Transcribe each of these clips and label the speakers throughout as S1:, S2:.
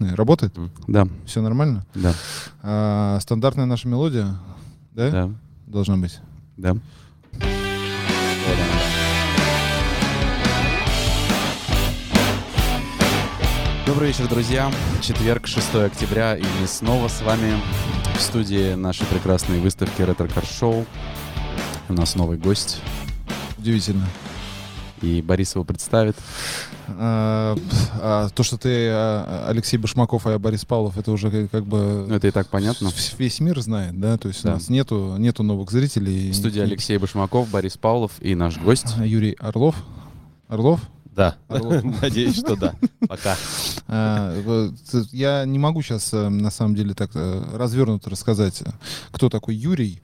S1: Э, Работает?
S2: Да,
S1: Все нормально?
S2: да,
S1: А, стандартная наша мелодия, да?
S2: да,
S1: Должна быть.
S2: да. Добрый вечер, друзья. Четверг, 6 октября, и мы снова с вами в студии нашей прекрасной выставки ретро Car Show. У нас новый гость,
S1: Удивительно.
S2: и Борис его представит.
S1: А, а, то, что ты а, Алексей Башмаков, а я Борис Павлов, это уже как- как бы...
S2: Ну, это и так понятно.
S1: вс- Весь мир знает, да? То есть
S2: Да.
S1: у нас нету, нету новых зрителей.
S2: В студии Алексей Башмаков, Борис Павлов и наш гость.
S1: Юрий Орлов. Орлов?
S3: Да.
S1: Орлов.
S3: Надеюсь, что да. Пока.
S1: А, вот, э, Я не могу сейчас, на самом деле, так э, развернуто рассказать, э, кто такой Юрий,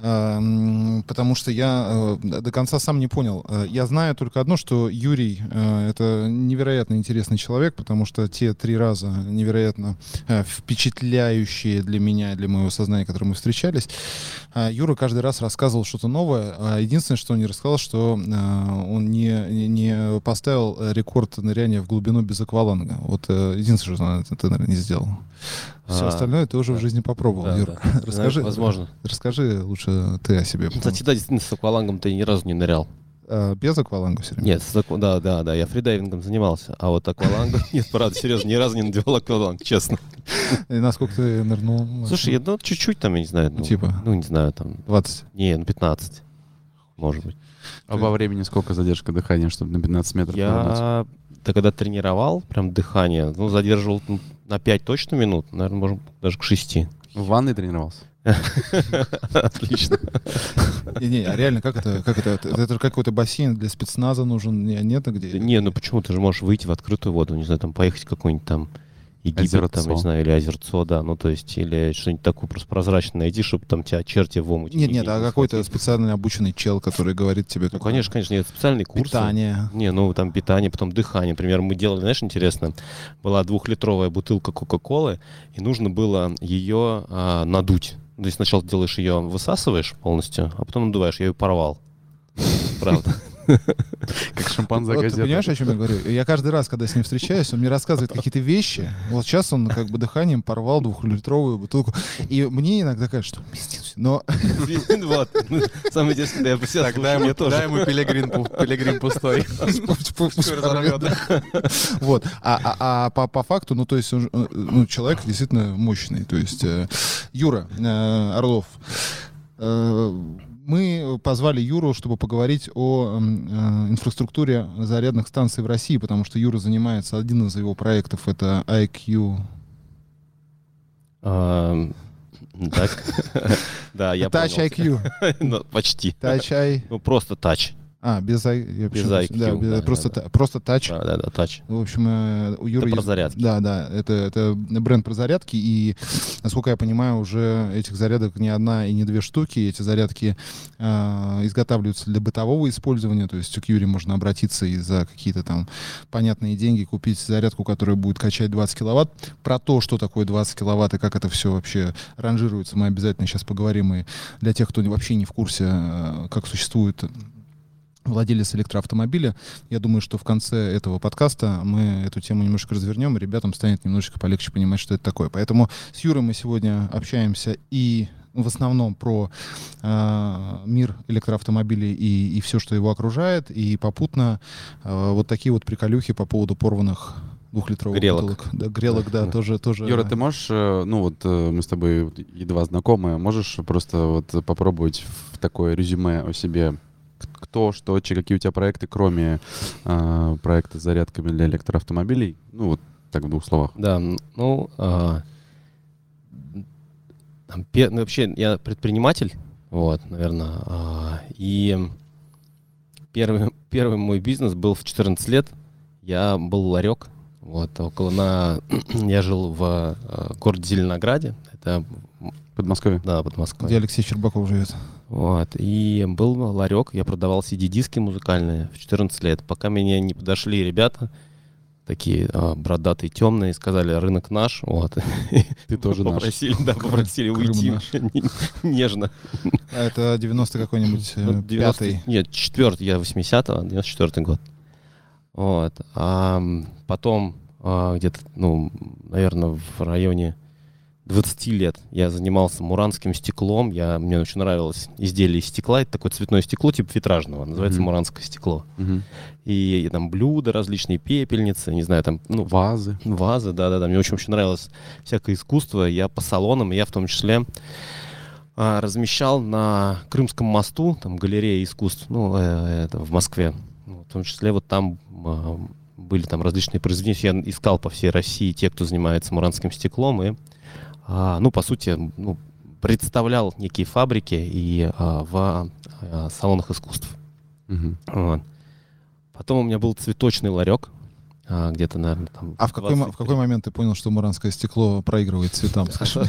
S1: А, м, потому что я э, до до конца сам не понял. Э, Я знаю только одно, что Юрий — это невероятно интересный человек, потому что те три раза невероятно э, впечатляющие для меня, и для моего сознания, которые мы встречались, а, Юра каждый раз рассказывал что-то новое. А Единственное, что он не рассказал, что а, он не, не- не поставил э, рекорд ныряния в глубину без акваланга. Вот э, единственное, что он это, ты, наверное, не сделал. Все
S3: А,
S1: остальное ты уже в
S3: да.
S1: жизни попробовал,
S3: Да,
S1: Юра.
S3: да.
S1: Расскажи,
S3: Возможно.
S1: расскажи лучше ты о себе. потому-
S3: Кстати, да, действительно, с аквалангом ты ни разу не нырял.
S1: А, без акваланга все время?
S3: Нет, с аква- да, да, да, я фридайвингом занимался, а вот аквалангом... Нет, правда, серьезно, ни разу не надевал акваланг, честно.
S1: И насколько ты нырнул?
S3: Слушай, я, ну, чуть-чуть там, я не знаю. Ну,
S1: Типа?
S3: Ну, не знаю, там...
S1: 20.
S3: Не, ну, 15. Может быть.
S2: А во времени сколько задержка дыхания, чтобы на 15 метров нырнуть?
S3: Я... Да, когда тренировал, прям дыхание, ну, задерживал ну, на 5 точно минут, наверное, может, даже к 6.
S2: В ванной тренировался?
S3: Отлично.
S1: Не, не, а реально, как это? Как это? Это, это какой-то бассейн для спецназа нужен? Не, нет, а где?
S3: Не, ну почему ты же можешь выйти в открытую воду, не знаю, там поехать в какой-нибудь там Египет, там,
S2: Озерцо.
S3: не знаю, или озерцо, да, ну то есть, или что-нибудь такое просто прозрачное найди, чтобы там тебя черти в омуте.
S1: Нет,
S3: не
S1: нет, а
S3: видели.
S1: какой-то специально обученный чел, который говорит тебе,
S3: Ну,
S1: как
S3: конечно, конечно, нет, специальные курсы.
S1: питание.
S3: Не, ну там питание, потом дыхание. Например, мы делали, знаешь, интересно, была двухлитровая бутылка Кока-Колы, и нужно было ее а, надуть. То есть сначала ты делаешь ее, высасываешь полностью, а потом надуваешь, я ее порвал. Правда.
S2: Как шимпанзе
S1: Вот ты
S2: газету.
S1: понимаешь, о чем я говорю? Я каждый раз, когда с ним встречаюсь, он мне рассказывает какие-то вещи. Вот сейчас он как бы дыханием порвал двухлитровую бутылку. И мне иногда кажется, что пиздец. Но
S3: Вот. Самое интересное, когда я посел, мне тоже.
S2: Дай ему пилигрим, пу- пилигрим пустой.
S1: пусть порвёт, да. Вот. А- А а по по факту, ну, то есть, он же, э, ну, человек действительно мощный. То есть, э, Юра э, Орлов, э, мы позвали Юру, чтобы поговорить о м, э, инфраструктуре зарядных станций в России, потому что Юра занимается, один из его проектов, это IQ
S3: Эм, Так. Да, я
S1: Touch
S3: понял.
S1: IQ.
S3: Ну, Почти.
S1: Touch I.
S3: Ну, просто тач.
S1: А, без I. Я
S3: Без
S1: почему-то-
S3: IQ,
S1: Да, без-
S3: да,
S1: просто,
S3: да,
S1: та- просто Touch.
S3: Да, да, да, тач.
S1: В общем, э, у Юры
S3: Это про
S1: есть-
S3: зарядки.
S1: Да, да, это, это бренд про зарядки, и, насколько я понимаю, уже этих зарядок не одна и не две штуки. Эти зарядки э, изготавливаются для бытового использования, то есть к Юре можно обратиться и за какие-то там понятные деньги купить зарядку, которая будет качать 20 киловатт. Про то, что такое 20 киловатт и как это все вообще ранжируется, мы обязательно сейчас поговорим. И для тех, кто вообще не в курсе, э, как существует владелец электроавтомобиля. Я думаю, что в конце этого подкаста мы эту тему немножко развернем, и ребятам станет немножечко полегче понимать, что это такое. Поэтому с Юрой мы сегодня общаемся и ну, в основном про э, мир электроавтомобилей и, и все, что его окружает, и попутно э, вот такие вот приколюхи по поводу порванных двухлитровых
S3: Грелок.
S1: бутылок. Да, грелок, да,
S2: Да.
S1: тоже, тоже.
S2: Юра, ты можешь, э, ну вот э, мы с тобой вот едва знакомы, можешь просто вот попробовать в такое резюме о себе, К- кто, что, че, какие у тебя проекты, кроме э, проекта с зарядками для электроавтомобилей, ну вот так в двух словах.
S3: Да, м, ну, а, там пе- ну, вообще я предприниматель, вот, наверное, и первый, первый мой бизнес был в 14 лет, я был ларек, вот, около на, я жил в а, городе Зеленограде, это,
S2: В Подмосковье.
S3: да, под Москвой.
S1: Где Алексей Щербаков живет?
S3: Вот. И был ларек, я продавал CD-диски музыкальные в 14 лет, пока меня не подошли ребята, такие а, бородатые, темные, сказали, рынок наш, вот.
S2: Ты тоже наш.
S3: попросили, Да, попросили
S1: Крым
S3: уйти
S1: наш.
S3: нежно.
S1: А Это 90 какой-нибудь, э,
S3: Ну, 90
S1: пятый.
S3: Нет, четвертый, я 80-го, 94-й год. Вот. А, м, потом а, где-то, ну, наверное, в районе 20 лет я занимался муранским стеклом. Я, мне очень нравилось изделие из стекла. Это такое цветное стекло, типа витражного. Называется
S2: Мгм.
S3: муранское стекло.
S2: Мгм.
S3: И, там блюда различные, пепельницы, не знаю, там, ну,
S2: Вазы.
S3: Вазы, да-да-да. Мне очень, очень нравилось всякое искусство. Я по салонам, я в том числе а, размещал на Крымском мосту, там галерея искусств, ну, э, это в Москве. Ну, В том числе вот там а, были там различные произведения. Я искал по всей России те, кто занимается муранским стеклом. И, а, ну, по сути, ну, представлял некие фабрики и а, в а, салонах искусств.
S2: Мгм.
S3: Вот. Потом у меня был цветочный ларек, а, где-то, наверное, там...
S1: А в какой, мо- в
S3: 23.
S1: какой момент ты понял, что муранское стекло проигрывает цветам? Скажи.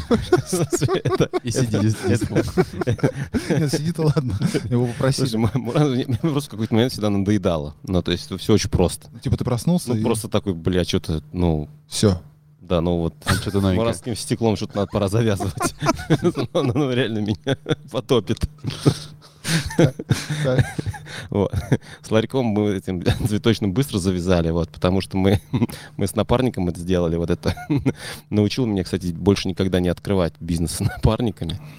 S3: Это-
S2: И сиди,
S3: это-
S2: естественно.
S3: это-
S1: Нет, сиди-то ладно. Его
S3: Слушай,
S1: попросили.
S3: м- Муран- мне просто в какой-то момент всегда надоедало. Ну, то есть все очень просто.
S1: Типа ты проснулся
S3: Ну,
S1: и
S3: просто такой, бля, что-то, ну,
S1: все.
S3: да, ну вот
S2: Что-то
S3: с
S2: новенькое.
S3: муранским стеклом что-то надо пора завязывать. Ну, ну, реально меня потопит.
S1: Так.
S3: Вот. С ларьком мы этим цветочным быстро завязали, вот, потому что мы, мы с напарником это сделали, вот это научил меня, кстати, больше никогда не открывать бизнес с напарниками.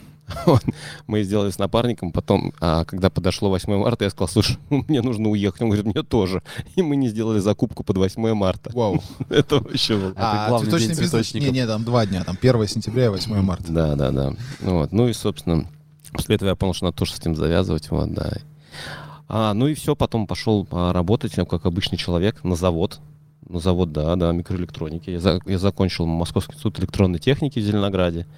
S3: Вот. Мы сделали с напарником, потом, а, когда подошло 8 марта, я сказал, слушай, мне нужно уехать. Он говорит, мне тоже. И мы не сделали закупку под 8 марта.
S1: Вау.
S3: Это вообще было.
S2: Это главный
S1: А, цветочный
S2: день цветочников.
S1: Не, не, там два дня, там 1 сентября и 8 марта.
S3: Да, да, да. Ну Вот. Ну и, собственно, после этого я понял, что надо тоже с этим завязывать. Вот, да. А, ну и все, потом пошел а, работать, ну, как обычный человек, на завод. На завод, да, да, микроэлектроники. Я, за- я закончил Московский институт электронной техники в Зеленограде.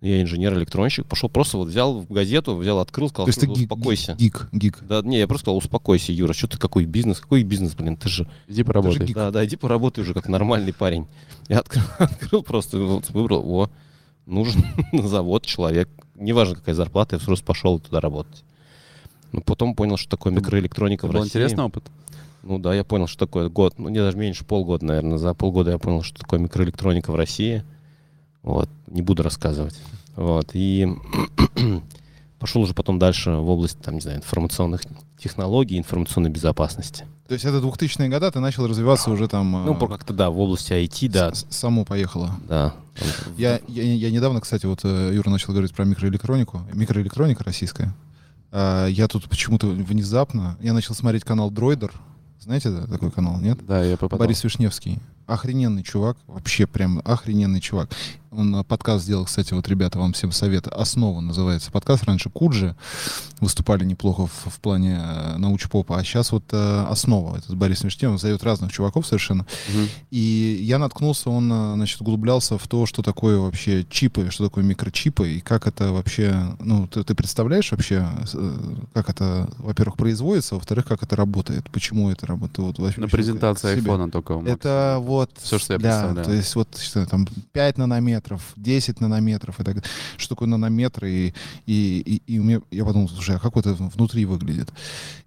S3: Я инженер-электронщик. Пошел просто вот взял в газету, взял, открыл, сказал,
S1: То есть ты
S3: «Слушай,
S1: гик,
S3: успокойся.
S1: гик, гик.
S3: Да, не, я просто сказал, успокойся, Юра, что ты какой бизнес, какой бизнес, блин, ты же
S2: Иди поработай.
S1: гик.
S3: да, да, иди поработай уже как нормальный парень. Я открыл, открыл просто, вот выбрал, о, нужен на завод человек. Неважно, какая зарплата, я сразу пошел туда работать. Ну, потом понял, что такое
S2: Это
S3: микроэлектроника в
S2: был
S3: России.
S2: интересный опыт.
S3: Ну да, я понял, что такое год. Ну, не даже меньше полгода, наверное. За полгода я понял, что такое микроэлектроника в России. Вот, не буду рассказывать. Вот, и пошел уже потом дальше в область, там, не знаю, информационных технологий, информационной безопасности.
S1: То есть это 2000-е годы, ты начал развиваться уже там... э,
S3: Ну,
S2: А.
S3: про- как-то, да, в области IT, да,
S1: с- Само поехало.
S3: Да. Там
S1: Я, я, я недавно, кстати, вот э, Юра начал говорить про микроэлектронику. Микроэлектроника российская. А, Я тут почему-то внезапно... Я начал смотреть канал Дройдер. Знаете да, такой канал, нет?
S2: Да, я попадал.
S1: Борис Вишневский. Охрененный чувак, вообще прям охрененный чувак. Он э, подкаст сделал, кстати, вот, ребята, вам всем совет. «Основа» называется подкаст. Раньше «Куджи» выступали неплохо в, в плане э, научпопа, а сейчас вот э, «Основа». Этот Борис Вишневский, он зовет разных чуваков совершенно.
S2: Мгм.
S1: И я наткнулся, он, а, значит, углублялся в то, что такое вообще чипы, что такое микрочипы, и как это вообще, ну, ты, ты представляешь вообще, с- э, как это, во-первых, производится, во-вторых, как это работает, почему это работает. Вот, вообще-
S2: На
S1: вообще
S2: презентации
S1: к себе.
S2: айфона только. Макс.
S1: Это вот...
S2: Всё, что я
S1: да,
S2: представляю.
S1: то есть вот что там 5 нанометров, 10 нанометров и так далее. Что такое нанометры? И, и, и, и у меня, я подумал, слушай, а как вот это внутри выглядит?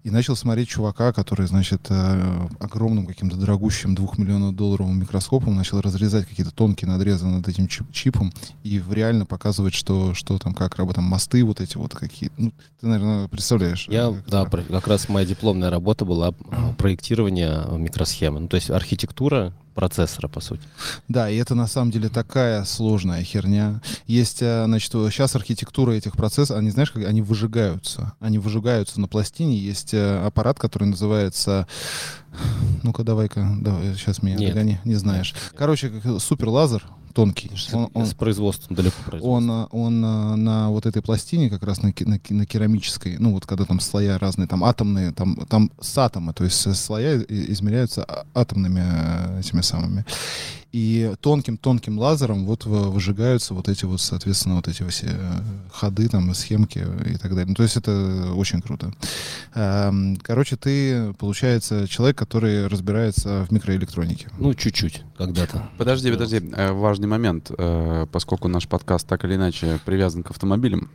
S1: И начал смотреть чувака, который, значит, э, огромным каким-то дорогущим 2 миллиона долларовым микроскопом начал разрезать какие-то тонкие надрезы над этим чип- чипом и в- реально показывать, что, что там, как работают мосты вот эти вот какие. Ну, ты, наверное, представляешь.
S3: Я,
S1: э, как
S3: да,
S1: это.
S3: про- как раз моя дипломная работа была а, проектирование а, микросхемы, ну, то есть архитектура процессора, по сути.
S1: Да, и это на самом деле такая сложная херня. Есть, э, значит, сейчас архитектура этих процессов, они, знаешь, как они выжигаются. Они выжигаются на пластине. Есть э, аппарат, который называется... Ну-ка, давай-ка, давай, сейчас меня
S3: Нет.
S1: догони, не знаешь. Короче, как суперлазер тонкий. Он- он-
S3: С производством далеко производство.
S1: он, а, он а, на вот этой пластине, как раз на, ки- на ки- на керамической, ну вот когда там слоя разные, там атомные, там, там с атома, то есть э, слоя и- измеряются а- атомными э, этими самыми. И тонким-тонким лазером вот вы- выжигаются вот эти вот, соответственно, вот эти все э, ходы, там, схемки и так далее. Ну, то есть это очень круто. Эм, Короче, ты, получается, человек, который разбирается в микроэлектронике.
S3: Ну, чуть-чуть, когда-то.
S2: Подожди,
S3: Да.
S2: подожди. Э, Важный момент, э, поскольку наш подкаст так или иначе привязан к автомобилям.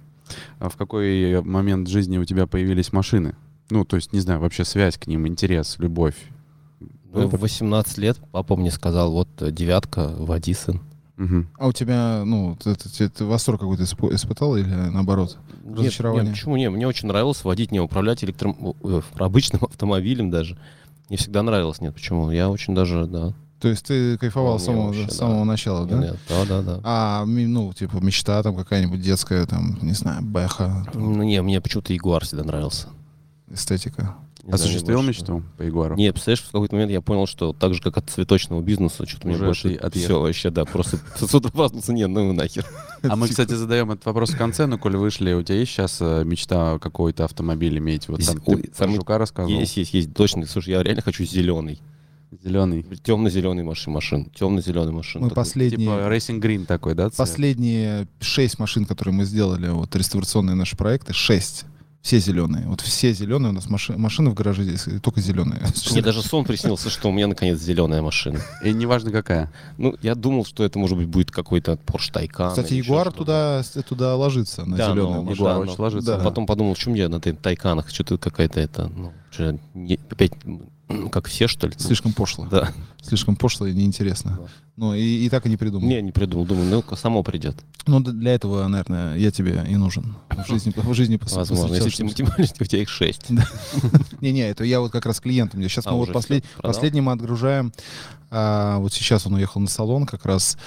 S2: а В какой момент жизни у тебя появились машины? Ну, то есть, не знаю, вообще связь к ним, интерес, любовь.
S3: Ну, в 18 лет папа мне сказал, вот э, девятка, води, сын.
S2: Мгм.
S1: А у тебя, ну, ты, ты- ты восторг какой-то испо- испытал или наоборот?
S3: Нет,
S1: Разочарование.
S3: нет, почему не? Мне очень нравилось водить, не управлять электром... о, э, обычным автомобилем даже. Мне всегда нравилось, нет, почему? Я очень даже, да.
S1: То есть ты кайфовал с
S3: Вполне
S1: самого,
S3: вообще, да.
S1: с самого начала, да?
S3: Нет, да, да, да.
S1: А, ми- ну, типа, мечта там какая-нибудь детская, там, не знаю, бэха,
S3: Ну, не, мне почему-то Ягуар всегда нравился.
S1: эстетика.
S3: Не знаю,
S2: Осуществил
S3: мне больше-
S2: мечту по Ягуару?
S3: Не, представляешь, в какой-то момент я понял, что так же, как от цветочного бизнеса, что-то мне
S2: Уже
S3: больше
S2: ты отъехал.
S3: все вообще, да, просто с утра проснулся, не, ну его нахер.
S2: А мы, кстати, задаем этот вопрос в конце, но, коль вышли, у тебя есть сейчас э, мечта какой-то автомобиль иметь? Вот там
S3: Есть, ой,
S2: ты про
S3: самый-
S2: Жука рассказывал.
S3: Есть, есть, есть, точно. Слушай, я реально хочу зеленый.
S2: Зеленый.
S3: Темно-зеленый машин, машин. Темно-зеленый машин.
S1: Мы
S3: Такой.
S1: последние...
S2: Типа Racing Green такой, да? цвет?
S1: Последние шесть машин, которые мы сделали, вот реставрационные наши проекты, шесть. Все зеленые. Вот все зеленые у нас маши- машины в гараже здесь, э, только зеленые.
S3: Мне даже сон приснился, что у меня наконец зеленая машина.
S2: И неважно какая.
S3: Ну, я думал, что это, может быть, будет какой-то Porsche Taycan.
S1: Кстати,
S3: или еще
S1: Ягуар
S3: что-то.
S1: туда, с- туда ложится, на
S3: Да, ну, но
S1: зеленую машину.
S3: Ягуар
S2: Ягуар очень
S3: но-
S2: ложится.
S1: да.
S2: да.
S3: А Потом подумал, что мне на этой Тайканах, что-то какая-то это, ну, чё, не- опять м, как все, что ли?
S1: Слишком пошло.
S3: Да.
S1: Слишком пошло и неинтересно.
S3: Да.
S1: Ну, и, и так и не придумал.
S3: Не, не придумал. Думаю, ну, само придет.
S1: Ну, д- для этого, наверное, я тебе и нужен. В жизни, в жизни пос-
S3: Возможно,
S1: посвятил,
S3: если
S1: чтобы-
S3: тем, тем более, у тебя их шесть.
S1: Не-не, это я вот как раз клиентом. Сейчас
S3: А,
S1: мы вот
S3: уже
S1: послед-
S3: всё, продал?
S1: последний мы отгружаем. а, вот сейчас он уехал на салон, как раз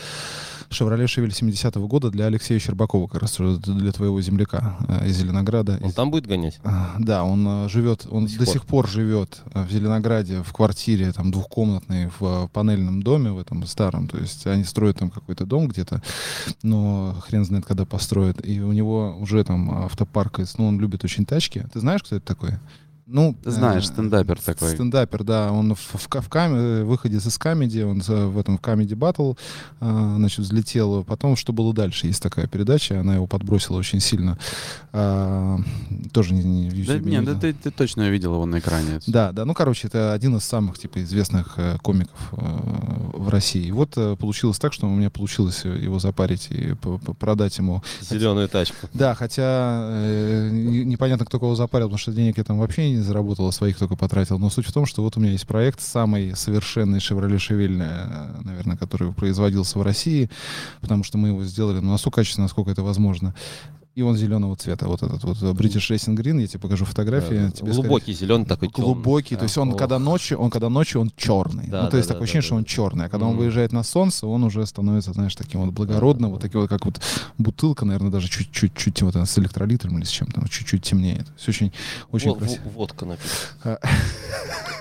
S1: «Шевроле Шевель» 70-го года для Алексея Щербакова, как раз э, для твоего земляка э, из Зеленограда.
S3: Он
S1: Из-
S3: там будет гонять?
S1: А, Да, он э, живет, он до сих,
S3: сих пор.
S1: пор живет э, в Зеленограде в квартире там двухкомнатной в э, панельном доме в этом старом, то есть они строят там какой-то дом где-то, но хрен знает когда построят, и у него уже там автопарк, из- ну он любит очень тачки. Ты знаешь, кто это такой? Ну,
S2: Ты знаешь,
S1: э,
S2: стендапер такой.
S1: Стендапер, да, он в, в, ка- в каме- э, выходе из камеди, он за- в этом в камеди батл, а, значит, взлетел. Потом, что было дальше, есть такая передача, она его подбросила очень сильно. А, тоже не, не в
S2: Да
S1: Ютьюбе не
S2: нет, да
S1: видел.
S2: ты, ты точно видел его на экране.
S1: Да, да, ну, короче, это один из самых, типа, известных э, комиков э, в России. И вот э, получилось так, что у меня получилось э, его запарить и п- п- продать ему
S3: Зеленую тачку.
S1: да, хотя э, не- непонятно, кто кого запарил, потому что денег я там вообще не заработал, а своих только потратил. Но суть в том, что вот у меня есть проект, самый совершенный «Шевроле Шевель», э, наверное, который производился в России, потому что мы его сделали ну, настолько качественно, насколько это возможно. И он зеленого цвета, вот этот вот British Racing Green, я тебе покажу фотографии.
S3: Да, да.
S1: тебе скорее-
S3: глубокий зеленый такой темный.
S1: глубокий, то есть он
S3: Ох.
S1: когда ночью, он когда ночью он черный,
S3: э, Да,
S1: ну то
S3: да,
S1: есть
S3: да,
S1: такое
S3: да,
S1: ощущение,
S3: да,
S1: что он
S3: да.
S1: черный, а когда он
S3: Мгм.
S1: выезжает на солнце, он уже становится, знаешь, таким вот благородным,
S3: Да, да,
S1: вот таким вот как вот бутылка, наверное, даже чуть-чуть вот она с электролитом или с чем-то, вот чуть-чуть темнее, то есть очень, очень
S3: Во- во-
S1: красиво.
S3: Водка написана.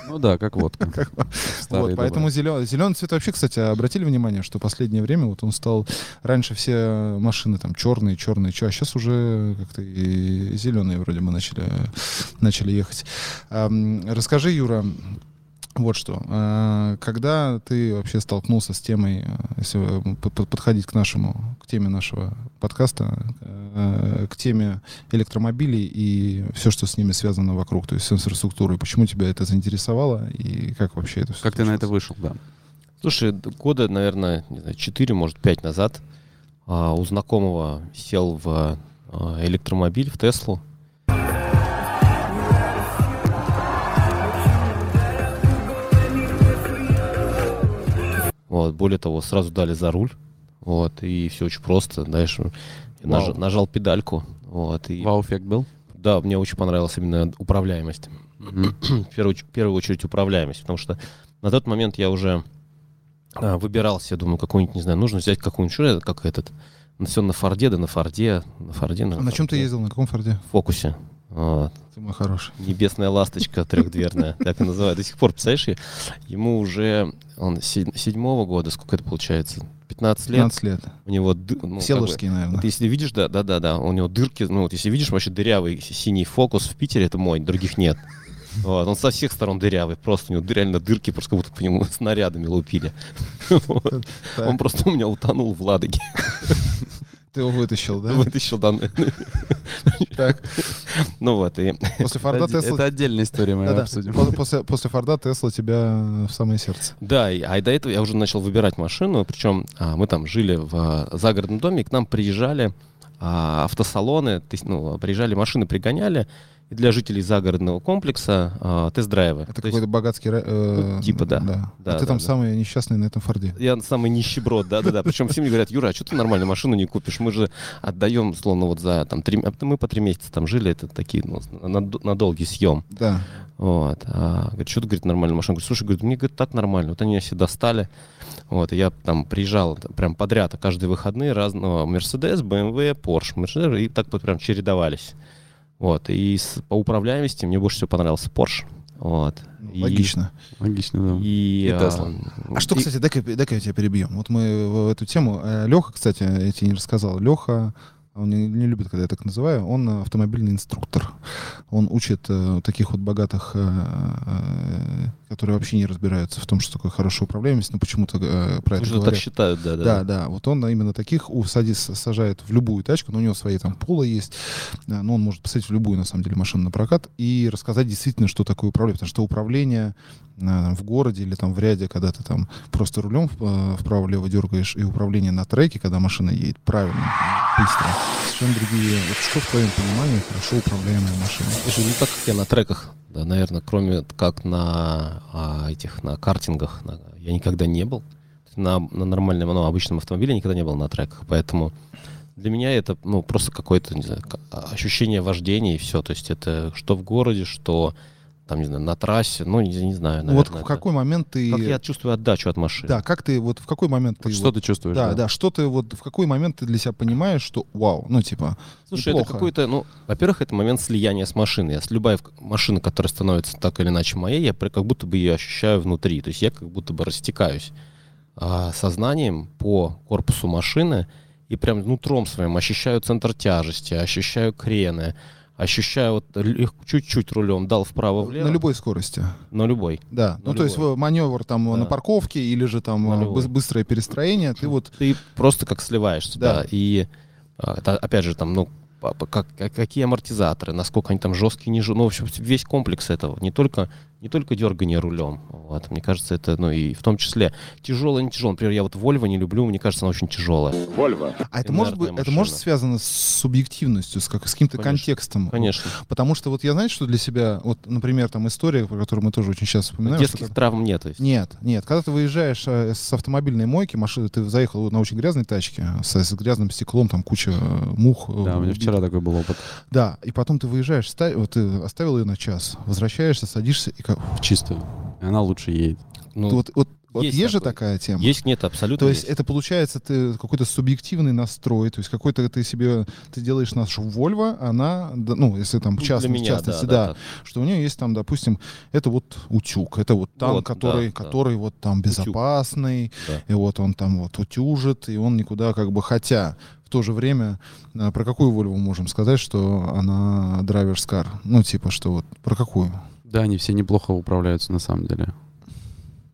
S2: Ну да, как водка.
S1: Вот,
S2: Старые
S1: поэтому зеленый, зеленый цвет вообще, кстати, обратили внимание, что последнее время вот он стал раньше все машины там черные, черные, чё, а сейчас уже как-то и зеленые вроде бы начали начали ехать. Ам, Эм, Расскажи, Юра. Вот что. А, Когда ты вообще столкнулся с темой, а, если э, под- под- подходить к нашему, к теме нашего подкаста, э, к теме электромобилей и все, что с ними связано вокруг, то есть с инфраструктурой, почему тебя это заинтересовало и как вообще это все
S2: Как ты на это вышел, да.
S3: Слушай, д- года, наверное, не знаю, 4, может, 5 назад а, у знакомого сел в а, электромобиль, в Теслу. Вот, более того, сразу дали за руль. Вот, и все очень просто. Знаешь, я наж-
S2: Вау.
S3: нажал педальку. Вот, и
S2: Вау-эффект был?
S3: да, мне очень понравилась именно управляемость.
S2: Мгм.
S3: в первую, оч- в первую очередь управляемость, потому что на тот момент я уже а, выбирал себе, думаю, какую-нибудь, не знаю, нужно взять какую-нибудь, что это, как этот, все на Форде, да на Форде, на Форде.
S1: А на чем ты
S3: Форде.
S1: ездил? На каком форде?
S3: Фокусе. Вот.
S1: Ты мой хороший.
S3: Небесная ласточка трехдверная, так и называют. До сих пор, представляешь, е- ему уже, он се- седьмого года, сколько это получается, 15 лет,
S1: 15 лет.
S3: у него... ды- ну,
S1: Все
S3: как бы-
S1: ложские, наверное.
S3: вот если видишь, да, да, да, да, у него дырки, ну вот если видишь вообще дырявый с- синий фокус в Питере, это мой, других нет. Вот, он со всех сторон дырявый, просто у него реально дырки, просто как будто по нему снарядами лупили.
S1: Ну
S3: Вот.
S1: Так,
S3: Он просто у меня утонул в Ладоге,
S1: Ты его вытащил, да?
S3: вытащил данные.
S1: Так,
S3: Ну вот, и
S1: после форда
S2: Это,
S1: Тесла
S2: это отдельная история, мы
S1: Да-да.
S2: обсудим.
S1: Пос- После, после Форда Тесла тебя в самое сердце.
S3: Да, и, а и до этого я уже начал выбирать машину, причем а, мы там жили в а, загородном доме, и к нам приезжали а, автосалоны, то есть, ну, приезжали машины, пригоняли, и для жителей загородного комплекса а, тест-драйвы.
S1: Это
S3: То есть
S1: какой-то богатский... ра- э,
S3: ну, типа, да.
S1: А
S3: Да,
S1: ты там
S3: да, да.
S1: самый несчастный на этом Форде.
S3: Я самый нищеброд, да-да-да. Причем все мне говорят, Юра, а что ты нормальную машину не купишь? Мы же отдаем, словно вот за там три... а Мы по три месяца там жили, это такие, ну, на, на долгий съем.
S1: Да.
S3: Вот. А, говорит, что ты, говорит, нормальную машину? Говорит, слушай, говорит, мне, говорит, так нормально. Вот они меня все достали. Вот, и я там приезжал т- прям подряд, а каждые выходные ну, разного Mercedes, BMW, Porsche, Mercedes, и так вот прям чередовались. Вот, и с- по управляемости мне больше всего понравился Porsche. Вот.
S1: Ну,
S3: И-
S1: Логично.
S2: Логично, да.
S3: И,
S2: И
S3: а,
S2: Tesla.
S1: А что,
S3: и-
S1: кстати, дай-ка дай-ка я тебя перебью. Вот мы в эту тему... Леха, кстати, я тебе не рассказал. Леха, он не, не любит, когда я так называю, он э, автомобильный инструктор. Он учит э, таких вот богатых, э, э, которые вообще не разбираются в том, что такое хорошая управляемость, но почему-то э, про это
S3: Потому что так
S1: говорят.
S3: считают, да, да.
S1: Да, да. Вот он именно таких у- сади- с- сажает в любую тачку, но у него свои там полы есть. Да, но он может посадить в любую, на самом деле, машину на прокат и рассказать действительно, что такое управление. Потому что управление а, в городе или там в ряде, когда ты там просто рулем в- а, вправо-лево дергаешь, и управление на треке, когда машина едет правильно, быстро, совершенно другие. Вот что в твоем понимании хорошо управляемая машина?
S3: Слушай, ну так как я на треках, да, наверное, кроме как на а, этих, на картингах, на- я никогда не был. На, на нормальном, ну, обычном автомобиле я никогда не был на треках, поэтому для меня это, ну, просто какое-то, не знаю, к- а, ощущение вождения и все, то есть это что в городе, что, там, не знаю, на трассе, ну, не, не знаю,
S1: Ну, вот
S3: наверное,
S1: в
S3: это-
S1: какой момент ты...
S3: Как я чувствую отдачу от машины.
S1: Да, как ты, вот в какой момент
S2: Вот
S1: ты...
S2: что
S1: вот-
S2: ты чувствуешь?
S1: да, да, что ты вот в какой момент ты для себя понимаешь, что вау, ну типа,
S3: Слушай,
S1: Неплохо.
S3: это какой-то, ну, во-первых, это момент слияния с машиной. Если любая в- машина, которая становится так или иначе моей, я при- как будто бы ее ощущаю внутри. То есть я как будто бы растекаюсь а, сознанием по корпусу машины и прям нутром своим ощущаю центр тяжести, ощущаю крены, ощущаю вот лег- чуть-чуть рулем дал вправо-влево,
S1: на любой скорости.
S3: на любой.
S1: Да, ну
S3: На
S1: то есть э,
S3: любой.
S1: маневр там э, на
S3: Да.
S1: парковке или же там
S3: На
S1: э,
S3: любой.
S1: быс- быстрое перестроение, ты вот
S3: Ты просто как сливаешься, да.
S1: Да.
S3: И а, это, опять же, там, ну, па- па- как, как- какие амортизаторы, насколько они там жесткие, не жесткие. Ну, в общем, весь комплекс этого. Не только, не только дергание рулем. Вот, мне кажется, это, ну, и в том числе тяжелое, не тяжелое. Например, я вот Volvo не люблю, мне кажется, она очень Ну, тяжелая.
S1: А это может быть,
S3: Инертная
S1: это может
S3: машина.
S1: связано с субъективностью, с, как, с каким-то
S3: Конечно.
S1: контекстом.
S3: Конечно.
S1: Потому что вот я знаю, что для себя, вот, например, там история, про которую мы тоже очень часто вспоминаем. что
S3: Детских
S1: когда-
S3: травм нет. то есть.
S1: Нет, нет. Когда ты выезжаешь э, с автомобильной мойки, машины, ты заехал на очень грязной тачке а, с, с грязным стеклом, там куча э, мух. э,
S2: Да, у меня
S1: убит.
S2: вчера такой был опыт.
S1: Да, и потом ты выезжаешь, ста- вот, ты оставил ее на час, возвращаешься, садишься и как...
S2: В чистую. И она лучше едет.
S3: Ну,
S1: вот, вот, вот
S3: есть
S1: есть, же
S3: такое.
S1: такая тема.
S3: есть, нет, абсолютно.
S1: Ну, То есть
S3: есть.
S1: это получается ты какой-то субъективный настрой, то есть какой-то ты себе ты делаешь нашу Вольво, она да, ну если там
S3: Ну,
S1: част-
S3: для меня,
S1: в частности,
S3: да,
S1: да,
S3: да, так.
S1: что у нее есть там, допустим, это вот утюг, это вот танк,
S3: Вот, да,
S1: который,
S3: да.
S1: который вот там безопасный,
S3: Да.
S1: и вот он там вот утюжит, и он никуда как бы хотя в то же время а, про какую Вольву можем сказать, что она драйверскар, ну типа что вот про какую?
S2: Да, они все неплохо управляются на самом деле.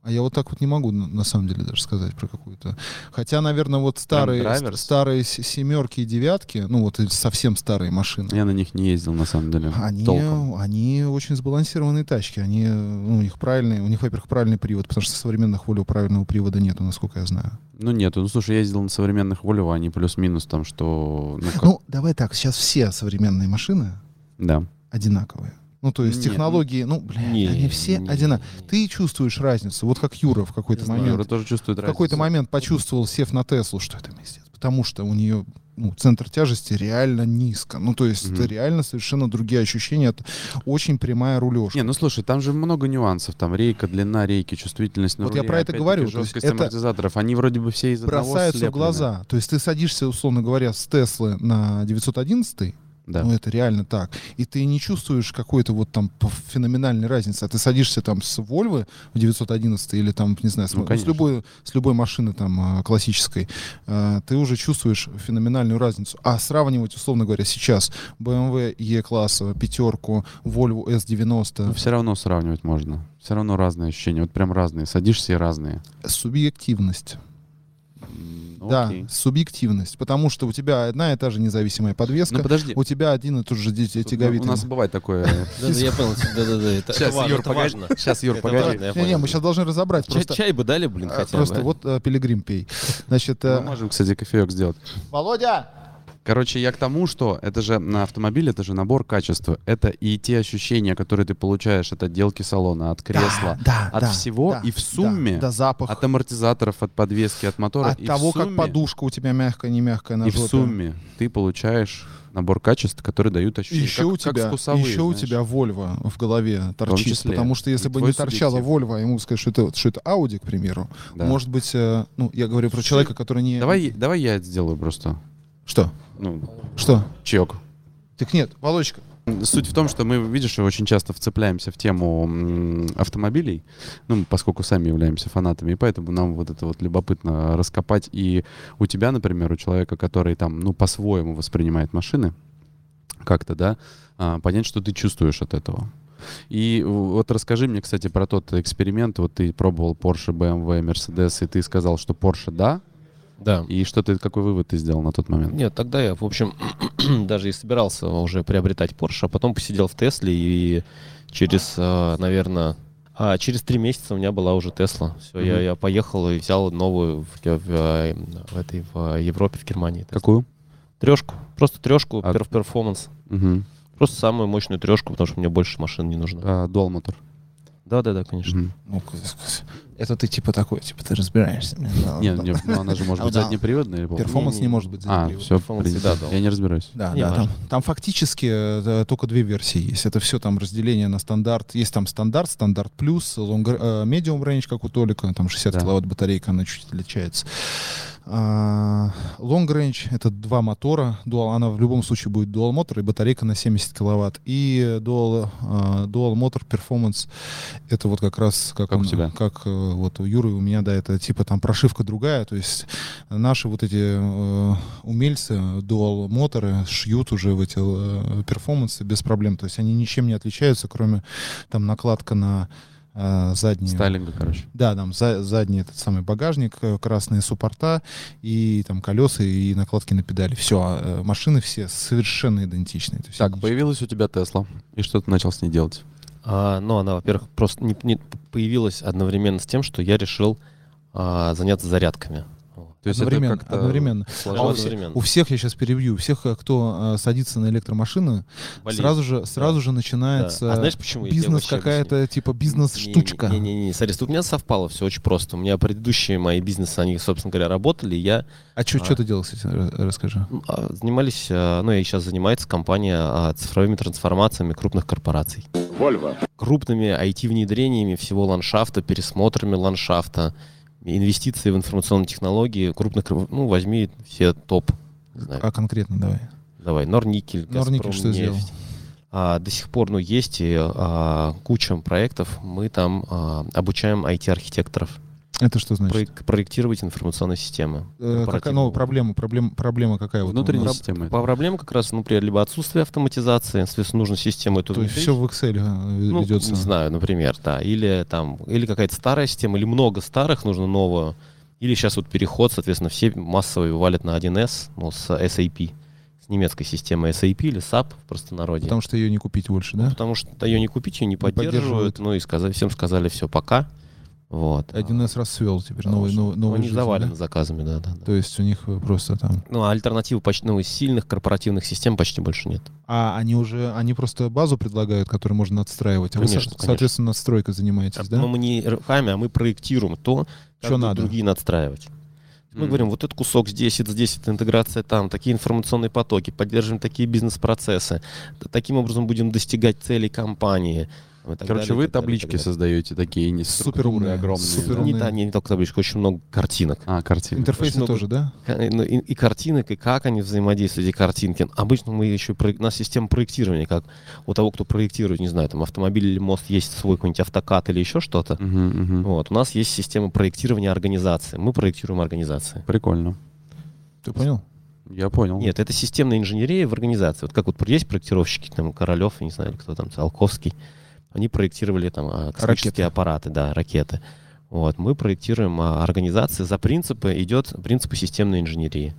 S1: А я вот так вот не могу, на на самом деле, даже сказать про какую-то. Хотя, наверное, вот старые,
S2: Driver's?
S1: с- старые с- семерки и девятки, ну вот эти совсем старые машины,
S2: Я на них не ездил на самом деле.
S1: они,
S2: Толком.
S1: они очень сбалансированные тачки. Они, э, ну, у них правильный, у них, во-первых, правильный привод, потому что современных волю правильного привода нету, насколько я знаю.
S2: Ну нет, ну слушай, я ездил на современных Volvo, они плюс-минус там, что... Ну, как-
S1: Ну, давай так, сейчас все современные машины
S2: да.
S1: одинаковые. Ну, то есть
S2: Не, ну-
S1: технологии, ну, бля,
S3: Не,
S1: они все
S3: не,
S1: одинаковые.
S3: не.
S1: Ты чувствуешь разницу, вот как Юра в какой-то
S3: Я знаю,
S1: момент.
S2: Юра тоже чувствует
S1: в какой-то
S2: разницу.
S1: момент почувствовал, сев на Теслу, что это пиздец. Потому что у нее ну, центр тяжести реально низко. Ну, то есть
S2: Мгм.
S1: это реально совершенно другие ощущения. Это очень прямая рулежка.
S2: Не, ну слушай, там же много нюансов. Там рейка, длина рейки, чувствительность на
S1: Вот я
S2: руле,
S1: про это
S2: опять-таки,
S1: говорю, то есть
S2: Жесткость
S1: это
S2: амортизаторов. Они вроде бы все из одного
S1: Бросаются в
S2: слеплены.
S1: глаза. То есть ты садишься, условно говоря, с Теслы на 911,
S2: Да.
S1: ну это реально так. И ты не чувствуешь какой-то вот там п- феноменальной разницы. А ты садишься там с Вольвы в 911 или там, не знаю, с,
S2: Ну,
S1: м- с,
S2: конечно.
S1: любой, с любой машины там а, классической, а, ты уже чувствуешь феноменальную разницу. А сравнивать, условно говоря, сейчас эм BMW E-класса, пятерку, Volvo
S2: Но
S1: S90
S2: все равно сравнивать можно. Все равно разные ощущения. Вот прям разные. Садишься и разные.
S1: субъективность.
S2: М,
S1: Да,
S2: окей.
S1: субъективность. Потому что у тебя одна и та же независимая подвеска,
S2: Ну подожди.
S1: у тебя один и тот же ди-
S2: Тут
S1: тяговитый.
S2: У нас бывает такое.
S3: Да, да, я понял. Да-да-да, это
S2: Сейчас,
S3: важно,
S2: Юр,
S3: это
S2: погоди.
S3: важно.
S2: Сейчас, Юр,
S3: Это
S2: погоди.
S3: важно, я
S1: Не, не,
S3: понял.
S1: мы сейчас должны разобрать.
S3: Чай-
S1: просто
S3: Чай бы дали, блин,
S1: а,
S3: хотя бы.
S1: просто вот э, пилигрим пей. Значит, э,
S2: Мы можем, кстати, кофеек сделать.
S1: Володя!
S2: Короче, я к тому, что это же на автомобиле, это же набор качества. Это и те ощущения, которые ты получаешь от отделки салона, от кресла,
S1: да,
S2: от всего и в сумме,
S1: Да, да, запах.
S2: от амортизаторов, от подвески, от мотора.
S1: От
S2: и в
S1: того, как
S2: сумме-
S1: подушка у тебя мягкая, не мягкая на
S2: И в
S1: жопе.
S2: сумме ты получаешь набор качеств, которые дают
S1: И
S2: ощущение,
S1: еще
S2: как,
S1: у тебя,
S2: как вкусовые,
S1: еще у
S2: знаешь.
S1: тебя Вольво в голове торчит,
S2: числе.
S1: потому что если
S2: И
S1: бы
S2: твой
S1: не торчала
S2: субъектив.
S1: Вольво, ему бы сказать, что это что это Audi, к примеру,
S2: Да.
S1: может быть, э, ну я говорю про
S2: Слушай,
S1: человека, который не.
S2: Давай, давай я это сделаю просто.
S1: Что?
S2: Ну,
S1: Что?
S2: чек.
S1: Так нет, Володечка.
S2: Суть в том, что мы, видишь, очень часто вцепляемся в тему м, автомобилей, ну, поскольку сами являемся фанатами, и поэтому нам вот это вот любопытно раскопать. И у тебя, например, у человека, который там, ну, по-своему воспринимает машины, как-то, да, а, понять, что ты чувствуешь от этого. И вот расскажи мне, кстати, про тот эксперимент. Вот ты пробовал Porsche, BMW, Mercedes, и ты сказал, что Porsche да.
S3: Да.
S2: И что ты, какой вывод ты сделал на тот момент?
S3: Нет, тогда я, в общем, даже и собирался уже приобретать Porsche, а потом посидел в Тесле и через, а, наверное, а через три месяца у меня была уже Тесла. Все, я,
S2: Мгм.
S3: я поехал и взял новую в, в- в- в этой в Европе, в Германии.
S2: Какую?
S3: Трешку. Просто трешку,
S2: А-
S3: перф перформанс.
S2: Угу.
S3: Просто самую мощную трешку, потому что мне больше машин не нужно.
S2: Долмотор.
S3: Да, да, да, конечно.
S1: Ну, это ты типа такой, типа ты разбираешься.
S2: Нет, нет, ну она же может быть
S1: Да.
S2: заднеприводная. я помню.
S1: А, Перформанс не,
S3: Не-не.
S1: может быть.
S2: А,
S1: заднеприводным.
S2: все,
S3: Перформанс всегда дал.
S2: я не разбираюсь.
S1: Да,
S3: Не
S1: да, там,
S3: важно.
S1: там фактически э, только две версии есть. Это все там разделение на стандарт. Есть там стандарт, стандарт плюс, long, э, medium range, как у Толика, там 60
S2: Да.
S1: киловатт батарейка, она чуть отличается. А, long range — это два мотора, dual, она в любом случае будет dual мотор и батарейка на 70 киловатт. И dual, э, dual motor performance — это вот как раз как,
S2: Как у
S1: он-
S2: тебя.
S1: как э, вот у Юры, у меня, да, это типа там прошивка другая, то есть наши вот эти э, умельцы, дуал моторы шьют уже в эти э, перформансы без проблем. То есть они ничем не отличаются, кроме там накладка на э, задние.
S2: Стайлинга, короче.
S1: Да, там за- задний этот самый багажник, э, красные суппорта и там колеса и накладки на педали. Все, машины все совершенно идентичны. То есть
S2: Так,
S1: они-
S2: появилась у тебя Тесла. И что ты начал с ней делать?
S3: А, ну, она, во-первых, просто не, не появилась одновременно с тем, что я решил а, заняться зарядками.
S2: То есть это
S1: одновременно,
S2: как-то
S1: одновременно.
S3: Сложилось
S1: А у, всех-
S3: одновременно.
S1: у всех, я сейчас перебью, у всех, э, кто э, садится на электромашины,
S3: Болезнь.
S1: сразу же, сразу же
S3: Да.
S1: начинается
S3: А знаешь, почему? Я тебе
S1: бизнес
S3: вообще
S1: какая-то, типа бизнес-штучка.
S3: Не-не-не, смотри, тут у меня совпало все очень просто. У меня предыдущие мои бизнесы, они, собственно говоря, работали. и Я
S1: А что
S3: А.
S1: ты делал, кстати, ра- расскажи.
S3: м, а, занимались, а, ну, и сейчас занимается компания а, цифровыми трансформациями крупных корпораций.
S4: Вольво.
S3: Крупными IT-внедрениями всего ландшафта, пересмотрами ландшафта, инвестиции в информационные технологии крупных, кор- ну, возьми все топ. Не знаю,
S1: А конкретно давай.
S3: Давай, Норникель,
S1: Норникель
S3: Газпром,
S1: что
S3: нефть.
S1: сделал?
S3: А, до сих пор, ну, есть и, а, куча проектов. Мы там а, обучаем IT-архитекторов
S1: Это что значит?
S3: проек- проектировать информационные системы.
S1: Э, Какая
S3: корпоративного.
S1: новая проблема? Проблема, проблема какая? вот у
S2: Внутренняя
S1: нас?
S2: система.
S3: По проблем как раз, ну, при- либо отсутствие автоматизации, если нужна система, это
S1: То есть
S3: внедрить.
S1: все в Excel э,
S3: ну,
S1: ведется.
S3: не знаю, например, да, или там, или какая-то старая система, или много старых, нужно новую, или сейчас вот переход, соответственно, все массово валят на 1С, ну, с SAP, с немецкой системой SAP или SAP в простонародье.
S1: Потому что ее не купить больше, да?
S3: Ну, Потому что ее не купить, ее не поддерживают.
S1: поддерживают.
S3: Ну и сказа- всем сказали все пока. Вот. А,
S1: Один раз расцвел теперь
S3: Потому
S1: новый,
S3: что-
S1: новый,
S3: Ну,
S1: новый
S3: они
S1: жизнь,
S3: завалены
S1: да?
S3: заказами, да, да, да.
S1: То есть у них э, просто там.
S3: Ну, а альтернативы почти ну, из сильных корпоративных систем почти больше нет.
S1: А они уже, они просто базу предлагают, которую можно надстраивать. А вы, со-
S3: Конечно, конечно.
S1: соответственно, настройкой занимаетесь, да?
S3: Но мы не руками, а мы проектируем
S1: Чё
S3: то, что как
S1: надо.
S3: надо. другие надстраивать. Мы
S2: Мгм.
S3: говорим, вот этот кусок здесь, это здесь, это интеграция там, такие информационные потоки, поддерживаем такие бизнес-процессы, Т- таким образом будем достигать целей компании. и так
S2: Короче,
S3: далее, и
S2: вы
S3: так далее, и так
S2: таблички
S3: далее.
S2: создаете такие, не
S1: Супер
S2: структуры
S1: умные,
S2: огромные.
S1: супер
S2: да?
S1: умные.
S3: Не, та- не, не только таблички, очень много картинок.
S2: А, картины.
S1: Интерфейсы
S3: Очень много-
S1: тоже, да?
S3: Ка- ну, и, и картинок, и как они взаимодействуют, эти картинки. Обычно мы еще, про- у нас система проектирования, как у того, кто проектирует, не знаю, там автомобиль или мост, есть свой какой-нибудь автокат или еще что-то.
S2: Мгм, мгм.
S3: Вот, у нас есть система проектирования организации. Мы проектируем организации.
S2: Прикольно.
S1: Ты понял?
S2: Я понял.
S3: Нет, это системная инженерия в организации. Вот как вот есть проектировщики, там, Королев, я не знаю, кто там, Циолковский, они проектировали там а,
S1: Ракеты.
S3: космические аппараты, да, ракеты. Вот, мы проектируем а, организации. За принципы идет принципы системной инженерии.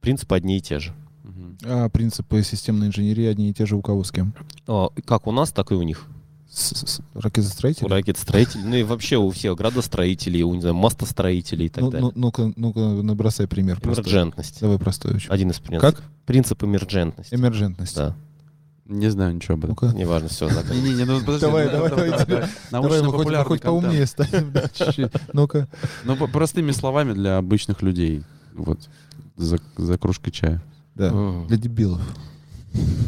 S3: Принципы одни и те же.
S2: Мгм.
S1: А принципы системной инженерии одни и те же у кого с кем?
S3: А, и Как у нас, так и у них.
S1: с- с- ракетостроителей?
S3: Ракетостроитель, ну и вообще у всех градостроителей, у, не знаю, мастостроителей и так
S1: Ну,
S3: далее.
S1: ну, ну-ка, ну-ка, набросай пример. простой.
S3: Эмерджентность.
S1: Давай простой очень.
S3: Один из принципов.
S1: Как?
S3: Принцип эмерджентности.
S1: Эмерджентность.
S3: Да.
S2: Не знаю ничего об этом.
S1: Ну-ка.
S3: Неважно, все,
S2: Не-не-не, ну подожди.
S1: Ну, Давай, давай,
S2: ну,
S1: давай, Давай мы хоть,
S2: Научно-популярный
S1: мы хоть
S2: контент.
S1: поумнее станем. да, чуть-чуть. Ну-ка.
S2: Ну, по- простыми словами для обычных людей. Вот. За, за кружкой чая.
S1: Да. Для дебилов.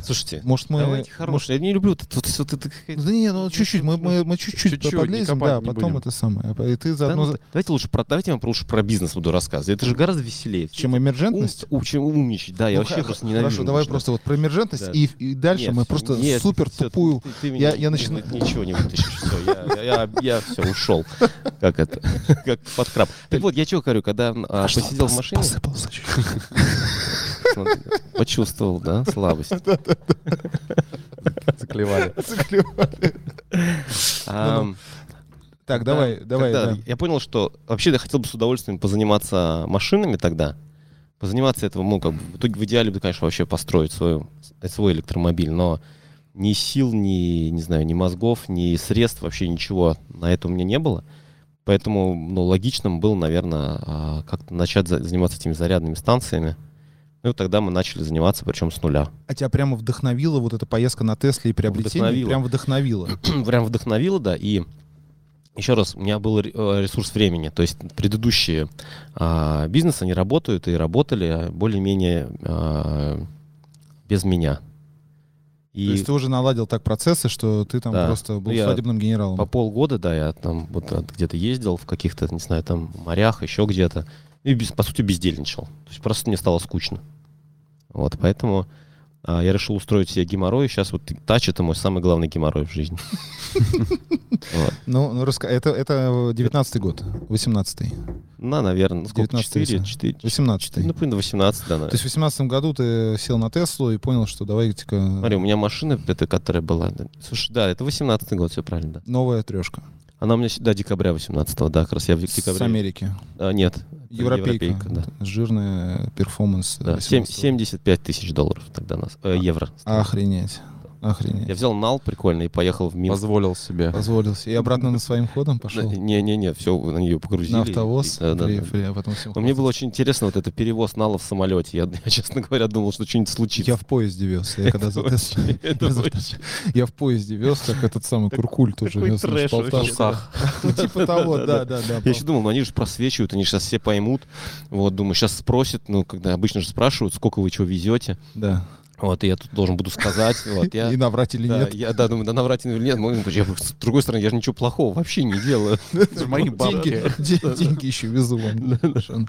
S3: Слушайте,
S1: Может, мы...
S3: давайте
S1: может-
S3: хорошие. Я не люблю вот это вот всё, ты- ты какая-
S1: Да не, ну чуть-чуть, мы, мы, мы чуть-чуть
S2: Чуть-чуть, не
S1: подлезем,
S2: копать
S1: да,
S2: не
S1: потом
S2: будем.
S1: это самое. И ты
S3: Да
S1: заодно,
S3: ну, Давайте лучше про, давайте я вам лучше про бизнес буду рассказывать. Это же гораздо веселее.
S1: чем
S3: Ум-
S1: эмерджентность,
S3: у- чем умничать. Да, я
S1: Ну,
S3: вообще
S1: х-
S3: просто
S1: х-
S3: ненавижу.
S1: Хорошо, давай
S3: умничать.
S1: просто вот про эмерджентность,
S3: Да.
S1: и, и дальше
S3: Нет,
S1: мы
S3: всё,
S1: просто
S3: нет,
S1: супер
S3: всё,
S1: тупую...
S3: ты- ты
S1: Я-
S3: меня
S1: я
S3: не-
S1: начинаю-
S3: не- Ничего не вытащишь. Все, я, я, ушел. Как это? Как под краб. Так вот, я чего говорю, когда а,
S1: А что,
S3: посидел в
S1: пос-
S3: машине,
S1: посыпался чуть-чуть?
S3: смотри, почувствовал, да, слабость.
S2: Заклевали.
S1: Ну,
S3: Ам,
S1: Так, давай,
S3: Да,
S1: давай,
S3: когда
S1: да.
S3: Я понял, что вообще я хотел бы с удовольствием позаниматься машинами тогда. Позаниматься этого, ну, как бы, в итоге в идеале бы, конечно, вообще построить свою, свой электромобиль, но ни сил, ни, не знаю, ни мозгов, ни средств, вообще ничего на это у меня не было. Поэтому, ну, логичным было, наверное, как-то начать за- заниматься этими зарядными станциями. Ну, и тогда мы начали заниматься, причем с нуля.
S1: А тебя прямо вдохновила вот эта поездка на Тесле и приобретение?
S3: Вдохновила.
S1: Прям вдохновила.
S3: прям вдохновило, да, и еще раз, у меня был ре- э, ресурс времени, то есть предыдущие а, бизнесы, они работают и работали а, более-менее а, без меня.
S1: То
S3: И
S1: есть ты уже наладил так процессы, что ты там
S3: Да.
S1: просто был
S3: Ну, я
S1: свадебным генералом.
S3: по полгода, да, я там вот а, где-то ездил в каких-то, не знаю, там морях, еще где-то, и, без- по сути, бездельничал. То есть просто мне стало скучно. Вот, поэтому а, я решил устроить себе геморрой, сейчас вот тач — это мой самый главный геморрой в жизни. Вот.
S1: Ну, ну раска... это, это 19-й год, 18-й,
S3: На, наверное, ну, сколько?
S1: 19
S3: 4,
S1: весна.
S3: 4,
S1: 18-й.
S3: ну,
S1: То
S3: блин, 18, да, наверное.
S1: есть в 18 году ты сел на Теслу и понял, что давайте-ка
S3: Смотри, у меня машина, это, которая была... да. Слушай, да, это 18 год, все правильно, да.
S1: новая трешка
S3: Она у меня, с- да, декабря 18 да, как раз я в
S1: с
S3: декабре...
S1: Америки.
S3: А, нет, это
S1: Европейка.
S3: да.
S1: Жирная перформанс.
S3: Да,
S1: 18-го.
S3: сем- 75 тысяч долларов тогда нас,
S1: А,
S3: э, евро.
S1: Охренеть.
S3: Я
S1: Охренеть.
S3: взял нал прикольно и поехал в Минск. Э,
S2: Позволил себе.
S1: Позволился. И обратно на своим
S3: Ну,
S1: ходом пошел.
S3: Не-не-не, все на нее погрузили.
S1: На автовоз.
S3: И- да, да,
S1: при-
S3: да.
S1: при- а потом всем
S3: Но мне
S1: хватит.
S3: было очень интересно вот это перевоз налов в самолете. Я, я, честно говоря, думал, что что-нибудь случится.
S1: Я в поезде вез. Я когда за Теслу-
S3: Это
S1: за-
S3: очень-
S1: Я в поезде вез, как этот самый
S3: Так-
S1: Куркуль тоже
S3: такой
S1: вез. он же
S3: трэш вообще.
S1: болтался, да. Ну, типа того, да, да, да.
S3: Я еще думал, ну они же просвечивают, они сейчас все поймут. Вот, думаю, сейчас спросят, ну, когда обычно же спрашивают, сколько вы чего везете.
S1: Да.
S3: Вот, и я тут должен буду сказать. Вот, я,
S1: И наврать или
S3: да,
S1: нет.
S3: я, да, думаю, да, наврать или нет. Ну, я, с другой стороны, я же ничего плохого вообще не делаю.
S2: мои
S1: Деньги, де- деньги еще везу вам. Совершенно.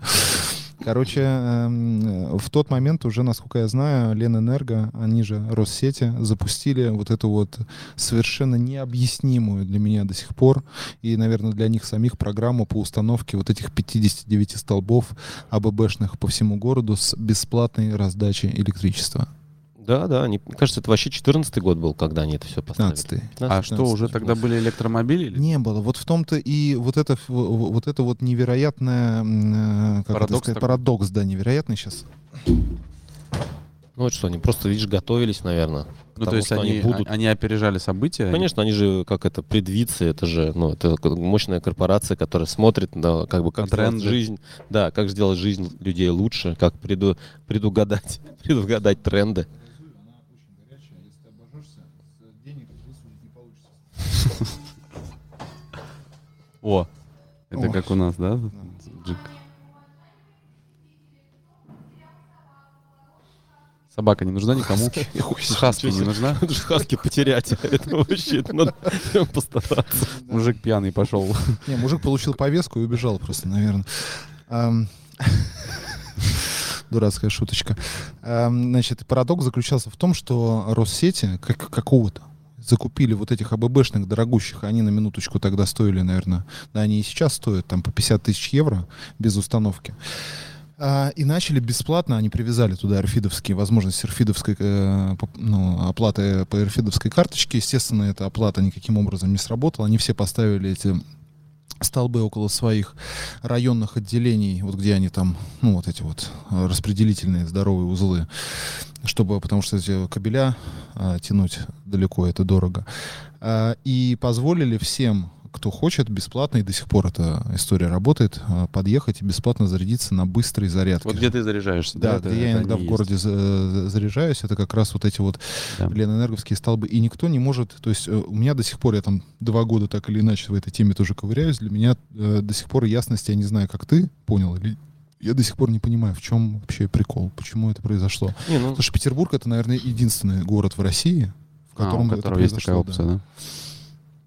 S1: Короче, эм, в тот момент уже, насколько я знаю, Ленэнерго, они же Россети, запустили вот эту вот совершенно необъяснимую для меня до сих пор и, наверное, для них самих программу по установке вот этих 59 столбов АББшных по всему городу с бесплатной раздачей электричества.
S3: Да, да, они- мне кажется, это вообще 14 год был, когда они это все поставили.
S1: 15
S2: А что, уже тогда были электромобили? или-
S1: Не было. Вот в том-то и вот это в- в- вот это вот невероятное м, э, как это
S2: Парадокс
S1: сказать,
S2: такой.
S1: парадокс, да, невероятный сейчас.
S3: Ну, вот что, они просто, видишь, готовились, наверное.
S2: Ну, то
S3: потому
S2: есть
S3: что
S2: они,
S3: они будут.
S2: а- они опережали события.
S3: Конечно, они же, как это, предвидцы, это же, ну, это к- мощная корпорация, которая смотрит на, как бы, как
S2: На
S3: сделать
S2: тренды.
S3: жизнь, да, как сделать жизнь людей лучше, как преду, предугадать, предугадать тренды.
S2: О, это
S1: О.
S2: как у нас, да? Джик. Собака не нужна никому. Хаски не нужна.
S3: Надо же Хаски потерять, это вообще это надо прям постараться.
S2: Мужик пьяный пошел.
S1: Не, мужик получил повестку и убежал просто, наверное. Ам, Дурацкая шуточка. Ам, Значит, парадокс заключался в том, что Россети как какого-то закупили вот этих АББшных дорогущих, они на минуточку тогда стоили, наверное, да, они и сейчас стоят там по 50 тысяч евро без установки. А, И начали бесплатно, они привязали туда эрфидовские возможности эрфидовской э, поп- ну, оплаты по эрфидовской карточке. Естественно, эта оплата никаким образом не сработала. Они все поставили эти столбы около своих районных отделений, вот где они там, ну вот эти вот э, распределительные здоровые узлы, чтобы, потому что эти кабеля э, тянуть далеко, это дорого. Э, и позволили всем, кто хочет, бесплатно, и до сих пор эта история работает, э, подъехать и бесплатно зарядиться на быстрой зарядке.
S2: Вот где ты заряжаешься.
S1: Да,
S2: это-
S1: где я
S2: это
S1: иногда в
S2: они
S1: городе за- э, заряжаюсь, это как раз вот эти вот
S2: Да.
S1: Ленэнерговские столбы. И никто не может, то есть э, у меня до сих пор, я там два года так или иначе в этой теме тоже ковыряюсь, для меня э, до сих пор ясности, я не знаю, как ты понял, или я до сих пор не понимаю, в чем вообще прикол, почему это произошло.
S3: Не, ну,
S1: Потому что Петербург это, наверное, единственный город в России, в
S2: есть. А,
S1: котором
S2: у
S1: это
S2: которого есть такая
S1: произошло. да.
S2: опция, да?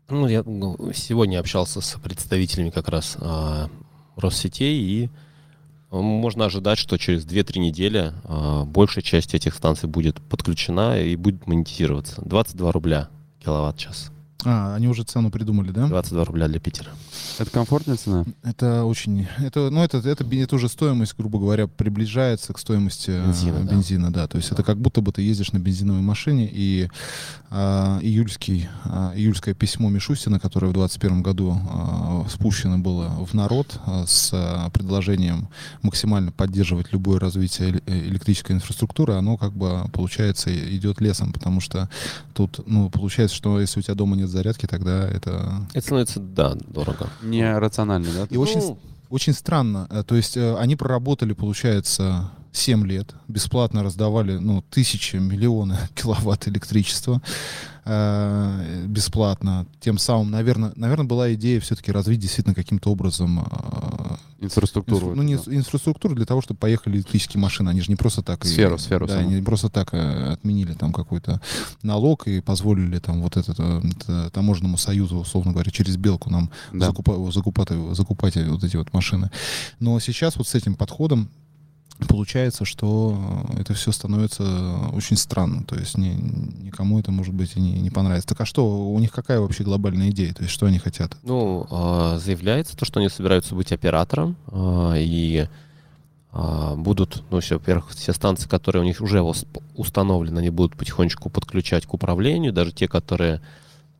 S3: ну, я ну, сегодня общался с представителями как раз а, Россетей, и м, можно ожидать, что через 2-3 недели а, большая часть этих станций будет подключена и будет монетизироваться. 22 рубля киловатт-час.
S1: А, они уже цену придумали, да?
S3: 22 рубля для Питера.
S2: Это комфортная цена?
S1: Это очень, это, ну это, это, бе- это уже стоимость, грубо говоря, приближается к стоимости э,
S3: Бензина, да.
S1: бензина, да. То есть это как будто бы ты ездишь на бензиновой машине и а, июльский, а, июльское письмо Мишустина, которое в 2021 году а, спущено было в народ а, с а, предложением максимально поддерживать любое развитие эле- э, электрической инфраструктуры, оно как бы получается и- идет лесом, потому что тут, ну получается, что если у тебя дома нет зарядки, тогда это
S3: Это становится, да, дорого.
S2: Не рационально, да?
S1: и очень
S3: Ну,
S1: Очень странно. Э, То есть э, они проработали, получается, 7 лет, бесплатно раздавали ну, тысячи, миллионы киловатт электричества э, бесплатно. Тем самым, наверное, наверное, была идея все-таки развить действительно каким-то образом э,
S2: Инфраструктуру.
S1: инфра- ну, не
S2: да.
S1: инс- инфраструктуру для того, чтобы поехали электрические машины. Они же не просто так... и-
S2: Сферу, сферу
S1: Да,
S2: саму.
S1: они не просто так э, отменили там какой-то налог и позволили там вот этот э, т- таможенному союзу, условно говоря, через белку нам
S2: Да.
S1: закупа- закупать, закупать вот эти вот машины. Но сейчас вот с этим подходом получается, что э, это все становится э, очень странно. То есть ни- никому это, может быть, и не, не понравится. Так а что, у них какая вообще глобальная идея? То есть что они хотят?
S3: Ну, а, заявляется то, что они собираются быть оператором а, и а, будут, ну, все, во-первых, все станции, которые у них уже ус- установлены, они будут потихонечку подключать к управлению, даже те, которые,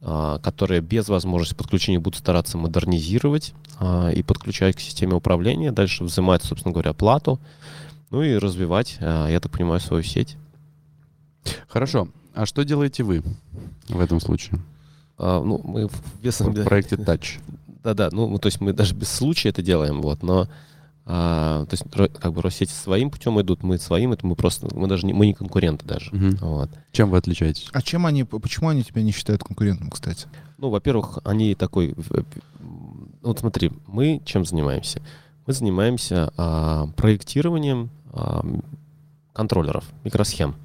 S3: а, которые без возможности подключения будут стараться модернизировать а, и подключать к системе управления, дальше взимать, собственно говоря, плату, ну и развивать, а, я так понимаю, свою сеть.
S2: Хорошо. А что делаете вы в этом случае?
S3: А, ну, мы в- без-
S2: В проекте Touch.
S3: Да-да, ну, мы- то есть мы даже без случая это делаем, вот, но а, то есть ро- как бы Россети своим путем идут, мы своим, это мы просто, мы даже не, мы не конкуренты даже,
S2: Мгм.
S3: вот.
S2: Чем вы отличаетесь?
S1: А чем они, почему они тебя не считают конкурентом, кстати?
S3: Ну, во-первых, они такой... в- в- м, Вот смотри, мы чем занимаемся? Мы занимаемся а, проектированием а, м, контроллеров, микросхем.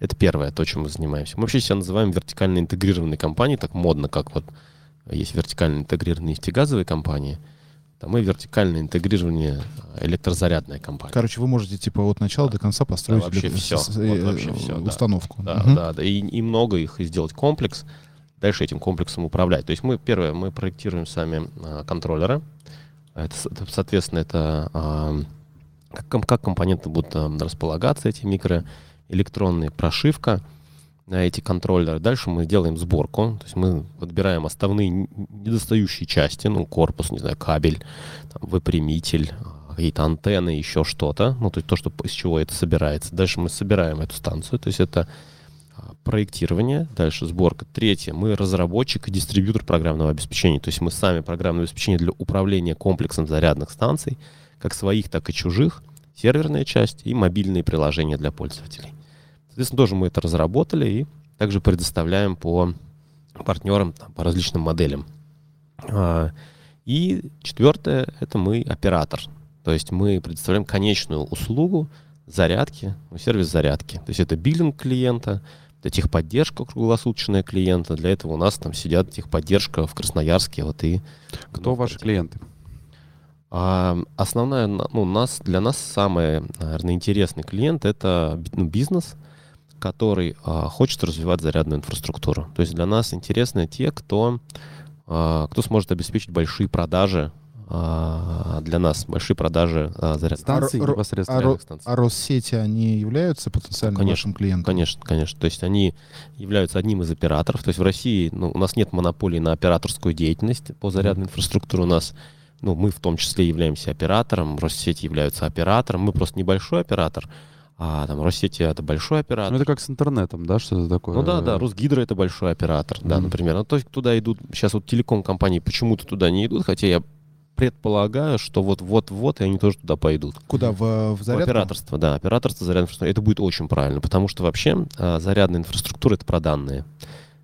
S3: Это первое, то, чем мы занимаемся. Мы вообще себя называем вертикально интегрированной компанией, так модно, как вот есть вертикально интегрированные нефтегазовые компании, там мы вертикально интегрированная а, электрозарядная компания.
S1: Короче, вы можете типа от начала до конца построить
S3: А Да, вообще
S1: для-
S3: всё.
S1: с-
S3: Вот
S1: э,
S3: вообще всё, да.
S1: установку.
S3: Да,
S1: Мгм.
S3: да, да. И, и много их, и сделать комплекс, дальше этим комплексом управлять. То есть мы, первое, мы проектируем сами а, контроллеры. Это, со- это, соответственно, это а, как, ком- как компоненты будут а, располагаться, эти микроэлектронные прошивка на эти контроллеры. Дальше мы делаем сборку, то есть мы подбираем основные н- недостающие части, ну, корпус, не знаю, кабель, там, выпрямитель, а, какие-то антенны, еще что-то, ну, то есть то, что, из чего это собирается. Дальше мы собираем эту станцию, то есть это а, проектирование, дальше сборка. Третье, мы разработчик и дистрибьютор программного обеспечения, то есть мы сами программное обеспечение для управления комплексом зарядных станций, как своих, так и чужих, серверная часть и мобильные приложения для пользователей. Соответственно, тоже мы это разработали и также предоставляем по партнерам, там, по различным моделям. А, И четвертое, это мы оператор. То есть мы предоставляем конечную услугу зарядки, ну, сервис зарядки. То есть это биллинг клиента, это техподдержка круглосуточная клиента. Для этого у нас там сидят техподдержка в Красноярске. Вот и
S2: Кто
S3: ну,
S2: ваши
S3: кстати.
S2: клиенты?
S3: А, основная, на- ну, нас, для нас самый, наверное, интересный клиент — это би- ну, бизнес, который а, хочет развивать зарядную инфраструктуру. То есть для нас интересны те, кто, а, кто сможет обеспечить большие продажи а, для нас большие продажи а, зарядных
S2: Станции
S1: Ро- ро-
S2: непосредственно.
S1: а ро-
S3: станций.
S1: А Россети, они являются потенциально
S3: Конечно,
S1: вашим клиентом?
S3: Ну, Конечно, конечно. То есть они являются одним из операторов. То есть в России ну, у нас нет монополии на операторскую деятельность по зарядной инфраструктуре. У нас, ну, мы в том числе являемся оператором, Россети являются оператором. Мы просто небольшой оператор, а там Россети это большой оператор.
S2: Ну, это как с интернетом, да, что-то такое?
S3: Ну да, да, Росгидро это большой оператор, да,
S2: Мгм.
S3: например. Ну, то есть туда идут, сейчас вот телеком-компании почему-то туда не идут, хотя я предполагаю, что вот-вот-вот и они тоже туда пойдут.
S1: Куда? В, в
S3: Ну,
S1: зарядку?
S3: Операторство, да, операторство зарядной инфраструктуры. Это будет очень правильно, потому что вообще а, зарядная инфраструктура — это про данные.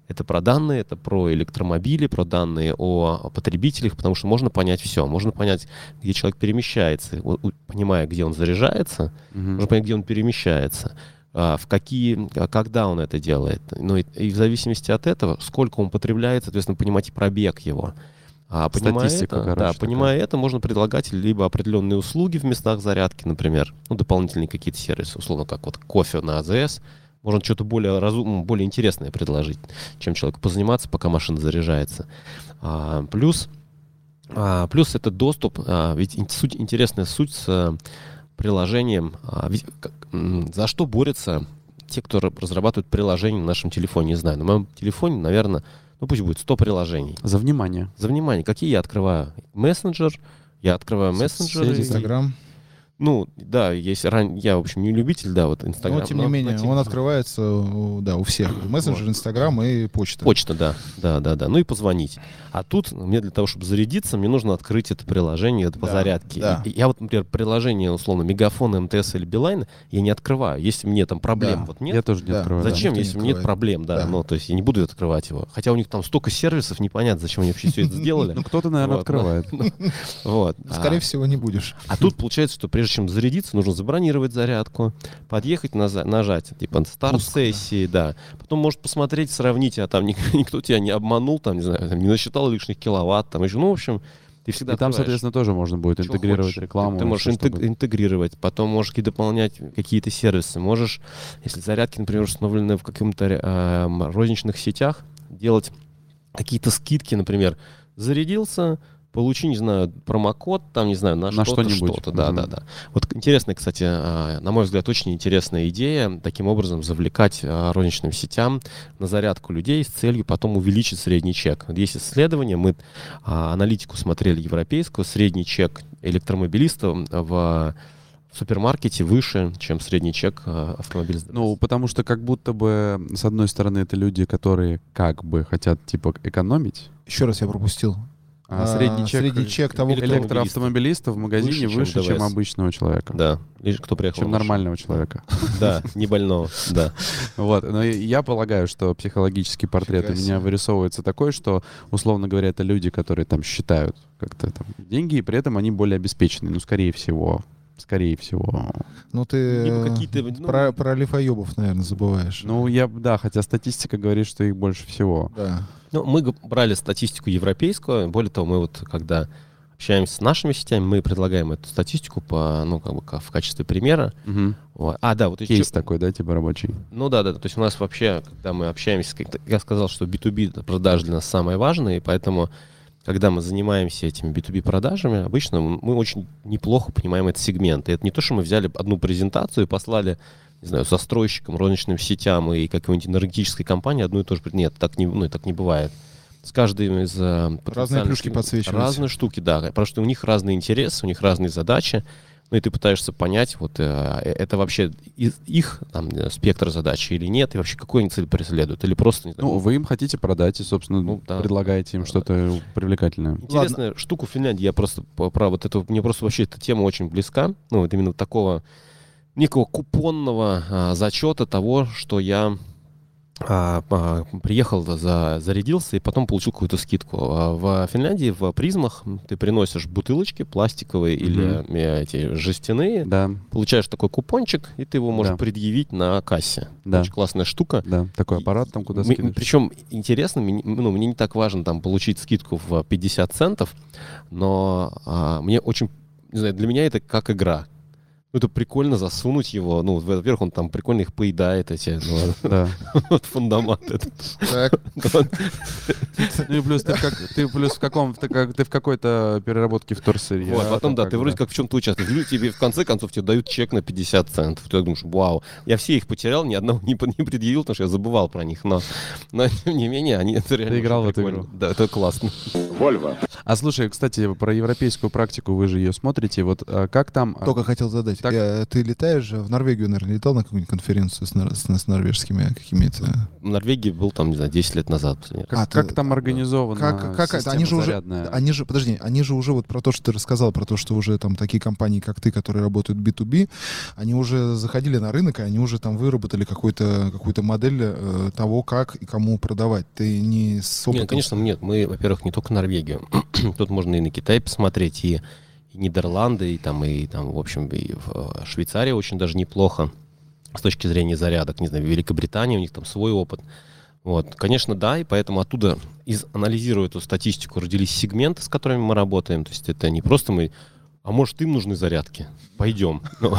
S3: Это про данные, это про электромобили, про данные о потребителях, потому что можно понять все. Можно понять, где человек перемещается, у- у- понимая, где он заряжается,
S2: Мгм.
S3: Нужно понять, где он перемещается, а, в какие, а, когда он это делает. Ну и, и в зависимости от этого, сколько он потребляет, соответственно, понимать и пробег его. А, понимая
S2: Статистика,
S3: это,
S2: короче,
S3: да, понимая это, можно предлагать либо определенные услуги в местах зарядки, например, ну, дополнительные какие-то сервисы, условно, как вот кофе на АЗС, можно что-то более разумное, более интересное предложить, чем человеку позаниматься, пока машина заряжается. А, плюс, а, плюс это доступ, а, ведь ин- суть, интересная суть с а, приложением. а, ведь как, м, за что борются те, кто ра- разрабатывают приложение на нашем телефоне? Не знаю, на моем телефоне, наверное, ну пусть будет 100 приложений.
S2: За внимание.
S3: За внимание, какие я открываю? Мессенджер, я открываю
S2: Соцсети,
S3: мессенджеры.
S1: Инстаграм.
S3: Ну, да, есть ран... я, в общем, не любитель, да, вот Инстаграм. ну,
S1: Но, тем не
S3: но-
S1: менее,
S3: но тем-
S1: он открывается у- да, у всех. Мессенджер, Инстаграм и почта.
S3: Почта, да, да, да, да. Ну и позвонить. А тут мне для того, чтобы зарядиться, мне нужно открыть это приложение это по
S1: Да,
S3: зарядке.
S1: да.
S3: И- и Я вот, например, приложение, условно, Мегафон, МТС или Билайн, я не открываю. Если мне там проблем
S1: Да.
S3: вот нет,
S2: Я тоже не
S1: Да.
S2: открываю. да.
S3: Зачем,
S1: никто не
S3: если у меня нет
S1: открывает.
S3: проблем, да,
S1: Да.
S3: ну, то есть я не буду открывать его. Хотя у них там столько сервисов, непонятно, зачем они вообще все это сделали.
S2: Ну, кто-то, наверное,
S3: Вот,
S2: открывает.
S3: Вот. А-
S1: Ну, Скорее всего, не будешь.
S3: А тут получается, что прежде чем зарядиться, нужно забронировать зарядку, подъехать, наза- нажать, типа, старт
S1: Пуск, да.
S3: сессии, да. Потом, может, посмотреть, сравнить, а там ник- никто тебя не обманул, там, не знаю, там, не насчитал лишних киловатт, там еще, ну, в общем, ты всегда
S2: И там,
S3: открываешь.
S2: соответственно, тоже можно будет
S3: Чё
S2: интегрировать
S3: хочешь. Ты-
S2: рекламу. ну,
S3: Ты, можешь
S2: всё, что
S3: интег-
S2: будет.
S3: интегрировать, потом можешь и дополнять какие-то сервисы. Можешь, если зарядки, например, установлены в каком-то эм, розничных сетях, делать какие-то скидки, например, зарядился, получи, не знаю, промокод, там, не знаю, на,
S2: На
S3: что-то,
S2: что-нибудь.
S3: что-то. Да,
S2: Мгм.
S3: да, да. Вот к- интересная, кстати, э, на мой взгляд, очень интересная идея таким образом завлекать э, розничным сетям на зарядку людей с целью потом увеличить средний чек. Вот Есть исследования, мы а, аналитику смотрели европейскую, средний чек электромобилиста в, в супермаркете выше, чем средний чек а, автомобилиста.
S2: Ну, потому что как будто бы, с одной стороны, это люди, которые как бы хотят, типа, экономить.
S1: Еще раз я пропустил.
S2: А,
S1: А,
S2: средний чек
S1: средний чек того, кто...
S3: электро-
S2: электроавтомобилиста в магазине
S3: Выше, чем
S2: выше, чем
S3: ДВС.
S2: обычного человека.
S3: да, лишь кто приехал.
S2: Чем
S3: лучше.
S2: нормального человека.
S3: Да, не больного, да.
S2: Вот, но и- я полагаю, что психологический портрет
S1: Фига
S2: у меня
S1: себе.
S2: вырисовывается такой, что, условно говоря, это люди, которые там считают как-то там деньги, и при этом они более обеспечены, ну, скорее всего. Скорее всего.
S1: Ну, ты
S3: Либо
S1: э,
S3: какие-то, ну,
S1: про, про лифоебов, наверное, забываешь.
S2: Ну, я, б- да, хотя статистика говорит, что их больше всего.
S1: Да.
S3: Ну, мы г- брали статистику европейскую. Более того, мы вот когда общаемся с нашими сетями, мы предлагаем эту статистику по, ну, как бы ка- в качестве примера.
S2: Мгм.
S3: Вот. А, да, вот еще...
S2: Кейс такой, да, типа рабочий.
S3: Ну да, да, то есть у нас вообще, когда мы общаемся, как-то- я сказал, что B2B это продажи для нас самое важное, и поэтому, когда мы занимаемся этими B2B продажами, обычно м- мы очень неплохо понимаем этот сегмент. И это не то, что мы взяли одну презентацию и послали, не знаю, застройщикам, розничным сетям и какой-нибудь энергетической компании одну и ту же. пред- Нет, так не, ну, так не бывает. С каждым из... э, потенциальных-
S1: плюшки подсвечивать.
S3: Разные штуки, да. Потому что у них разные интересы, у них разные задачи. Ну и ты пытаешься понять, вот э, э, это вообще из- их там, э, спектр задачи или нет, и вообще какую они цель преследуют, или просто... не знаю,
S2: Ну, вы им хотите продать и, собственно,
S3: Ну, да. Э,
S2: предлагаете им что-то привлекательное.
S3: Интересная штука в Финляндии. Я просто по- про вот эту... Мне просто вообще эта тема очень близка. Ну, вот именно такого некого купонного а, зачета того, что я а, а, приехал, за, зарядился и потом получил какую-то скидку. А в Финляндии в призмах ты приносишь бутылочки пластиковые или
S2: Мгм.
S3: э, эти жестяные,
S2: Да,
S3: получаешь такой купончик, и ты его можешь
S2: Да.
S3: предъявить на кассе.
S2: Да.
S3: Очень классная штука.
S2: да. Такой аппарат там, куда скидываешь.
S3: Причем интересно, мне, ну, мне не так важно там получить скидку в э, 50 центов, но а, мне очень, не знаю, для меня это как игра. Ну, это прикольно засунуть его. Ну, во-первых, он там прикольно их поедает, эти ну,
S2: Да.
S3: вот фундамент этот.
S1: Так,
S2: Ну и плюс ты в как- ты плюс в каком ты как- ты в какой-то переработке вторсырья.
S3: Вот, потом,
S2: там
S3: да,
S2: как
S3: ты
S2: бы,
S3: вроде как в чем-то участвуешь. Люди тебе в конце концов тебе дают чек на 50 центов. Ты так думаешь, вау, я все их потерял, ни одного не, по- не предъявил, потому что я забывал про них. Но, но тем не менее, они это реально очень
S2: играл в эту
S3: прикольно.
S2: игру?
S3: Да, это классно.
S4: Вольво.
S2: А слушай, кстати, про европейскую практику вы же ее смотрите. Вот а, как там? а,
S1: только хотел задать.
S2: Так.
S1: Э, Ты летаешь же в Норвегию, наверное, летал на какую-нибудь конференцию с, нор- с- с норвежскими какими-то...
S3: В Норвегии был там, не знаю, 10 лет назад.
S2: Как,
S1: А,
S2: как
S1: ты-
S2: там организована
S1: Как, как это?
S2: система
S1: Они же уже,
S2: зарядная?
S1: они же, подожди, они же уже вот про то, что ты рассказал, про то, что уже там такие компании, как ты, которые работают B2B, они уже заходили на рынок, и они уже там выработали какую-то какую-то модель э, того, как и кому продавать. Ты не с опытом.
S3: Нет, конечно, нет. Мы, во-первых, не только Норвегию. Тут можно и на Китай посмотреть, и, и Нидерланды, и там, и там, в общем, и в, э, Швейцария очень даже неплохо с точки зрения зарядок. Не знаю, Великобритания, у них там свой опыт. Вот, конечно, да, и поэтому оттуда, из, анализируя эту статистику, родились сегменты, с которыми мы работаем. То есть это не просто мы, а может, им нужны зарядки? Пойдем. Ну,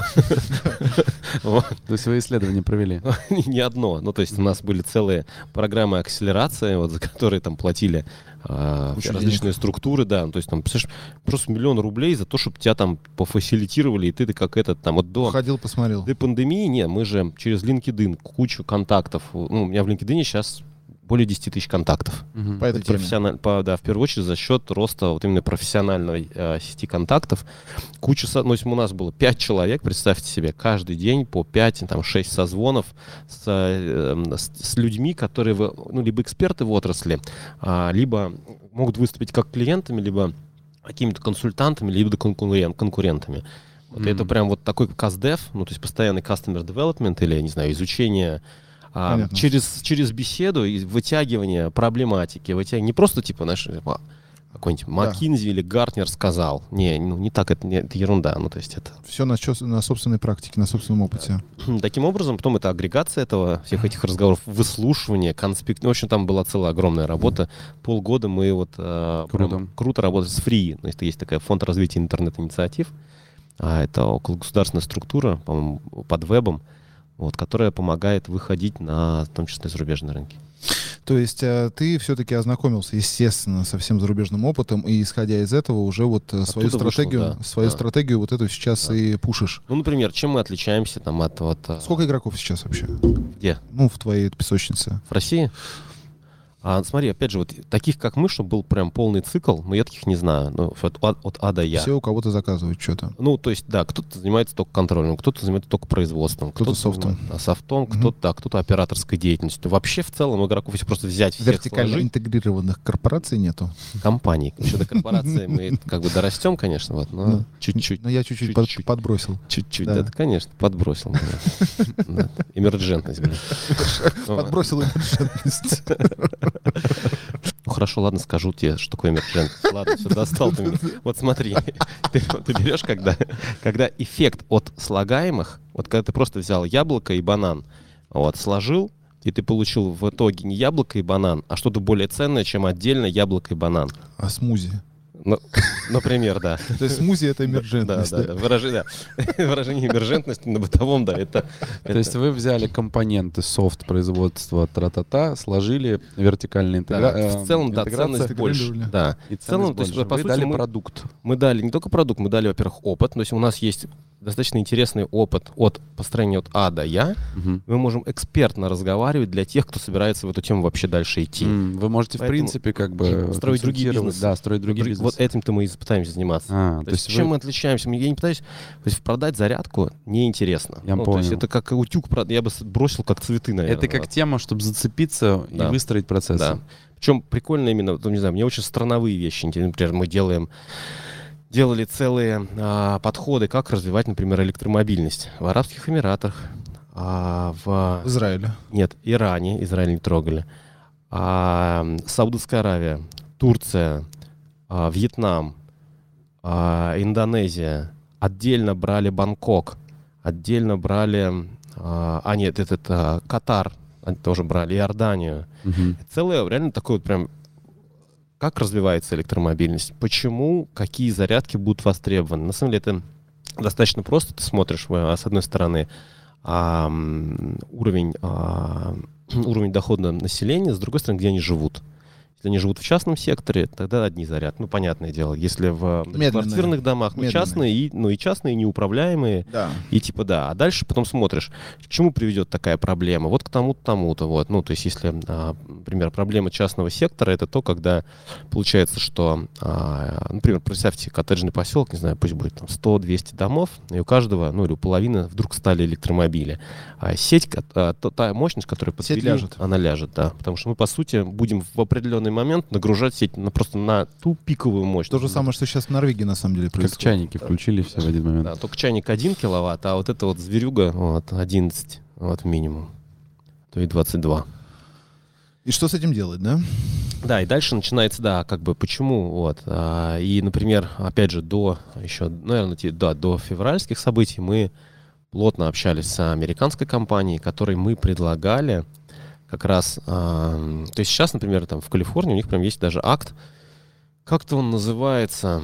S3: вот.
S2: То есть вы исследования провели?
S3: Не не одно. Ну, то есть у нас были целые программы акселерации, вот, за которые там платили а,
S1: Кучу
S3: различные структуры, да. Ну, То есть там представляешь, просто миллион рублей за то, чтобы тебя там пофасилитировали, и ты ты как этот там вот до...
S1: Ходил, посмотрел.
S3: До пандемии, не, мы же через LinkedIn кучу контактов. Ну, у меня в LinkedIn сейчас более 10 тысяч контактов.
S2: Мгм.
S1: По этой теме.
S3: Профессиональ- по- да, в первую очередь за счет роста вот именно профессиональной э, сети контактов. Куча, со- ну, если у нас было 5 человек, представьте себе, каждый день по 5, там, 6 созвонов с, э, м, с- с людьми, которые, вы- ну, либо эксперты в отрасли, а, либо могут выступить как клиентами, либо какими-то консультантами, либо конкурен- конкурентами. Вот
S2: Мгм.
S3: Это прям вот такой каздев, ну, то есть постоянный customer development или, я не знаю, изучение а,
S1: Понятно.
S3: через, через беседу и вытягивание проблематики. Вытягивание, не просто типа, знаешь, типа, какой-нибудь Маккинзи или Гартнер сказал. Не, ну не так, это, не- это ерунда. Ну, то есть это...
S1: Все на, чё- на собственной практике, на собственном опыте.
S3: Таким образом, потом это агрегация этого, всех этих разговоров, выслушивание, конспект. Ну, в общем, там была целая огромная работа. Полгода мы вот э, прям
S2: Круто.
S3: круто работали с Free. Ну, это есть такая фонд развития интернет-инициатив. А это около государственная структура, по-моему, под вебом, вот, которая помогает выходить на, в том числе, зарубежные рынки.
S1: То есть э, ты все-таки ознакомился, естественно, со всем зарубежным опытом, и исходя из этого уже вот э, свою
S3: Оттуда вышло,
S1: стратегию,
S3: да.
S1: свою
S3: Да.
S1: стратегию вот эту сейчас
S3: Да.
S1: и пушишь.
S3: Ну, например, чем мы отличаемся там от вот э,
S1: Сколько игроков сейчас вообще?
S3: где?
S1: Ну, в твоей песочнице.
S3: в России? А, смотри, опять же, вот таких, как мы, чтобы был прям полный цикл, но я таких не знаю. Ну, от, от, от А до Я.
S1: Все у кого-то заказывают что-то.
S3: Ну, то есть, да, кто-то занимается только контролем, кто-то занимается только производством,
S1: Кто-то
S3: кто-то,
S1: софтом.
S3: занимается, а, софтом,
S1: Мгм.
S3: кто-то, да, кто-то операторской деятельностью. Вообще, в целом, игроков, если просто взять всех
S1: Вертикально
S3: сложить,
S1: интегрированных корпораций нету.
S3: компаний, еще до корпорации мы как бы дорастем, конечно, вот,
S1: Да.
S3: но чуть-чуть,
S1: Но я чуть-чуть, под-
S3: Чуть-чуть.
S1: подбросил.
S3: чуть-чуть,
S1: Да.
S3: да, это, конечно, подбросил. да. Да, Эмерджентность, блин. Вот.
S1: Подбросил эмерджентность.
S3: Ну хорошо, ладно, скажу тебе, что такое эмерджент. Ладно, все, достал ты меня. Вот смотри, ты, ты берешь, когда, когда эффект от слагаемых, вот когда ты просто взял яблоко и банан, вот, сложил, и ты получил в итоге не яблоко и банан, а что-то более ценное, чем отдельно яблоко и банан.
S1: А смузи?
S3: Ну, например, да.
S1: То есть смузи — это
S3: Да,
S1: эмерджентность.
S3: да, да. Выражение, да. Выражение эмержентности на бытовом, да, это...
S2: То есть вы взяли компоненты софт производства тра-та-та, сложили вертикальный
S3: да,
S2: интегра...
S3: в целом, да,
S2: э, интеграция
S3: ценность больше.
S1: интегрировали.
S3: Да.
S2: и
S3: в целом,
S2: ценность
S3: то есть,
S2: больше.
S3: по
S2: Вы
S3: сути,
S2: дали
S3: мы-
S2: продукт.
S3: Мы дали не только продукт, мы дали, во-первых, опыт. То есть у нас есть достаточно интересный опыт от построения от А до Я.
S2: Мгм.
S3: Мы можем экспертно разговаривать для тех, кто собирается в эту тему вообще дальше идти.
S2: М, Вы можете, в
S3: Поэтому
S2: принципе, как бы...
S3: строить другие
S2: консультировать.
S3: бизнесы.
S2: Да, строить другие
S3: Друг-
S2: бизнесы.
S3: Вот этим-то мы и пытаемся заниматься.
S2: А,
S3: То, есть, чем мы отличаемся? Мне- Я не пытаюсь... То есть продать зарядку неинтересно. Ну,
S2: Я
S3: То есть
S2: понял.
S3: это как утюг, прод- я бы с- бросил как цветы, наверное.
S2: Это как тема, чтобы зацепиться и
S3: Да.
S2: выстроить процесс.
S3: Да. Причем прикольно именно, вот, ну, не знаю, мне очень страновые вещи. интересны. Например, мы делаем делали целые а, подходы, как развивать, например, электромобильность в Арабских Эмиратах, а, в
S1: В Израиле.
S3: нет Иране, Израиль не трогали, а, м, Саудовская Аравия, Турция, а, Вьетнам, а, Индонезия. Отдельно брали Бангкок, отдельно брали, а, а, нет, этот а, Катар, они тоже брали Иорданию.
S2: Мгм.
S3: Целое, реально такое вот прям, как развивается электромобильность, почему, какие зарядки будут востребованы. На самом деле это достаточно просто. Ты смотришь, э, с одной стороны, а, м, уровень, а, уровень дохода населения, с другой стороны, где они живут. Если они живут в частном секторе, тогда одни заряд. Ну, понятное дело. Если в
S1: Медленные.
S3: квартирных домах, ну,
S1: Медленные.
S3: частные, и, ну, и частные, и неуправляемые,
S1: Да.
S3: и типа да, а дальше потом смотришь, к чему приведет такая проблема, вот к тому-то, тому-то, вот. Ну, то есть, если, а, например, проблема частного сектора, это то, когда получается, что, а, например, представьте коттеджный поселок, не знаю, пусть будет там 100-200 домов, и у каждого, ну, или у половины вдруг стали электромобили. А сеть, ко- а, то- та мощность, которую
S1: Сеть
S3: подвели,
S1: ляжет.
S3: она ляжет, да. Потому что мы, по сути, будем в определенный момент нагружать сеть на, просто на ту пиковую мощность.
S1: То же самое, что сейчас в Норвегии на самом деле
S2: Как
S1: происходит.
S2: чайники включили все в один момент.
S3: Да, только чайник 1 киловатт, а вот это вот зверюга вот, 11 вот, минимум. То и 22.
S1: И что с этим делать, да?
S3: Да, и дальше начинается, да, как бы почему, вот. а, и, например, опять же, до еще, наверное, те- да, до февральских событий мы плотно общались с американской компанией, которой мы предлагали как раз, ам, то есть сейчас, например, там в Калифорнии у них прям есть даже акт, как-то он называется,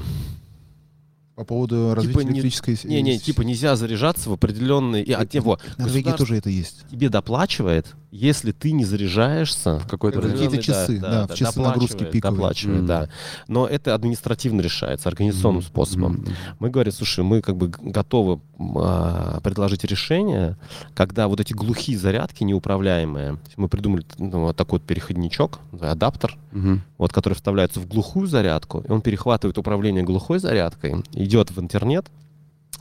S1: По поводу развития
S3: Типа не-
S1: электрической... с-
S3: не-не, типа нельзя Э, заряжаться в определенный, и а, от него.
S1: В Норвегии тоже это есть.
S3: тебе доплачивает, если ты не заряжаешься.
S2: В какой-то
S1: В
S2: момент.
S1: какие-то часы, да, в часы нагрузки
S3: доплачивает,
S1: пиковые.
S3: доплачивает,
S2: Мгм.
S3: да. Но это административно решается, организационным способом.
S2: М,
S3: Мы говорим, слушай, мы как бы г- готовы м, а, предложить решение, когда вот эти глухие зарядки неуправляемые, то есть мы придумали ну, вот такой вот переходничок, адаптер,
S2: мгм.
S3: вот, который вставляется в глухую зарядку, и он перехватывает управление глухой зарядкой, идет в интернет,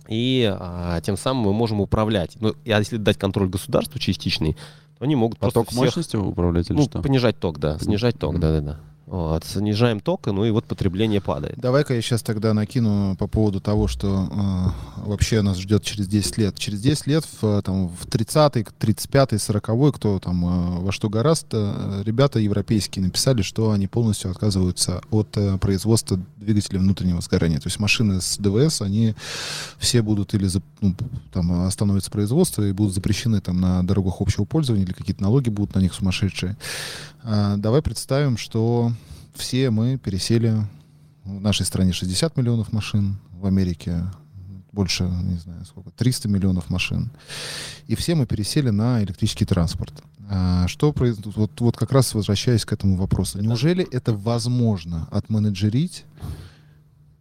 S3: и а, тем самым мы можем управлять. Ну, и, а если дать контроль государству частичный, то они могут
S2: Поток
S3: просто всех,
S2: мощности управлять или
S3: ну,
S2: что?
S3: понижать ток, да, снижать ток,
S2: Мгм.
S3: да-да-да. Вот, снижаем ток, ну и вот потребление падает.
S1: Давай-ка я сейчас тогда накину по поводу того, что э, вообще нас ждет через 10 лет. Через 10 лет, в, э, там, в 30-й, 35-й, 40-й, кто там э, во что гораст, э, ребята европейские написали, что они полностью отказываются от э, производства двигателей внутреннего сгорания. То есть машины с ДВС, они все будут или зап- ну, там остановится производство и будут запрещены там на дорогах общего пользования, или какие-то налоги будут на них сумасшедшие. А, давай представим, что все мы пересели в нашей стране 60 миллионов машин, в Америке больше, не знаю сколько, 300 миллионов машин. И все мы пересели на электрический транспорт. А, Что произойдет? Вот, вот как раз возвращаясь к этому вопросу. Неужели это возможно отменеджерить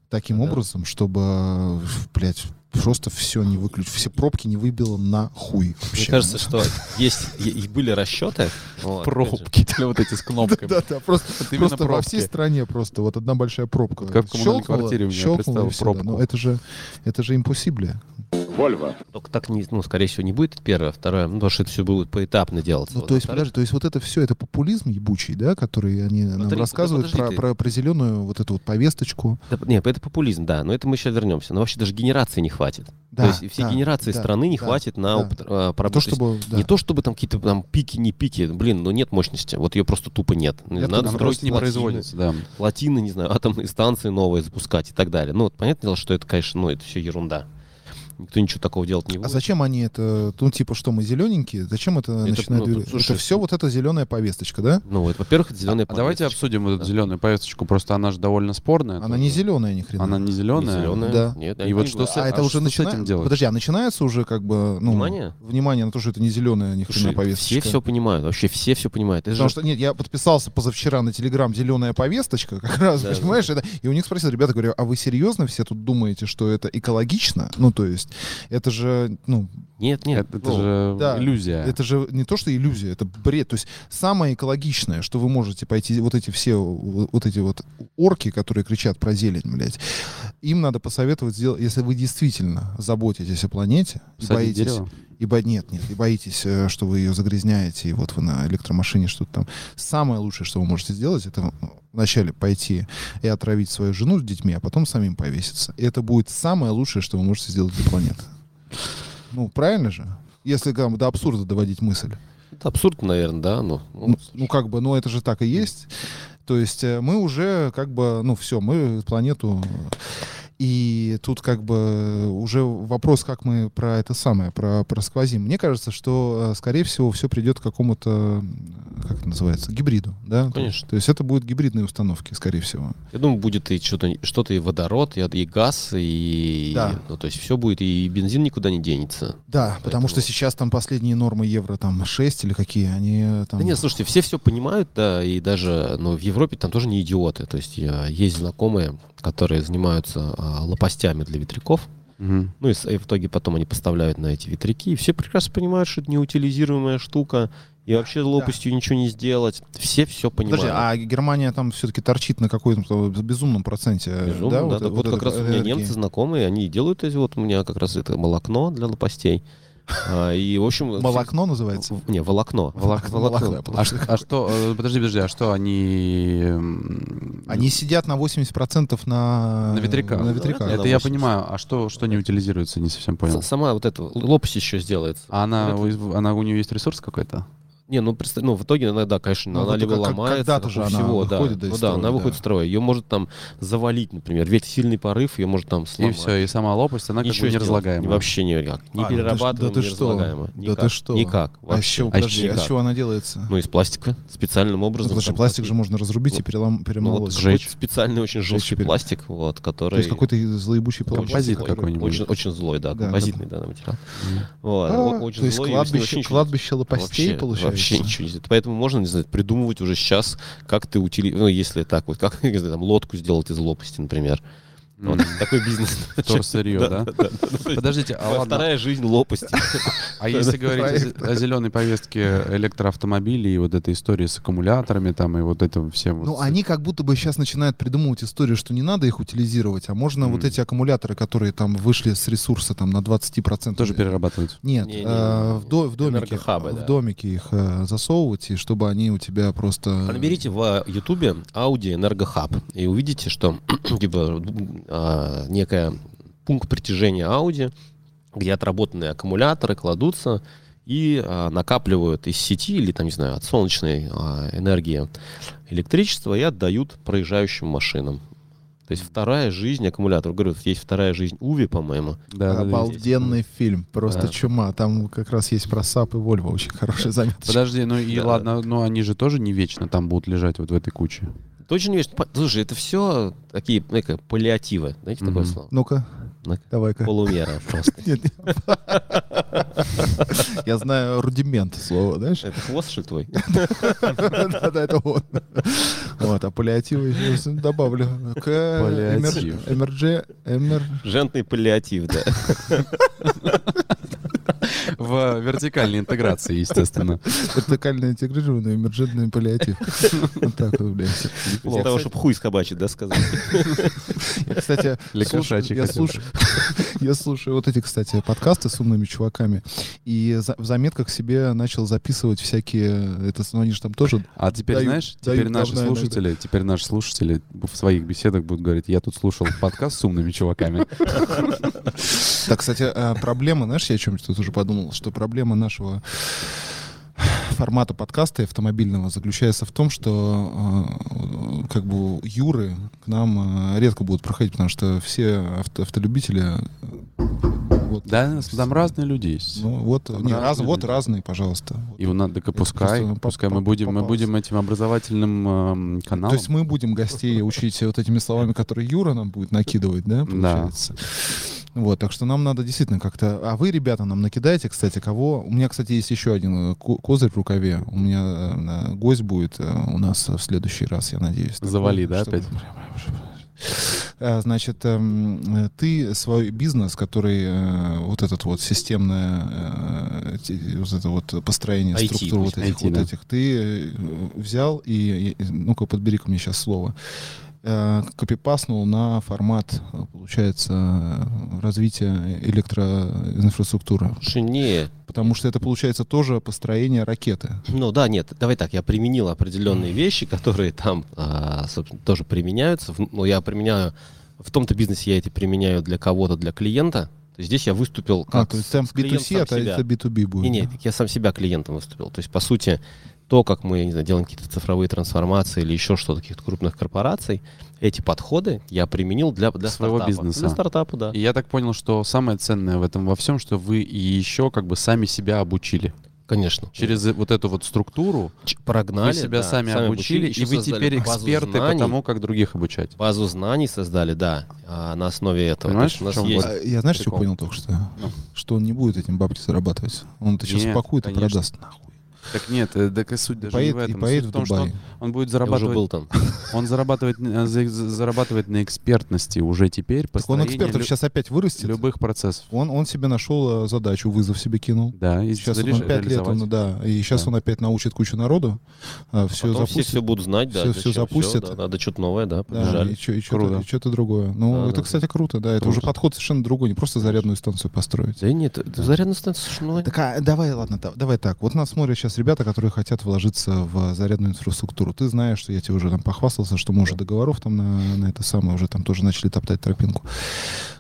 S1: таким
S3: Да.
S1: образом, чтобы, э, блядь, просто все не выключить, все пробки не выбило нахуй
S3: Мне
S1: вообще?
S3: кажется, что есть и и были расчеты. вот,
S2: Пробки. Вот эти с кнопками.
S1: Да-да, просто,
S2: Вот именно
S1: просто во
S2: пробки.
S1: всей стране просто вот одна большая пробка.
S2: Вот как в коммунальной
S1: Щелкнула,
S2: квартире у меня
S1: щелкнула,
S2: представил
S1: и всё, да.
S2: пробку.
S1: Ну, это же, это же импосибле.
S3: опять же. Только так, не, ну, скорее всего, не будет это первое. Второе, ну, потому что это все будет поэтапно делаться.
S1: Ну,
S3: Вот, а
S1: то есть,
S3: во-вторых,
S1: подожди, то есть вот это все, это популизм ебучий, да, который они нам
S3: Смотри,
S1: рассказывают
S3: да
S1: про,
S3: подожди ты.
S1: про определенную вот эту вот повесточку.
S3: это- не, это популизм, да, но это мы сейчас вернемся. Но вообще даже генерации не хватит.
S1: Да,
S3: то есть и все
S1: да,
S3: генерации
S1: да,
S3: страны не
S1: да.
S3: хватит на
S1: да.
S3: употр- а,
S1: Не
S3: поработать.
S1: То, чтобы, да.
S3: Не то, чтобы там какие-то там пики, не пики, блин, но нет мощности, вот ее просто тупо нет. Ну,
S1: Это
S3: Надо
S2: Там
S3: строить
S2: просто не
S3: плотины.
S2: производится, да.
S3: плотины, не знаю, атомные станции новые запускать и так далее. Ну, вот понятное дело, что это, конечно, ну, это все ерунда. Никто ничего такого делать не
S1: А
S3: будет.
S1: зачем они это, ну типа что мы зелененькие, зачем это, начинают?
S3: ну,
S1: двигать?
S3: слушай,
S1: это все вот эта зеленая повесточка, да?
S3: Ну, вот, во-первых, это зеленая
S2: А Давайте
S3: повесточка.
S2: обсудим вот эту
S3: Да.
S2: зеленую повесточку. Просто она же довольно спорная.
S1: Она
S2: тоже.
S1: не зеленая ни хрена.
S2: Она не
S3: Не
S2: зеленая.
S3: зелёная.
S1: Да.
S3: Нет,
S2: И
S3: я
S2: вот
S3: не
S2: что
S3: знаю.
S2: с-
S1: А,
S2: а
S1: это уже
S2: что с этим
S1: начинается.
S2: делать?
S1: Подожди, а начинается уже как бы ну,
S3: Внимание?
S1: внимание на то, что это не зеленая ни хрена
S3: Слушай,
S1: повесточка.
S3: все все понимают, вообще все все понимают. Это
S1: Потому
S3: же-
S1: что, нет, я подписался позавчера на Телеграм «Зеленая повесточка», как раз,
S3: Да,
S1: понимаешь, это- и у них спросил, ребята, говорю, а вы серьезно все тут думаете, что это экологично? Ну, то есть, это же, ну,
S3: Нет, нет.
S2: Это, это
S3: ну,
S2: же
S1: да.
S2: иллюзия.
S1: это же не то, что иллюзия, это бред. То есть, самое экологичное, что вы можете пойти, вот эти все, вот эти вот орки, которые кричат про зелень, блядь, им надо посоветовать сделать, если вы действительно заботитесь о планете, и
S2: Садить
S1: боитесь,
S2: дерево.
S1: и бо- нет, нет, и боитесь, э, что вы ее загрязняете, и вот вы на электромашине что-то там. Самое лучшее, что вы можете сделать, это вначале пойти и отравить свою жену с детьми, а потом самим повеситься. И это будет самое лучшее, что вы можете сделать для планеты. Ну, правильно же? Если там, до абсурда доводить мысль.
S2: Э,
S3: это абсурд, наверное, да. Ну,
S1: Ну, ну, как бы, ну, это же так и есть. То есть э, мы уже как бы, ну, все, мы планету... И тут как бы уже вопрос, как мы про это самое, про, про сквозим. Мне кажется, что, э, скорее всего, все придет к какому-то, э, как это называется, гибриду, да?
S3: Конечно.
S1: То есть это будут гибридные установки, скорее всего.
S3: Я думаю, будет и что-то, что-то и водород, и, и газ, и,
S1: Да.
S3: ну, то есть все будет, и бензин никуда не денется.
S1: Да, потому
S3: Поэтому-
S1: что сейчас там последние нормы евро там 6 или какие, они э, там...
S3: Да нет, слушайте, все все понимают, да, и даже, ну, в Европе там тоже не идиоты. То есть э, есть знакомые, которые занимаются а, лопастями для ветряков,
S2: Мгм.
S3: ну и, с- и в итоге потом они поставляют на эти ветряки, и все прекрасно понимают, что это неутилизируемая штука, и вообще лопастью ничего не сделать. Все все понимают.
S1: Подожди, а Германия там все-таки торчит на какой-то безумном проценте, э,
S3: Безумно,
S1: да?
S3: да, так вот, как
S1: этой
S3: раз у меня
S1: энергии?
S3: немцы знакомые, они делают эти вот у меня как раз это молокно для лопастей. А, И, в общем...
S1: Молокно называется?
S3: в- Не, волокно.
S1: Волок- волокно, потому
S2: А,
S1: что-
S2: ш- а что, э, подожди, подожди, а что они... м,
S1: Они сидят на 80% на...
S2: На ветряках.
S1: На
S2: Ну,
S1: ветряках.
S3: да,
S2: Это я
S3: 80.
S2: понимаю, а что, что не утилизируется, не совсем понял.
S3: С- Сама вот эта л- лопасть еще сделается.
S2: А она, у- она у нее есть ресурс какой-то?
S3: Не, ну, представь, ну в итоге она, да, конечно,
S1: Ну,
S3: она
S1: вот
S3: либо
S1: как- как-
S3: ломается,
S1: когда-то
S3: как
S1: же
S3: у
S1: она
S3: всего, да.
S1: выходит, да, из
S3: ну, да, она
S1: строя,
S3: выходит
S1: да.
S3: из строя. Ее может там завалить, например, ведь сильный порыв, ее может там сломать.
S2: И все, и сама лопасть, она как
S3: Ничего
S2: бы
S3: сделать
S2: неразлагаемая.
S3: Вообще никак. Не
S1: А, да ты ш-
S3: перерабатываемая,
S1: да ты
S3: не
S1: что?
S3: разлагаемая.
S1: Да
S3: Никак.
S1: ты что?
S3: Никак.
S1: А
S3: вообще.
S1: с чего,
S2: а с
S1: подожди, а с
S3: чего?
S1: чего она делается?
S3: Ну, из пластика. Специальным образом.
S1: Потому что
S3: там
S1: пластик
S3: какие-
S1: же можно разрубить и перелом,
S3: Ну, вот
S1: перемолоть.
S2: сжечь.
S3: какой-то специальный очень
S1: Сжечь
S3: жесткий
S1: перед-
S3: пластик, вот, который...
S1: То есть какой-то злоебучий
S3: очень
S2: композит
S3: злой,
S2: какой-нибудь.
S3: Очень, очень злой, да,
S1: Да,
S3: композитный, да, материал.
S2: Мгм.
S3: Вот,
S1: А,
S3: о- очень
S1: то есть
S3: злой, и с ним вообще
S1: кладбище,
S3: ничего
S1: кладбище
S3: не-
S1: лопастей
S3: вообще-
S1: получается?
S3: Вообще ничего не сделать. Поэтому можно, не знаю, придумывать уже сейчас, как ты утили... Ну, если так вот, как, не знаю, там, лодку сделать из лопасти, например. Вот,
S2: М,
S3: такой бизнес.
S2: Вторсырье, да? Подождите, а ладно,
S3: Вторая жизнь лопасти.
S2: А если говорить о зеленой повестке электроавтомобилей и вот этой истории с аккумуляторами там и вот это всем...
S1: Ну,
S2: вот-
S1: они как будто бы сейчас начинают придумывать историю, что не надо их утилизировать, а можно вот
S2: М.
S1: эти аккумуляторы, которые там вышли с ресурса там на 20%.
S2: Тоже перерабатывают.
S1: Нет,
S3: Не-не-не.
S1: э, в, до- в домике,
S3: Энергохабы,
S1: в
S3: да.
S1: домике их э, засовывать, и чтобы они у тебя просто...
S3: А Наберите в э, Ютубе Audi Энергохаб и увидите, что типа а, некая пункт притяжения Audi, где отработанные аккумуляторы кладутся и а, накапливают из сети или там не знаю от солнечной а, энергии электричество и отдают проезжающим машинам. То есть вторая жизнь аккумулятора. Говорю, вот есть вторая жизнь Уви, по-моему.
S2: Да, да, да.
S1: Обалденный фильм, просто
S3: Да.
S1: чума. Там как раз есть про САП и Вольво, очень хорошая заметка.
S2: Подожди, ну и
S3: Да.
S2: ладно, но они же тоже не вечно там будут лежать вот в этой куче.
S3: Это очень вещь. Па- Слушай, это все такие знаете, паллиативы. Знаете такое
S2: Мгм.
S3: слово?
S1: Ну-ка,
S3: Ну-ка.
S1: давай-ка.
S3: Полумера просто.
S1: Нет, нет. Я знаю рудимент слова, знаешь?
S3: Это хвост, что ли, твой?
S1: Да-да, это он. Вот, а паллиативы еще добавлю. К
S2: Паллиатив.
S1: эмерджи... Эмер...
S3: Жентный паллиатив, да.
S2: В вертикальной интеграции, естественно.
S1: Вертикально интегрированный эмерджентный паллиатив. Вот так вот, блядь.
S3: Для того, чтобы хуй скобачить, да, сказать.
S1: Я, Кстати,
S2: Или
S1: слушаю-
S2: кошачий
S1: я
S2: хотя бы.
S1: слушаю, я слушаю вот эти, кстати, подкасты с умными чуваками. И за- в заметках себе начал записывать всякие... Это, ну, они же там тоже...
S2: А теперь,
S1: Дают-
S2: знаешь,
S1: дают
S2: теперь наши
S1: говна иногда.
S2: слушатели, теперь наши слушатели в своих беседах будут говорить, я тут слушал подкаст с умными чуваками.
S1: Так, кстати, э, проблема, знаешь, я о чем-то тоже подумал, что проблема нашего формата подкаста и автомобильного заключается в том, что э, как бы Юры к нам э, редко будут проходить, потому что все авто- автолюбители... э, Вот,
S2: Да, там разные люди есть.
S1: Ну, вот, не,
S2: разные
S1: раз- вот
S2: люди.
S1: разные, пожалуйста. Вот.
S2: И надо так и пускай,
S1: просто
S2: пускай мы
S1: поп-
S2: будем, мы
S1: попалось.
S2: будем этим образовательным эм,
S1: То
S2: каналом.
S1: есть мы будем гостей учить вот этими словами, которые Юра нам будет накидывать, да, получается? Вот, так что нам надо действительно как-то... А вы, ребята, нам накидайте, кстати, кого... У меня, кстати, есть еще один э, ко- козырь в рукаве. У меня э, э, гость будет э, у нас в следующий раз, я надеюсь. такой,
S2: Завали, да,
S1: чтобы-
S2: опять?
S1: Э, Значит, эм, э, ты свой бизнес, который э, вот этот вот системное, э, те- вот это вот построение
S3: IT,
S1: структур вот
S3: пусть
S1: этих
S2: IT,
S1: вот
S2: да.
S1: этих, ты э, взял и, и- ну-ка подбери-ка мне сейчас слово, э, копипаснул на формат, э, получается, э, развития электроинфраструктуры.
S3: Слушай, не.
S1: Потому что это, получается, тоже построение ракеты.
S3: Ну да, нет, давай так, я применил определенные вещи, которые там, а, собственно, тоже применяются. В- Ну, я применяю, в том-то бизнесе я эти применяю для кого-то, для клиента. То есть здесь я выступил
S1: А,
S3: как
S1: то есть там
S3: клиент
S1: B2C,
S3: сам
S1: а та-
S3: себя.
S1: это B2B будет.
S3: Не, не, я сам себя клиентом выступил. То есть, по сути, то, как мы, я не знаю, делаем какие-то цифровые трансформации или еще что-то, каких-то крупных корпораций, эти подходы я применил для, для
S2: Своего
S3: стартапа.
S2: бизнеса.
S3: Для стартапа, да.
S2: И я так понял, что самое ценное в этом во всем, что вы и еще как бы сами себя обучили.
S3: Конечно.
S2: Через э, вот эту вот структуру
S3: Ч- прогнали.
S2: вы себя
S3: да,
S2: сами, обучили,
S3: еще
S2: и вы
S3: создали
S2: теперь
S3: базу
S2: эксперты по
S3: знаний.
S2: тому, как других обучать.
S3: Базу знаний создали, да, а, на основе этого.
S2: Понимаешь,
S3: То есть
S2: в
S3: у нас
S2: чем
S3: есть...
S1: А, Я знаешь, что
S3: Прикол.
S1: понял только что?
S2: Ну.
S1: Что он не будет этим бабки зарабатывать. Он это сейчас
S2: Нет,
S1: упакует и
S2: конечно.
S1: продаст нахуй.
S2: Так нет, э, так и суть
S1: И
S2: даже не в
S1: поедет, и
S2: этом.
S1: поедет в
S2: суть в том, что
S1: Дубай.
S2: он, он будет
S3: Я уже
S2: зарабатывать,
S3: был там.
S2: он зарабатывает, э, за- за- зарабатывает на экспертности уже
S1: Так
S2: теперь
S1: он
S2: построение
S1: экспертов
S2: лю-
S1: сейчас опять вырастет.
S2: любых процессов.
S1: Он, он себе нашел э, задачу, вызов себе кинул.
S2: Да, и
S1: Сейчас
S2: задача
S1: он 5 лет,
S2: реализовать.
S1: он, да, и сейчас
S2: Да.
S1: он опять научит кучу народу, все
S3: Потом все
S1: запустит.
S3: все будут знать, да.
S1: Всё-
S3: зачем,
S1: всё
S3: всё,
S1: запустят.
S3: да, надо что-то новое, да,
S1: да,
S3: побежали.
S1: и чё- и
S2: Круто.
S1: чё-то и чё-то другое. Ну,
S3: Да,
S1: это,
S3: да.
S1: кстати, круто, да. Это
S2: Круто.
S1: уже подход совершенно другой, не просто зарядную станцию построить.
S3: Да нет, это зарядная станция, слушай, ну,
S1: Так, а, давай, ладно, та- давай так. Вот нас смотрят сейчас ребята, которые хотят вложиться в зарядную инфраструктуру. Ты знаешь, что я тебе уже там похвастался, что мы уже договоров там на, на это самое уже там тоже начали топтать тропинку.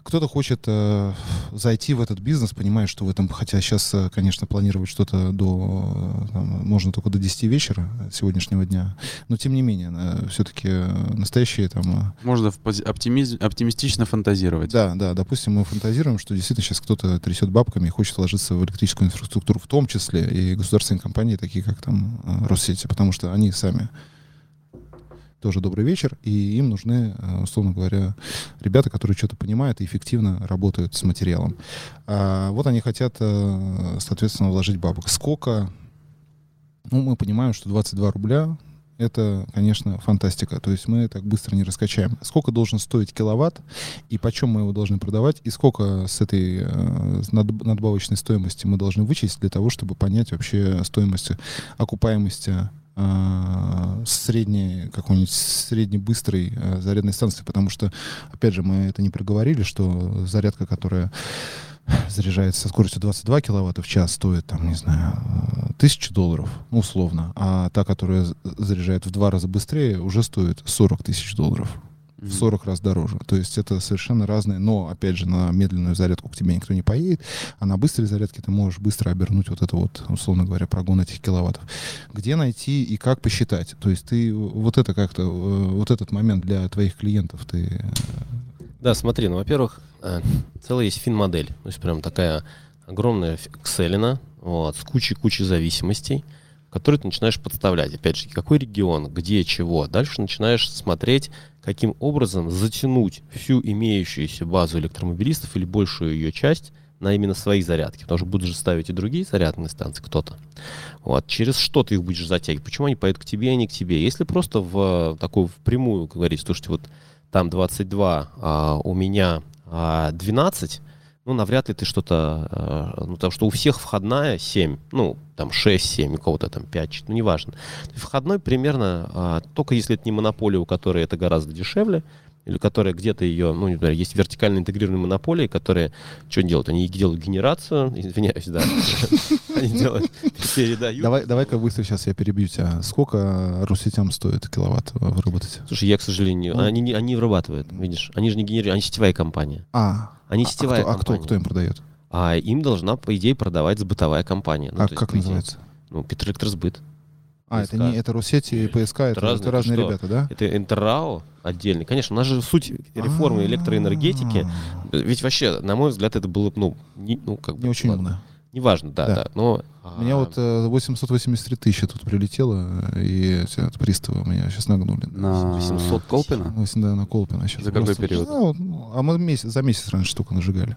S1: Кто-то хочет э, зайти в этот бизнес, понимая, что в этом, хотя сейчас, конечно, планировать что-то до, э, там, можно только до 10 вечера сегодняшнего дня, но тем не менее, все-таки настоящие там... э,
S2: Можно в пози- оптимиз- оптимистично фантазировать.
S1: да, да, допустим, мы фантазируем, что действительно сейчас кто-то трясет бабками и хочет вложиться в электрическую инфраструктуру, в том числе и государственные компании, такие как там э, Россети, потому что они сами тоже добрый вечер, и им нужны, э, условно говоря, ребята, которые что-то понимают и эффективно работают с материалом. А вот они хотят, э, соответственно, вложить бабок. Сколько? Ну, мы понимаем, что 22 рубля — это, конечно, фантастика. То есть мы так быстро не раскачаем. Сколько должен стоить киловатт, и почем мы его должны продавать, и сколько с этой э, с над- надбавочной стоимости мы должны вычесть для того, чтобы понять вообще стоимость окупаемости э, средней какой-нибудь среднебыстрой э, зарядной станции, потому что, опять же, мы это не проговорили, что зарядка, которая заряжается со скоростью 22 киловатта в час, стоит, там, не знаю, э, тысячу долларов, ну, условно, а та, которая з- заряжает в два раза быстрее, уже стоит 40 тысяч долларов в
S2: Мгм.
S1: 40 раз дороже. То есть это совершенно разные, но, опять же, на медленную зарядку к тебе никто не поедет, а на быстрой зарядке ты можешь быстро обернуть вот это вот, условно говоря, прогон этих киловаттов. Где найти и как посчитать? То есть ты вот это как-то, э, вот этот момент для твоих клиентов ты... э,
S3: Да, смотри, ну, во-первых, э, целая есть фин-модель. То есть прям такая огромная фи- экселина, вот, с кучей-кучей зависимостей, которые ты начинаешь подставлять. Опять же, какой регион, где, чего. Дальше начинаешь смотреть, каким образом затянуть всю имеющуюся базу электромобилистов или большую ее часть на именно свои зарядки. Потому что будут же ставить и другие зарядные станции кто-то. Вот. Через что ты их будешь затягивать? Почему они поедут к тебе, а не к тебе? Если просто в э, такую впрямую говорить, слушайте, вот там 22, а у меня а, 12, ну, навряд ли ты что-то... э, ну, потому что у всех входная 7, ну, там 6-7, у кого-то там 5, ну, неважно. Входной примерно, а, только если это не монополия, у которой это гораздо дешевле, или которая где-то ее, ну, не знаю, есть вертикально интегрированные монополии, которые что делают? Они делают генерацию, извиняюсь, да. Они делают, передают.
S1: Давай, давай-ка быстро сейчас я перебью тебя. Сколько Русетям стоит киловатт э, выработать?
S3: Слушай, я, к сожалению,
S1: Ну.
S3: они, не- они вырабатывают, видишь, они же не генерируют, они сетевая компания.
S1: А,
S3: Они
S1: а- а
S3: сетевая
S1: кто, а кто,
S3: компания.
S1: кто им продает?
S3: А им должна, по идее, продавать бытовая компания. Ну,
S1: а
S3: то есть,
S1: как
S3: по идее,
S1: называется?
S3: Ну, Петроэлектросбыт.
S1: А, это не
S3: ПСК.
S1: это Русети и ПСК, это,
S3: Это
S1: это
S3: разные, ты
S1: разные
S3: что?
S1: ребята, да?
S3: Это Интеррао отдельный. Конечно, у нас же суть реформы электроэнергетики.
S1: А.
S3: Ведь вообще, на мой взгляд, это было, бы, ну, не, ну, как бы...
S1: Не очень
S3: ладно.
S1: умно.
S3: Неважно, да,
S1: Да.
S3: да. но,
S1: У меня
S3: а,
S1: вот э, 883 тысячи тут прилетело, э, и эти от приставы меня сейчас нагнули.
S2: На
S3: 800
S2: Колпина?
S1: Восемь, да, на Колпино сейчас.
S2: За какой период?
S1: Ну, вот, ну, а мы месяц, за месяц раньше штуку нажигали.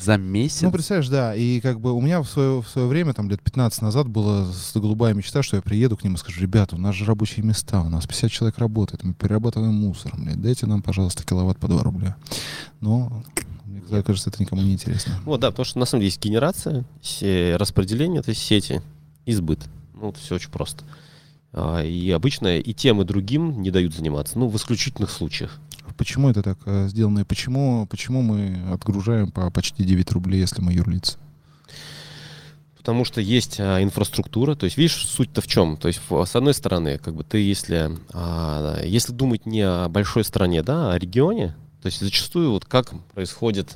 S2: За месяц?
S1: Ну, представляешь, да, и как бы у меня в свое, в свое время, там, лет 15 назад, была с- голубая мечта, что я приеду к ним и скажу, ребята, у нас же рабочие места, у нас 50 человек работает, мы перерабатываем мусор, блядь, дайте нам, пожалуйста, киловатт по 2 рубля. Но, мне кажется, это никому не интересно.
S3: ну Вот, да, потому что на самом деле есть генерация, се- распределение, то есть сети, и сбыт. Ну, это все очень просто. А, И обычно и тем, и другим не дают заниматься. Ну, в исключительных случаях.
S1: Почему это так э, сделано? И почему, почему мы отгружаем по почти 9 рублей, если мы юрлицы?
S3: Потому что есть а, инфраструктура, то есть видишь, суть-то в чем? То есть, ф- с одной стороны, как бы ты, если, а, если думать не о большой стране, да, а о регионе, то есть зачастую вот как происходит,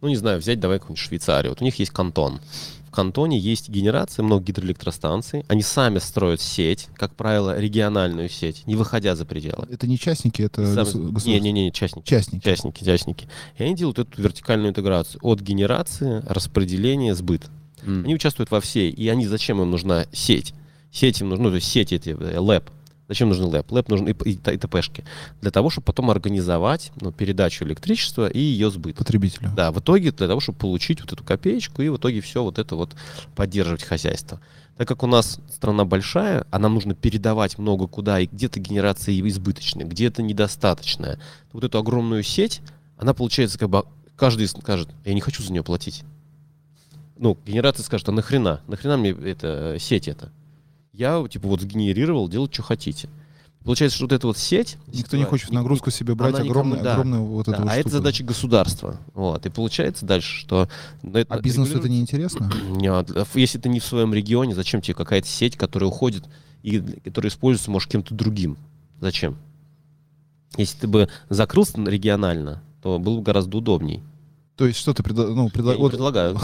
S3: ну не знаю, взять давай какую-нибудь Швейцарию, вот у них есть кантон. В кантоне есть генерация, много гидроэлектростанций. Они сами строят сеть, как правило, региональную сеть, не выходя за пределы.
S1: Это не частники, это
S3: Сам-
S1: госу-
S3: Не,
S1: Э, государство.
S3: не, не, не, частники.
S1: Частники.
S3: Частники, частники. И они делают эту вертикальную интеграцию от генерации, распределения, сбыт.
S2: М.
S3: Они участвуют во всей. И они зачем им нужна сеть? Сеть им нужна, ну, то есть сеть эти, э, лэп. Зачем нужен лэп? Лэп нужен и, п- и т- и ТПшки. Для того, чтобы потом организовать ну, передачу электричества и ее сбыт.
S1: Потребителю.
S3: Да, в итоге для того, чтобы получить вот эту копеечку и в итоге все вот это вот поддерживать хозяйство. Так как у нас страна большая, а нам нужно передавать много куда, и где-то генерация и- избыточная, где-то недостаточная. Вот эту огромную сеть, она получается как бы каждый скажет, я не хочу за нее платить. Ну, генерация скажет, а нахрена, нахрена мне эта э, сеть эта? Я типа вот сгенерировал, делать что хотите. Получается, что вот эта вот сеть...
S1: Никто не хочет
S3: Ни-
S1: нагрузку себе брать,
S3: она никому-
S1: огромную,
S3: да.
S1: огромную вот
S3: да,
S1: эту вот
S3: а это
S1: штуку.
S3: задача государства. Вот. И получается дальше, что... на это
S1: А бизнесу это
S3: регулируется-
S1: не интересно?
S3: Нет, а Если ты не в своем регионе, зачем тебе какая-то сеть, которая уходит и для- которая используется, может, кем-то другим? Зачем? Если ты бы закрылся регионально, то было бы гораздо удобней.
S1: То есть что ты предла- ну, предла-
S3: Я не
S1: вот-
S3: предлагаю.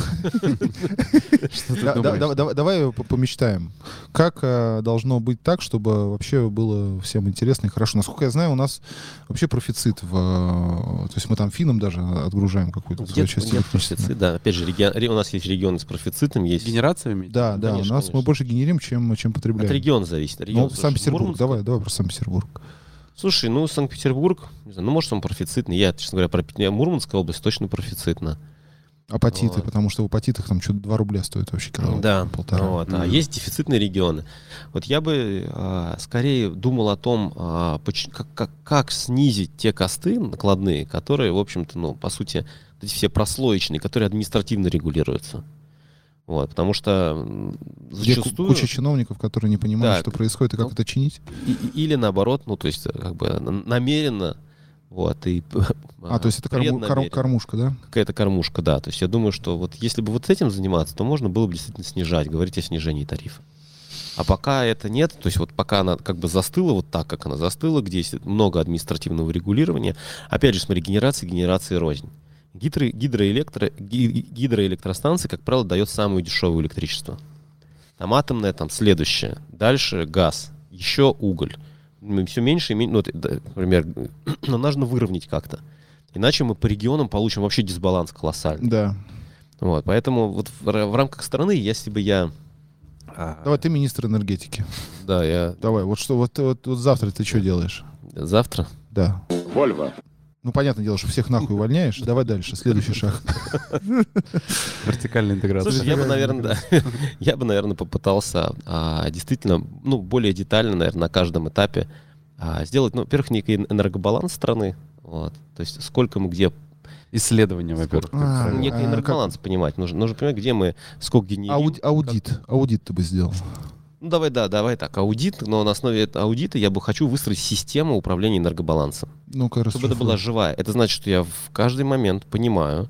S2: Что ты
S1: да- да-
S2: думаешь?
S1: да- да- Давай по- помечтаем. Как э, должно быть так, чтобы вообще было всем интересно и хорошо? Насколько я знаю, у нас вообще профицит в... э, То есть мы там финам даже отгружаем какую-то свою
S3: Где-то
S1: часть
S3: нет
S1: электричества.
S3: профицит, да. Опять же, регион- ре- у нас есть регионы с профицитом, есть...
S2: Генерациями?
S1: Да, да,
S3: Конечно,
S1: у нас мы
S3: конечно.
S1: больше генерим, чем, чем
S3: От
S1: потребляем.
S3: региона зависит.
S1: Ну,
S3: Регион, слушай,
S1: Санкт-Петербург,
S3: Мурманск-
S1: давай, давай про Санкт-Петербург.
S3: Слушай, ну Санкт-Петербург, не знаю, ну может он профицитный. Я, честно говоря, про Пет- Мурманская область точно профицитна.
S1: Апатиты,
S3: Вот.
S1: потому что в апатитах там что-то 2 рубля стоит вообще килограмм.
S3: Да,
S1: полтора.
S3: вот, а
S2: Мгм.
S3: есть дефицитные регионы. Вот я бы а, скорее думал о том, а, поч- как, как, как снизить те косты накладные, которые, в общем-то, ну, по сути, вот эти все прослоечные, которые административно регулируются. Вот, потому что м,
S1: Где ку-
S3: зачастую...
S1: куча чиновников, которые не понимают,
S3: Так.
S1: что происходит и как
S3: Ну,
S1: это чинить.
S3: и- и- или наоборот, ну, то есть, как бы н- намеренно, вот, и...
S1: А, то есть это корму- кор-
S3: преднамеренно.
S1: кормушка, да?
S3: какая-то кормушка, да. То есть я думаю, что вот если бы вот этим заниматься, то можно было бы действительно снижать, говорить о снижении тарифа. А пока это нет, то есть вот пока она как бы застыла вот так, как она застыла, где есть много административного регулирования, опять же, смотри, генерация, генерация рознь. Гидро, гидроэлектро, ги- гидроэлектростанции, как правило, дает самое дешевое электричество. Там атомное, там следующее. Дальше газ, еще уголь. Все меньше и меньше. Ну, вот, да, например, но нужно выровнять как-то. Иначе мы по регионам получим вообще дисбаланс колоссальный.
S1: Да.
S3: Вот, поэтому вот в, ра- в рамках страны, если бы я...
S2: А,
S1: Давай, ты министр энергетики.
S3: Да, я
S1: Давай, вот что, вот, вот- вот завтра ты что делаешь?
S3: завтра.
S1: Да. Вольво. Ну, понятное дело, что всех нахуй увольняешь. Давай дальше, следующий шаг.
S2: Вертикальная интеграция.
S3: Слушай, я бы, наверное, я бы, наверное, попытался а, действительно, ну, более детально, наверное, на каждом этапе а, сделать, ну, во-первых, некий эн- энергобаланс страны, вот, то есть сколько мы где,
S2: Исследование, во-первых. ты
S1: А,
S2: правильно.
S1: нет.
S3: некий
S1: как-
S3: энергобаланс понимать, нужно, нужно понимать, где мы, сколько генерим.
S1: Ауди- аудит. Аудит ты бы сделал.
S3: Ну, давай, да, давай так, аудит, но на основе этого аудита я бы хочу выстроить систему управления энергобалансом.
S1: Ну-ка,
S3: Чтобы это
S1: расшифруй.
S3: была живая. Это значит, что я в каждый момент понимаю,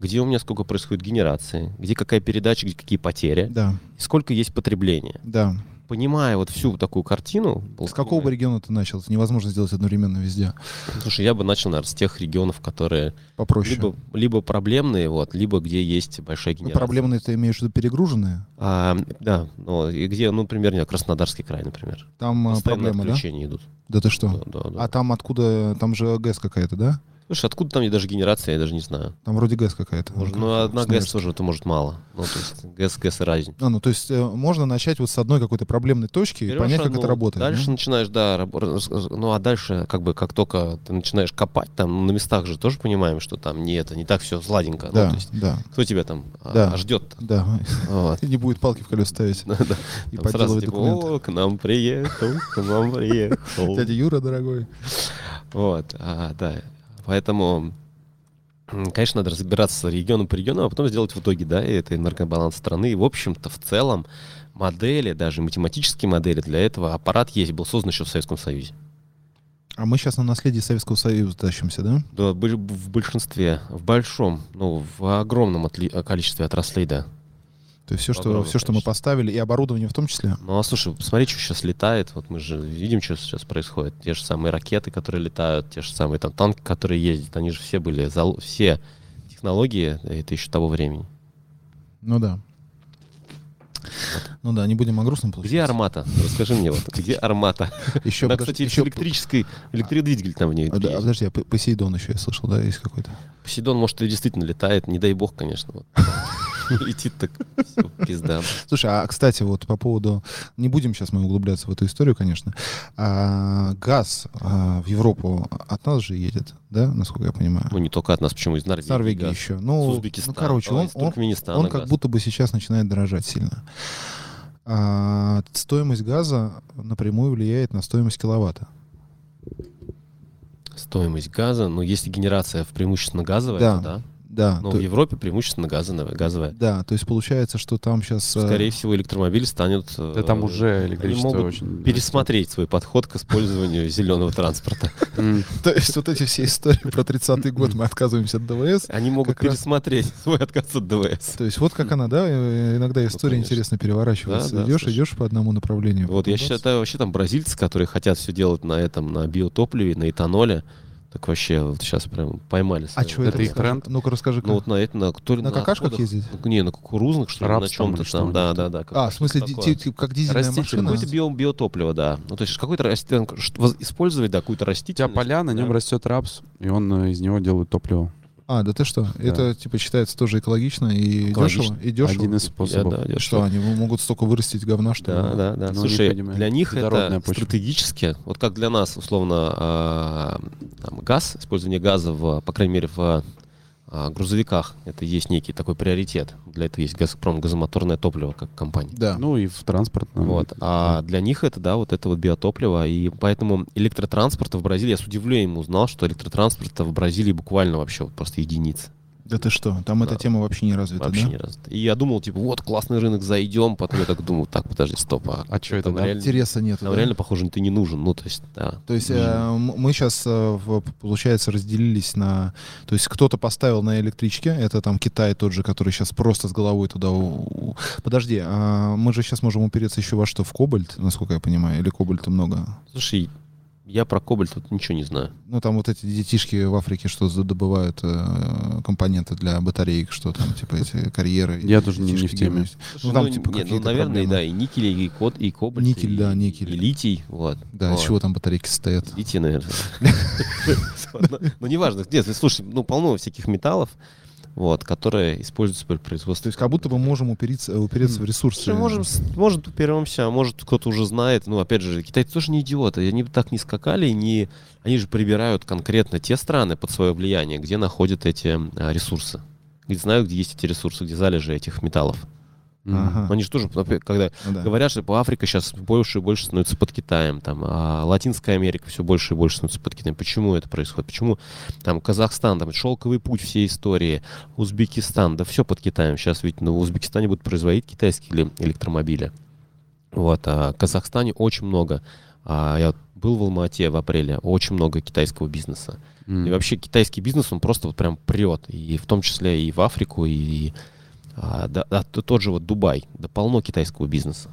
S3: где у меня сколько происходит генерации, где какая передача, где какие потери,
S1: Да,
S3: и сколько есть потребления.
S1: да.
S3: Понимая вот всю такую картину...
S1: С какого бы региона ты начал? Это невозможно сделать одновременно везде.
S3: Слушай, я бы начал, наверное, с тех регионов, которые
S1: Попроще.
S3: либо, либо проблемные, вот, либо где есть большая
S1: Ну,
S3: генерация.
S1: проблемные ты имеешь в виду перегруженные?
S3: А, да, ну, и где, ну, например, не знаю, Краснодарский край, например.
S1: Там а,
S3: Постоянно
S1: проблемы, да?
S3: отключения идут.
S1: Да ты что?
S3: Да, да, да.
S1: А там откуда? Там же ГЭС какая-то, да?
S3: Слушай, откуда там даже генерация, я даже не знаю.
S1: Там вроде ГЭС какая-то.
S3: Может,
S1: Как-
S3: ну, одна ГЭС
S1: Красноярск.
S3: тоже, это может мало. Ну, то есть ГЭС, ГЭС и разница.
S1: А, ну, то есть э, можно начать вот с одной какой-то проблемной точки и
S3: Берёшь
S1: понять, как
S3: одну,
S1: это работает. да?
S3: ну, Дальше начинаешь, да, раб- раз- раз- ну а дальше, как бы, как только ты начинаешь копать, там на местах же тоже понимаем, что там не это, не так все сладенько. Ну,
S1: Да,
S3: то есть,
S1: да,
S3: кто тебя там а,
S1: Да.
S3: ждет?
S1: да. И не будет палки в колес ставить и
S3: сразу
S1: подделывать
S3: типа,
S1: документы.
S3: «О, к нам приехал, к нам приехал.
S1: Дядя Юра, дорогой.
S3: Вот, а, да. Поэтому, м, конечно, надо разбираться регион по региону, а потом сделать в итоге, да, это энергобаланс страны. И, в общем-то, в целом, модели, даже математические модели для этого, аппарат есть, был создан еще в Советском Союзе.
S1: А мы сейчас на наследие Советского Союза тащимся, да?
S3: Да, были б- в большинстве, в большом, ну, в огромном отли- количестве отраслей, да.
S1: То есть все, что,
S3: Огромное
S1: все, что мы
S3: количество.
S1: поставили, и оборудование в том числе.
S3: Ну, а слушай, посмотри, что сейчас летает. Вот мы же видим, что сейчас происходит. Те же самые ракеты, которые летают, те же самые там танки, которые ездят. Они же все были, зал- все технологии, это еще того времени.
S1: Ну да. Ну да, не будем о грустном
S3: Где
S1: получается.
S3: армата? Расскажи мне, вот, где армата?
S1: Еще,
S3: Она,
S1: подож-
S3: кстати, с
S1: еще-
S3: электрической, электродвигатель там в ней.
S1: А, да, подожди, а П- Посейдон еще я слышал, да, есть какой-то.
S3: Посейдон, может, и действительно летает, не дай бог, конечно. вот. Летит так, всё, пизда.
S1: Слушай, а кстати, вот по поводу, не будем сейчас мы углубляться в эту историю, конечно. А, газ а, в Европу от нас же едет, да, насколько я понимаю.
S3: Ну, не только от нас, почему из Норвегии.
S1: С Норвегии
S3: газ.
S1: еще.
S3: С
S1: Ну,
S3: Узбекистана,
S1: ну короче,
S3: а,
S1: он,
S3: из
S1: он-
S3: Туркменистана
S1: он как
S3: газ.
S1: будто бы сейчас начинает дорожать сильно. А, стоимость газа напрямую влияет на стоимость киловатта.
S3: Стоимость газа, ну, если генерация в преимущественно газовая,
S1: Да.
S3: то да.
S1: Да,
S3: Но
S1: то,
S3: Ну, в Европе преимущественно газовая. газовая.
S1: да, то есть получается, что там э, сейчас...
S3: Скорее всего, электромобили станут...
S2: Да там уже электричество
S3: А. могут
S2: очень...
S3: пересмотреть свой подход к использованию зеленого транспорта.
S2: М,
S1: То есть вот эти все истории про 30-й год мы отказываемся от ДВС.
S3: Они могут
S1: Как раз-
S3: пересмотреть свой отказ от ДВС.
S1: То есть вот как она, да, э, иногда история
S3: Ну, конечно.
S1: интересно переворачивается.
S3: Да, да,
S1: идешь,
S3: слушай.
S1: идешь по одному направлению.
S3: Вот я
S1: потом
S3: считаю,
S1: бац.
S3: это вообще там бразильцы, которые хотят все делать на этом, на биотопливе, на этаноле, так вообще вот сейчас прям поймали.
S1: А
S3: своего.
S1: что
S2: это
S1: это?
S2: их
S1: расскажи?
S2: тренд?
S1: Ну-ка расскажи.
S3: Ну вот на это, на, то ли
S1: На какашках
S3: отходах,
S1: ездить?
S3: ну, Не, на кукурузных, что ли,
S2: Рапс
S3: на
S2: там
S3: чем-то
S2: или
S3: там,
S2: что у них
S3: да,
S2: там?
S3: да, да.
S1: а, в смысле,
S3: такое.
S1: ди- ти- как дизельная
S2: Растительное.
S1: машина?
S3: Какое-то био- биотопливо, да. Ну, то есть какой-то растен... что- воз- использовать, да, какую-то
S2: У тебя
S3: растительность.
S2: поля, на нем
S3: да.
S2: растет рапс, и он э, из него делает топливо.
S1: А, да ты что? Это типа считается тоже экологично и
S3: Экологично.
S1: дешево. И дешево.
S2: Один из
S3: Я,
S2: способов.
S3: да, я
S1: Что, они могут столько вырастить говна, что...
S3: Да,
S1: ли?
S3: да, да.
S2: Ну,
S3: Слушай,
S2: они, понимаешь,
S3: для них
S2: плодородная
S3: это
S2: почва.
S3: стратегически, вот как для нас, условно, а, там, газ, использование газа, в, по крайней мере, в а, грузовиках, это есть некий такой приоритет. Для этого есть «Газпром» газомоторное топливо как компания.
S1: Да.
S2: Ну и в транспорт. наверное.
S3: Вот. А для них это, да, вот это вот биотопливо. И поэтому электротранспорта в Бразилии, я с удивлением узнал, что электротранспорта в Бразилии буквально вообще вот просто единицы.
S1: да ты что? Там эта
S3: Да.
S1: тема вообще не развита,
S3: вообще
S1: да?
S3: ни разу. И я думал, типа, вот, классный рынок, зайдем. Потом я так думаю, так, подожди, стоп. А,
S2: А чё это,
S3: там
S2: да?
S3: реально-
S1: Интереса нет.
S3: Нам реально, похоже, ты не нужен. Ну, то есть, да.
S1: То есть э, м- мы сейчас, получается, разделились на... То есть кто-то поставил на электричке, это там Китай тот же, который сейчас просто с головой туда... у- у- Подожди, а мы же сейчас можем упереться еще во что? В кобальт, насколько я понимаю, или кобальта много?
S3: Слушай, я про кобальт тут ничего не знаю.
S1: Ну там вот эти детишки в Африке, что за- добывают э, компоненты для батареек, что там, типа эти карьеры.
S2: Я тоже не- не в
S1: Детишки
S2: теме.
S1: герои. Ну, там, типа,
S3: не, ну,
S1: какие-то
S3: наверное,
S1: проблемы.
S3: да, и никель, и код, и кобальт.
S1: Никель,
S3: и-
S1: да, никель.
S3: И литий, вот.
S1: Да,
S3: Вот.
S1: из чего там батарейки стоят?
S3: Литий, наверное. Ну, неважно. Нет, слушай, ну, полно всяких металлов, вот, которые используются при
S1: То
S3: производстве.
S1: есть как будто бы можем упереться, э, упереться в ресурсы.
S3: Слушай, можем, с- может, уперемся, а может, кто-то уже знает. Ну, опять же, китайцы тоже не идиоты. Они бы так не скакали, не... они же прибирают конкретно те страны под свое влияние, где находят эти а, ресурсы. Где знают, где есть эти ресурсы, где залежи этих металлов.
S2: Мгм.
S1: Ага.
S3: Но Они же тоже, например, когда
S1: Ну да.
S3: говорят, что по Африка сейчас больше и больше становится под Китаем, там, а Латинская Америка все больше и больше становится под Китаем. Почему это происходит? Почему там Казахстан, там шелковый путь всей истории, Узбекистан, да все под Китаем. Сейчас ведь ну, в Узбекистане будут производить китайские эле- электромобили. Вот, а в Казахстане очень много. а, я вот был в Алмате в апреле, очень много китайского бизнеса.
S2: М.
S3: И вообще китайский бизнес, он просто вот прям прет. И в том числе и в Африку, и а, да- да, т- тот же вот Дубай. Да полно китайского бизнеса.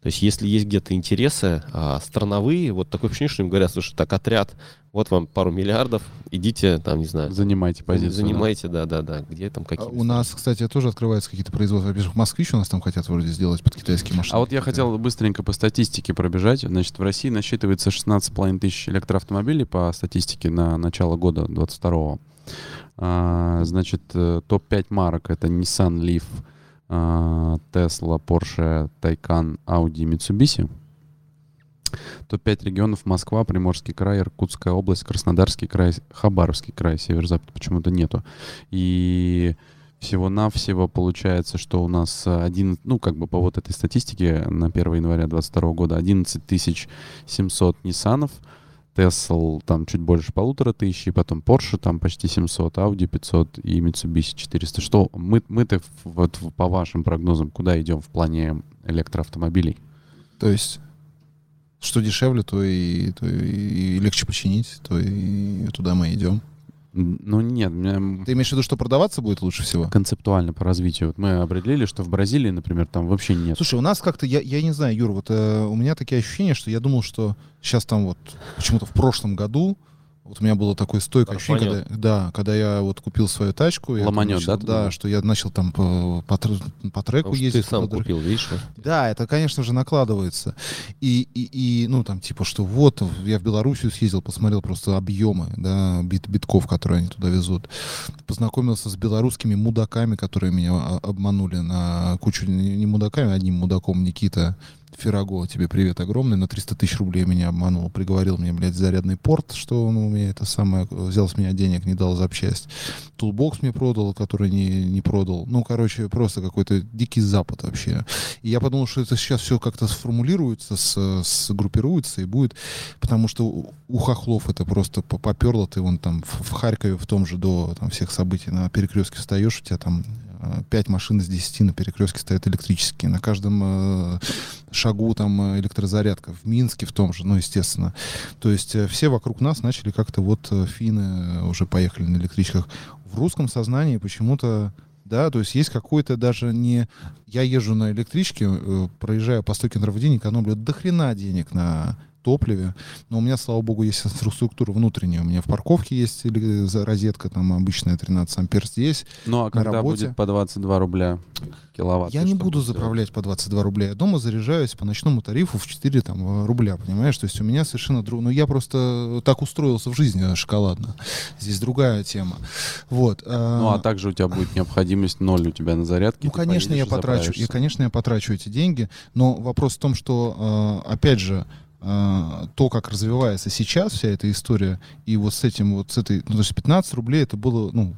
S3: То есть если есть где-то интересы а, страновые, вот такое ощущение, что им говорят, слушай, так, отряд, вот вам пару миллиардов, идите там, не знаю,
S2: Занимайте позицию.
S3: занимайте, да-да-да, где там
S1: А
S3: какие
S1: У нас, кстати, тоже открываются какие-то производства. Во-первых, москвич у нас там хотят вроде сделать под китайские машины.
S2: А вот я хотел быстренько по статистике пробежать. Значит, в России насчитывается 16,5 тысяч электроавтомобилей по статистике на начало года 22 А, значит, э, топ-5 марок — это Nissan Leaf, а, Tesla, Porsche, Taycan, Audi, Mitsubishi. Топ-5 регионов — Москва, Приморский край, Иркутская область, Краснодарский край, Хабаровский край, Северо-Запад почему-то нету. И всего-навсего получается, что у нас э, один, ну, как бы по вот этой статистике на 1 января 2022 года 11 тысяч 700 Ниссанов, Tesla там чуть больше полутора тысячи, потом Porsche там почти 700, Audi 500 и Mitsubishi 400. Что мы, мы-то в- вот в- по вашим прогнозам куда идем в плане электроавтомобилей?
S1: То есть, что дешевле, то и, то и легче починить, то и туда мы идем.
S2: М, Ну нет, у меня м,
S1: Ты имеешь в виду, что продаваться будет лучше всего?
S2: концептуально по развитию. Вот мы определили, что в Бразилии, например, там вообще нет.
S1: Слушай, у нас как-то, я, я не знаю, Юр, вот э, у меня такие ощущения, что я думал, что сейчас там вот почему-то в прошлом году Вот у меня было такое стойкое ощущение,
S3: Рванет.
S1: когда, да, когда я вот купил свою тачку. я
S2: Ломанет,
S1: думаю, что-
S2: да, ты
S1: Да,
S2: думаешь?
S1: что я начал там по, по тр- по треку
S3: Потому что ты
S1: ездить.
S3: сам
S1: по дор-
S3: купил, видишь?
S1: Да, это, конечно же, накладывается. И, и, и, ну, там, типа, что вот, я в Белоруссию съездил, посмотрел просто объемы, да, бит, битков, которые они туда везут. Познакомился с белорусскими мудаками, которые меня а, обманули на кучу, не не мудаками, а одним мудаком Никита Фераго, тебе привет огромный, на 300 тысяч рублей меня обманул, приговорил мне, блядь, зарядный порт, что он у меня это самое, взял с меня денег, не дал запчасть. Тулбокс мне продал, который не, не продал. Ну, короче, просто какой-то дикий запад вообще. И я подумал, что это сейчас все как-то сформулируется, с- сгруппируется и будет, потому что у- у хохлов это просто по- поперло, ты вон там в в Харькове в том же до там, всех событий на перекрестке встаешь, у тебя там э, пять машин из 10 на перекрестке стоят электрические. На каждом э, шагу там э, электрозарядка. В Минске в том же, ну, естественно. То есть э, все вокруг нас начали как-то вот э, финны э, уже поехали на электричках. В русском сознании почему-то, да, то есть есть какой-то даже не... Я езжу на электричке, э, проезжаю по 100 километров в день, экономлю до хрена денег на топливе. Но у меня, слава богу, есть инфраструктура внутренняя. У меня в парковке есть или- э, за- розетка, там обычная 13 ампер здесь.
S2: Ну а когда
S1: работе.
S2: будет по 22 рубля киловатт?
S1: Я
S2: ты
S1: не
S2: что
S1: буду
S2: будешь делать?
S1: заправлять по 22 рубля. Я дома заряжаюсь по ночному тарифу в 4 там, э, рубля, понимаешь? То есть у меня совершенно друг... Ну, я просто так устроился в жизни э, шоколадно. Здесь другая тема. Вот.
S2: Ну а
S1: а,
S2: также у тебя будет необходимость ноль у тебя на зарядке.
S1: ну,
S2: ты
S1: конечно, я
S2: поедешь и
S1: потрачу. Я,
S2: заправишься.
S1: конечно, я потрачу эти деньги. Но вопрос в том, что, э, опять же, э, то, как развивается сейчас вся эта история, и вот с этим, вот с этой, ну, то есть 15 рублей это было, ну,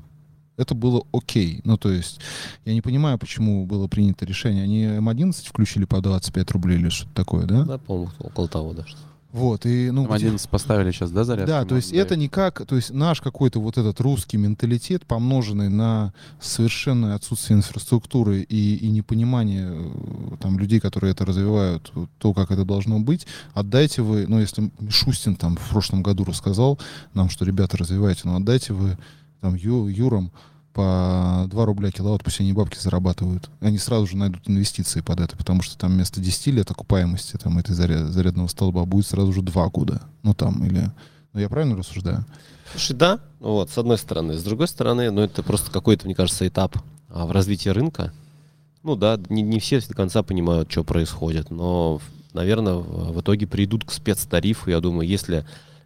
S1: это было окей. Ну, то есть, я не понимаю, почему было принято решение. Они М11 включили по 25 рублей или что-то такое, да?
S3: Да, по-моему, около того, да. что-
S1: Вот, и, ну,
S2: Там
S1: где-
S2: 11 поставили сейчас, да, зарядку?
S1: да, то есть это никак, то есть наш какой-то вот этот русский менталитет, помноженный на совершенное отсутствие инфраструктуры и, и непонимание э, там людей, которые это развивают, э, то, как это должно быть, отдайте вы, ну, если Мишустин там в прошлом году рассказал нам, что ребята развивайте, но отдайте вы там Ю- Юрам по 2 рубля киловатт, пусть они бабки зарабатывают. Они сразу же найдут инвестиции под это, потому что там вместо 10 лет окупаемости там, этой заря- зарядного столба будет сразу же 2 года. Ну там, или... Ну, я правильно рассуждаю?
S3: Слушай, да, Ну вот, с одной стороны. С другой стороны, ну, это просто какой-то, мне кажется, этап а, в развитии рынка. Ну да, не, не все до конца понимают, что происходит, но, наверное, в в итоге придут к спецтарифу. Я думаю, если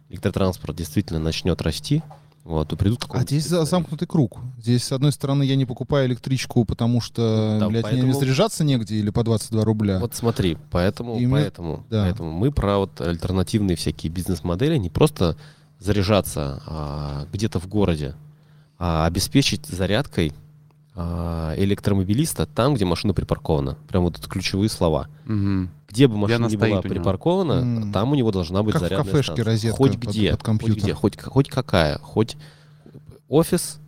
S3: электротранспорт действительно начнет расти, вот, то придут к
S1: А
S3: какому-то
S1: здесь за-
S3: спецтарифу.
S1: замкнутый круг. Здесь, с одной стороны, я не покупаю электричку, потому что,
S3: Да,
S1: блядь, мне
S3: Ну, поэтому-
S1: заряжаться негде или по 22 рубля.
S3: Вот смотри, поэтому,
S1: И мы-
S3: поэтому,
S1: да.
S3: поэтому мы про вот альтернативные всякие бизнес-модели не просто заряжаться а, где-то в городе, а обеспечить зарядкой а, электромобилиста там, где машина припаркована. Прям вот это ключевые слова.
S2: Мгм.
S3: Где бы машина
S2: она
S3: ни была
S2: стоит у него.
S3: припаркована,
S1: М.
S3: там у него должна быть
S1: Как в
S3: зарядная
S1: кафешке
S3: станция.
S1: розетка
S3: хоть
S1: под-
S3: где,
S1: под компьютер.
S3: хоть где, хоть, к- хоть какая, хоть офис,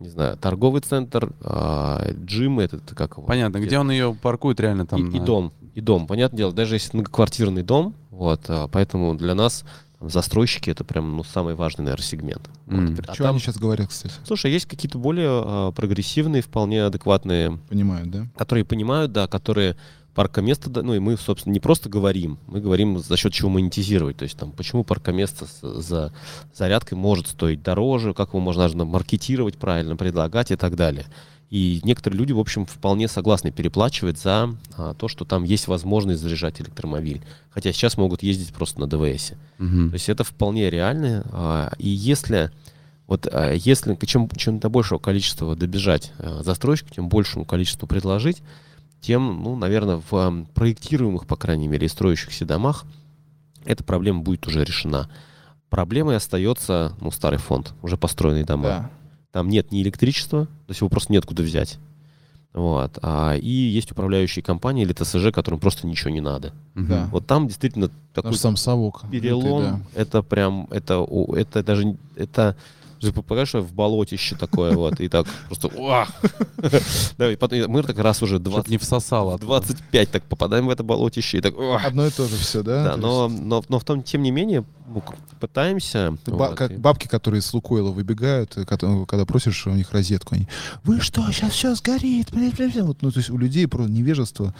S3: не знаю, торговый центр, а, джим этот, как его?
S2: Понятно, где он ее паркует реально там?
S3: и, и
S2: на-
S3: дом, и дом, понятное дело, даже если многоквартирный дом, вот, а, поэтому для нас там, застройщики это прям ну самый важный, наверное, сегмент. Вот,
S2: М.
S3: а
S1: Что
S3: там-
S1: они сейчас говорят, кстати?
S3: Слушай, есть какие-то более а, прогрессивные, вполне адекватные,
S1: Понимают, да?
S3: которые понимают, да, которые паркоместо, да- ну и мы, собственно, не просто говорим, мы говорим за счет чего монетизировать, то есть там почему паркоместо с- за зарядкой может стоить дороже, как его можно нужно маркетировать правильно, предлагать и так далее. И некоторые люди, в общем, вполне согласны переплачивать за а, то, что там есть возможность заряжать электромобиль. Хотя сейчас могут ездить просто на ДВСе.
S2: Мгм.
S3: То есть это вполне реально. а, И если вот а, если к чем, чем до большего количества добежать а, застройщику, тем большему количеству предложить, тем, ну, наверное, в ам, проектируемых, по крайней мере, и строящихся домах эта проблема будет уже решена. Проблемой остается, ну, старый фонд, уже построенные дома. Там э, нет ни электричества, то есть его просто нет куда взять. Вот. а, и есть управляющие компании или ТСЖ, которым просто ничего не надо.
S2: Мгм.
S1: Да.
S3: Вот там действительно такой
S1: Наш сам совок.
S3: перелом
S1: Это, да.
S3: это прям это у- это даже не- это же попадаешь в болотище такое вот и так просто «Уа!» да, и потом- и мы так раз уже
S2: Чтоб
S3: 20,
S2: не всосало.
S3: в 25 так попадаем в это болотище и так «Уа!»
S1: Одно и то же все, да?
S3: да
S1: То
S3: но но но в том тем не менее ну, к- пытаемся
S1: Ты ба-
S3: вот,
S1: как
S3: и-
S1: бабки, которые с Лукойла выбегают, и кото- когда просишь у них розетку, они, вы что, сейчас все сгорит, блядь, блядь, блядь». Вот, ну, то есть у людей про невежество.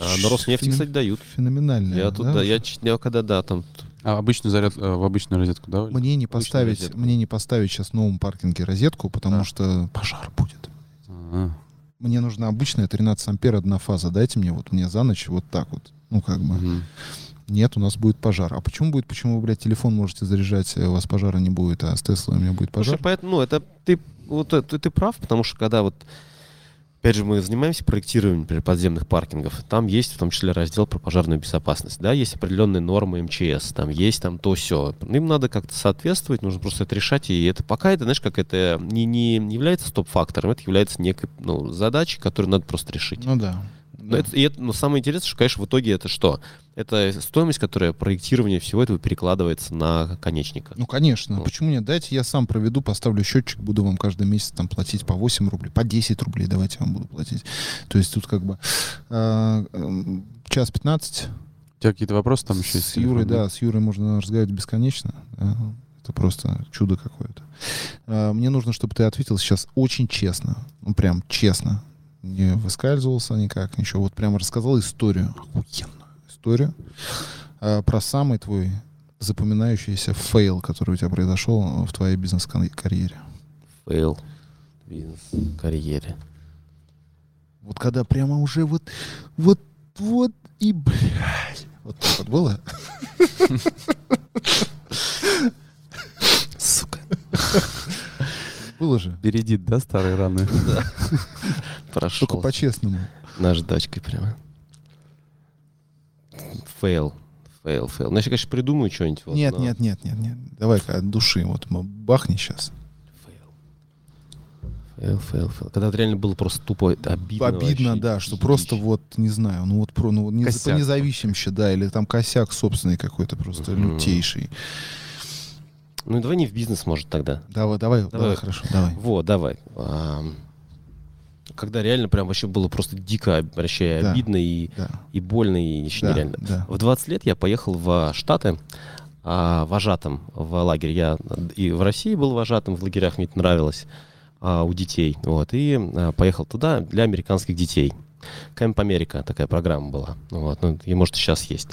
S3: а на Роснефти
S1: Феном-
S3: А, кстати дают
S1: Феноменальное.
S3: я тут
S1: да?
S3: да я, ч- я когда да там
S2: А обычный заряд, а, в обычную розетку, да?
S1: Мне не поставить,
S3: розетку.
S1: мне не поставить сейчас в новом паркинге розетку, потому
S2: Да.
S1: что пожар будет.
S2: А,
S1: Мне нужна обычная 13 ампер одна фаза. Дайте мне вот мне за ночь вот так вот. Ну, как бы.
S2: мгм.
S1: Нет, у нас будет пожар. А почему будет? Почему вы, блядь, телефон можете заряжать, э, у вас пожара не будет, а с Теслой у меня будет
S3: Слушай,
S1: пожар?
S3: поэтому, ну, это ты, вот, э, ты, ты прав, потому что когда вот, опять же, мы занимаемся проектированием, например, подземных паркингов, там есть в том числе раздел про пожарную безопасность, да, есть определенные нормы МЧС, там есть там то все. Им надо как-то соответствовать, нужно просто это решать, и это пока это, знаешь, как это не, не является стоп-фактором, это является некой, ну, задачей, которую надо просто решить.
S1: Ну да.
S3: Но, это, и это- но самое интересное, что, конечно, в итоге это что? Это стоимость, которая проектирование всего этого перекладывается на конечника.
S1: Ну, конечно.
S3: Вот.
S1: Почему нет? Дайте я сам проведу, поставлю счетчик, буду вам каждый месяц там платить по 8 рублей, по 10 рублей давайте я вам буду платить. То есть тут как бы э, э, час 15.
S2: У тебя какие-то вопросы там еще есть?
S1: с Юрой,
S2: телефон,
S1: да, с Юрой можно разговаривать бесконечно. Да. Это просто чудо какое-то. Э, Мне нужно, чтобы ты ответил сейчас очень честно. Ну, Прям честно. Не выскальзывался никак, ничего. Вот прям рассказал историю. Охуенную историю. э, Про самый твой запоминающийся фейл, который у тебя произошел в твоей бизнес-карьере.
S3: фейл в бизнес-карьере.
S1: Вот когда прямо уже вот, вот, вот и, блядь. Вот так вот было. Сука. Было же.
S2: Бередит, да, старые раны?
S3: Прошел
S1: Только по-честному.
S3: наждачкой прямо. Фейл. Фейл, фейл. Ну, я, щас, конечно, придумаю что-нибудь. вот,
S1: Нет,
S3: но-
S1: нет, нет, нет, нет. Давай-ка от души. Вот мы бахни сейчас.
S3: Фейл. Фейл, фейл, фейл. Когда это реально было просто тупо
S1: Обидно,
S3: обидно. вообще,
S1: да, что
S3: дичь.
S1: просто вот, не знаю, ну вот про, ну не за- по
S2: Косяк.
S1: независимщи, да, или там косяк собственный какой-то просто
S2: Мгм.
S1: лютейший.
S3: Ну, давай не в бизнес, может, тогда.
S1: Давай, давай, давай,
S3: Давай.
S1: хорошо, давай.
S3: Вот, давай. Ам, Когда реально прям вообще было просто дико об- вообще
S1: Да.
S3: обидно и,
S1: Да,
S3: и больно, и еще
S1: да,
S3: нереально.
S1: да.
S3: В 20 лет я поехал в Штаты а, вожатым в лагерь. Я и в России был вожатым, в лагерях мне это нравилось а, у детей. Вот, и а, поехал туда для американских детей. Кэмп Америка такая программа была. Вот, ну, и может и сейчас есть.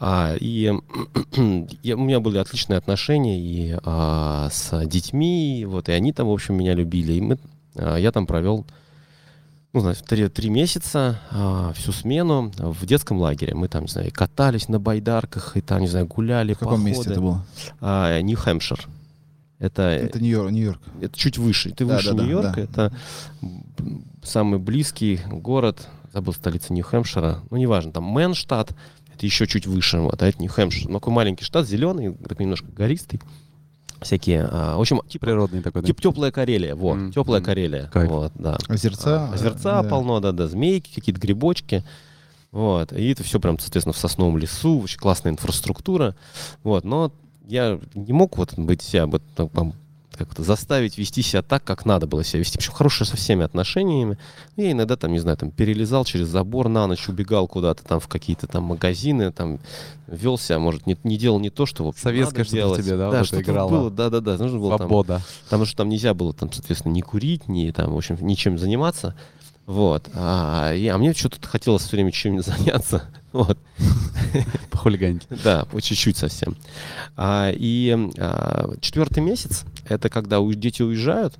S3: А, и я- у меня были отличные отношения и а, с детьми, и вот, и они там, в общем, меня любили. И мы, а, я там провел ну, значит, три, три месяца, а, всю смену в детском лагере. Мы там, не знаю, и катались на байдарках, и там, не знаю, гуляли,
S1: В каком
S3: походы. Э,
S1: месте это было?
S3: А, Нью-Хэмпшир. Это,
S1: Это
S3: это...
S1: Нью-Йорк. Нью-Йорк.
S3: чуть выше. Ты
S1: Да,
S3: выше
S1: да, да,
S3: Нью-Йорка.
S1: да.
S3: Это м, самый близкий город. Забыл столица Нью-Хэмпшира. Ну, неважно, там Мэн штат. Это еще чуть выше. Вот, а это Нью-Хэмпшир. Ну, такой маленький штат, зеленый, такой немножко гористый. Всякие. а, в общем, типа,
S2: Природный такой, да?
S3: теплая Карелия. Вот,
S2: М,
S3: теплая
S2: м,
S3: Карелия.
S2: кайф.
S3: Вот, да.
S1: Озерца. э,
S3: А, Озерца
S1: да.
S3: полно, да, да, змейки, какие-то грибочки. Вот. И это все прям, соответственно, в сосновом лесу, очень классная инфраструктура. Вот. Но я не мог вот быть себя вот, так, там, как-то заставить вести себя так, как надо было себя вести. Причем хорошие со всеми отношениями. Ну, Я иногда там, не знаю, там перелезал через забор на ночь, убегал куда-то там в какие-то там магазины, там вел себя, может, не, не делал не то, что вот
S2: Советское что-то в тебе, да, вот это
S3: что-то
S2: играло?
S3: было, да-да-да. Нужно было там
S2: Свобода.
S3: Потому что там нельзя было, там, соответственно, не курить, ни там, в общем, ничем заниматься. Вот. А, и- а мне что-то хотелось все время чем-нибудь заняться. Вот.
S2: Похулиганить.
S3: Да, по чуть-чуть совсем. А, и а, четвертый месяц это когда у- дети уезжают,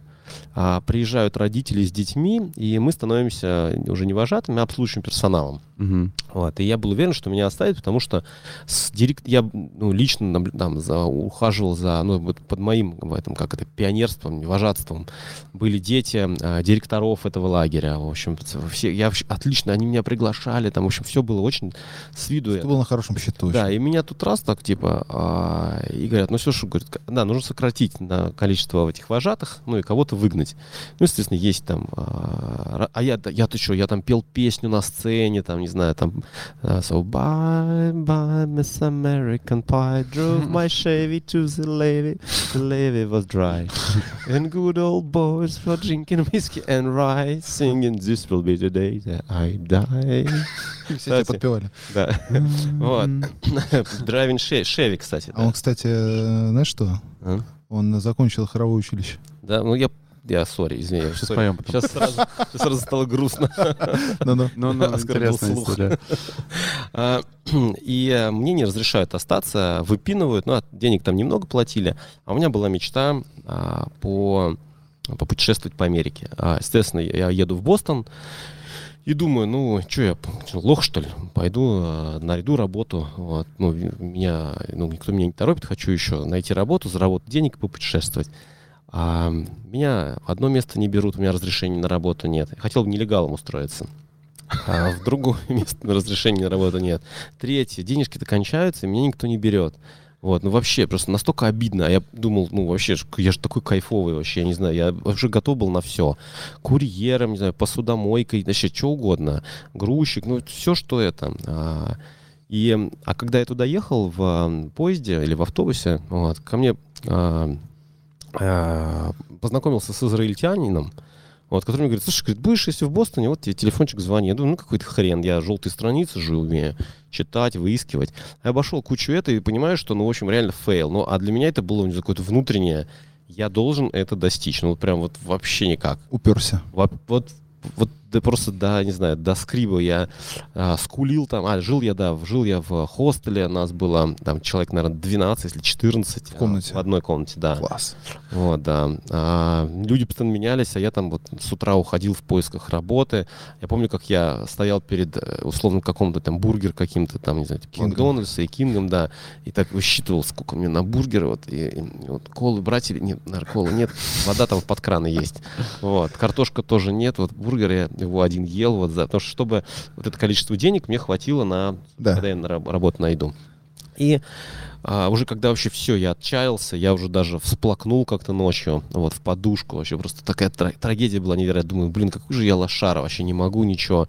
S3: а, приезжают родители с детьми, и мы становимся уже не вожатыми, а обслуживающим персоналом.
S2: Мгм.
S3: Вот, и я был уверен, что меня оставят, потому что с директ... я ну, лично наблю- там, за... ухаживал за, ну, вот под моим в этом, как это, пионерством, вожатством были дети а, директоров этого лагеря, в общем, ц- все, я вообще отлично, они меня приглашали, там, в общем, все было очень с виду.
S1: Ты был на хорошем счету.
S3: Да, и меня тут раз так, типа, а, и говорят, ну все, что, говорит, к- да, нужно сократить на количество этих вожатых, ну и кого-то выгнать. Ну, естественно, есть там, а ра- а я, я ты что, я там пел песню на сцене, там, не знаю, там, а, so bye, bye, Miss American Pie, drove my Chevy to the levee, the levee was dry, and good old boys were drinking whiskey and rye, singing this will be the day that I die.
S1: Все тебя
S3: Кстати.
S1: подпевали.
S3: Да. Вот. Драйвин Шеви, Шеви, кстати.
S1: А он, кстати, э, знаешь что?
S3: А?
S1: Он закончил хоровое училище.
S3: Да, ну я... Я, сори, извини. я
S2: Сейчас
S3: sorry.
S2: поем потом.
S3: Сейчас сразу, сейчас сразу стало грустно.
S1: Ну-ну.
S2: Ну, ну,
S3: Оскорбил
S2: интересная
S3: слух.
S2: история.
S3: А, И э, мне не разрешают остаться, выпинывают, ну, а денег там немного платили, а у меня была мечта а, по попутешествовать по Америке. А, Естественно, я еду в Бостон и думаю, ну, что я, что, лох, что ли? Пойду, а, найду работу. Вот. Ну, в- меня, ну, никто меня не торопит, хочу еще найти работу, заработать денег и попутешествовать. А, меня в одно место не берут, у меня разрешения на работу нет. Хотел бы нелегалом устроиться. А в другое место разрешения на работу нет. Третье, денежки-то кончаются, и меня никто не берет. Вот, ну вообще, просто настолько обидно. А Я думал, ну вообще, ж, я же такой кайфовый вообще, я не знаю, я уже готов был на все. Курьером, не знаю, посудомойкой, вообще что угодно. Грузчик, ну все, что это. А, и, м, а когда я туда ехал в м, поезде или в автобусе, вот, ко мне а, а, познакомился с израильтянином, вот, который мне говорит, слушай, говорит, будешь, если в Бостоне, вот тебе телефончик звони. Я думаю, ну какой-то хрен, я желтые страницы же умею читать, выискивать. Я обошел кучу это и понимаю, что, ну, в общем, реально фейл. Ну, а для меня это было не знаю, какое-то внутреннее, я должен это достичь. Ну, вот прям вот вообще никак.
S1: Уперся.
S3: Во- Вот, вот да просто, да, не знаю, до скриба я а, скулил там, а, жил я, да, в- жил я в хостеле, нас было там человек, наверное, 12 или 14. В
S1: комнате?
S3: в одной комнате, да.
S1: Класс.
S3: Вот, да. А, люди постоянно менялись, а я там вот с утра уходил в поисках работы. Я помню, как я стоял перед э, условно каком-то там бургер каким-то там, не знаю, типа
S1: Кингом.
S3: Макдональдса и Кингом, да. И так высчитывал, сколько мне на бургер, вот, и, и вот колы брать или нет, наверное, колы нет, вода там под краны есть. Вот, картошка тоже нет, вот бургер я его один ел, вот, за, потому что чтобы вот это количество денег мне хватило на
S1: Да.
S3: когда я на раб- работу найду. И а, уже когда вообще все, я отчаялся, я уже даже всплакнул как-то ночью, вот, в подушку, вообще просто такая тра- трагедия была невероятная. Думаю, блин, какой же я лошара, вообще не могу ничего,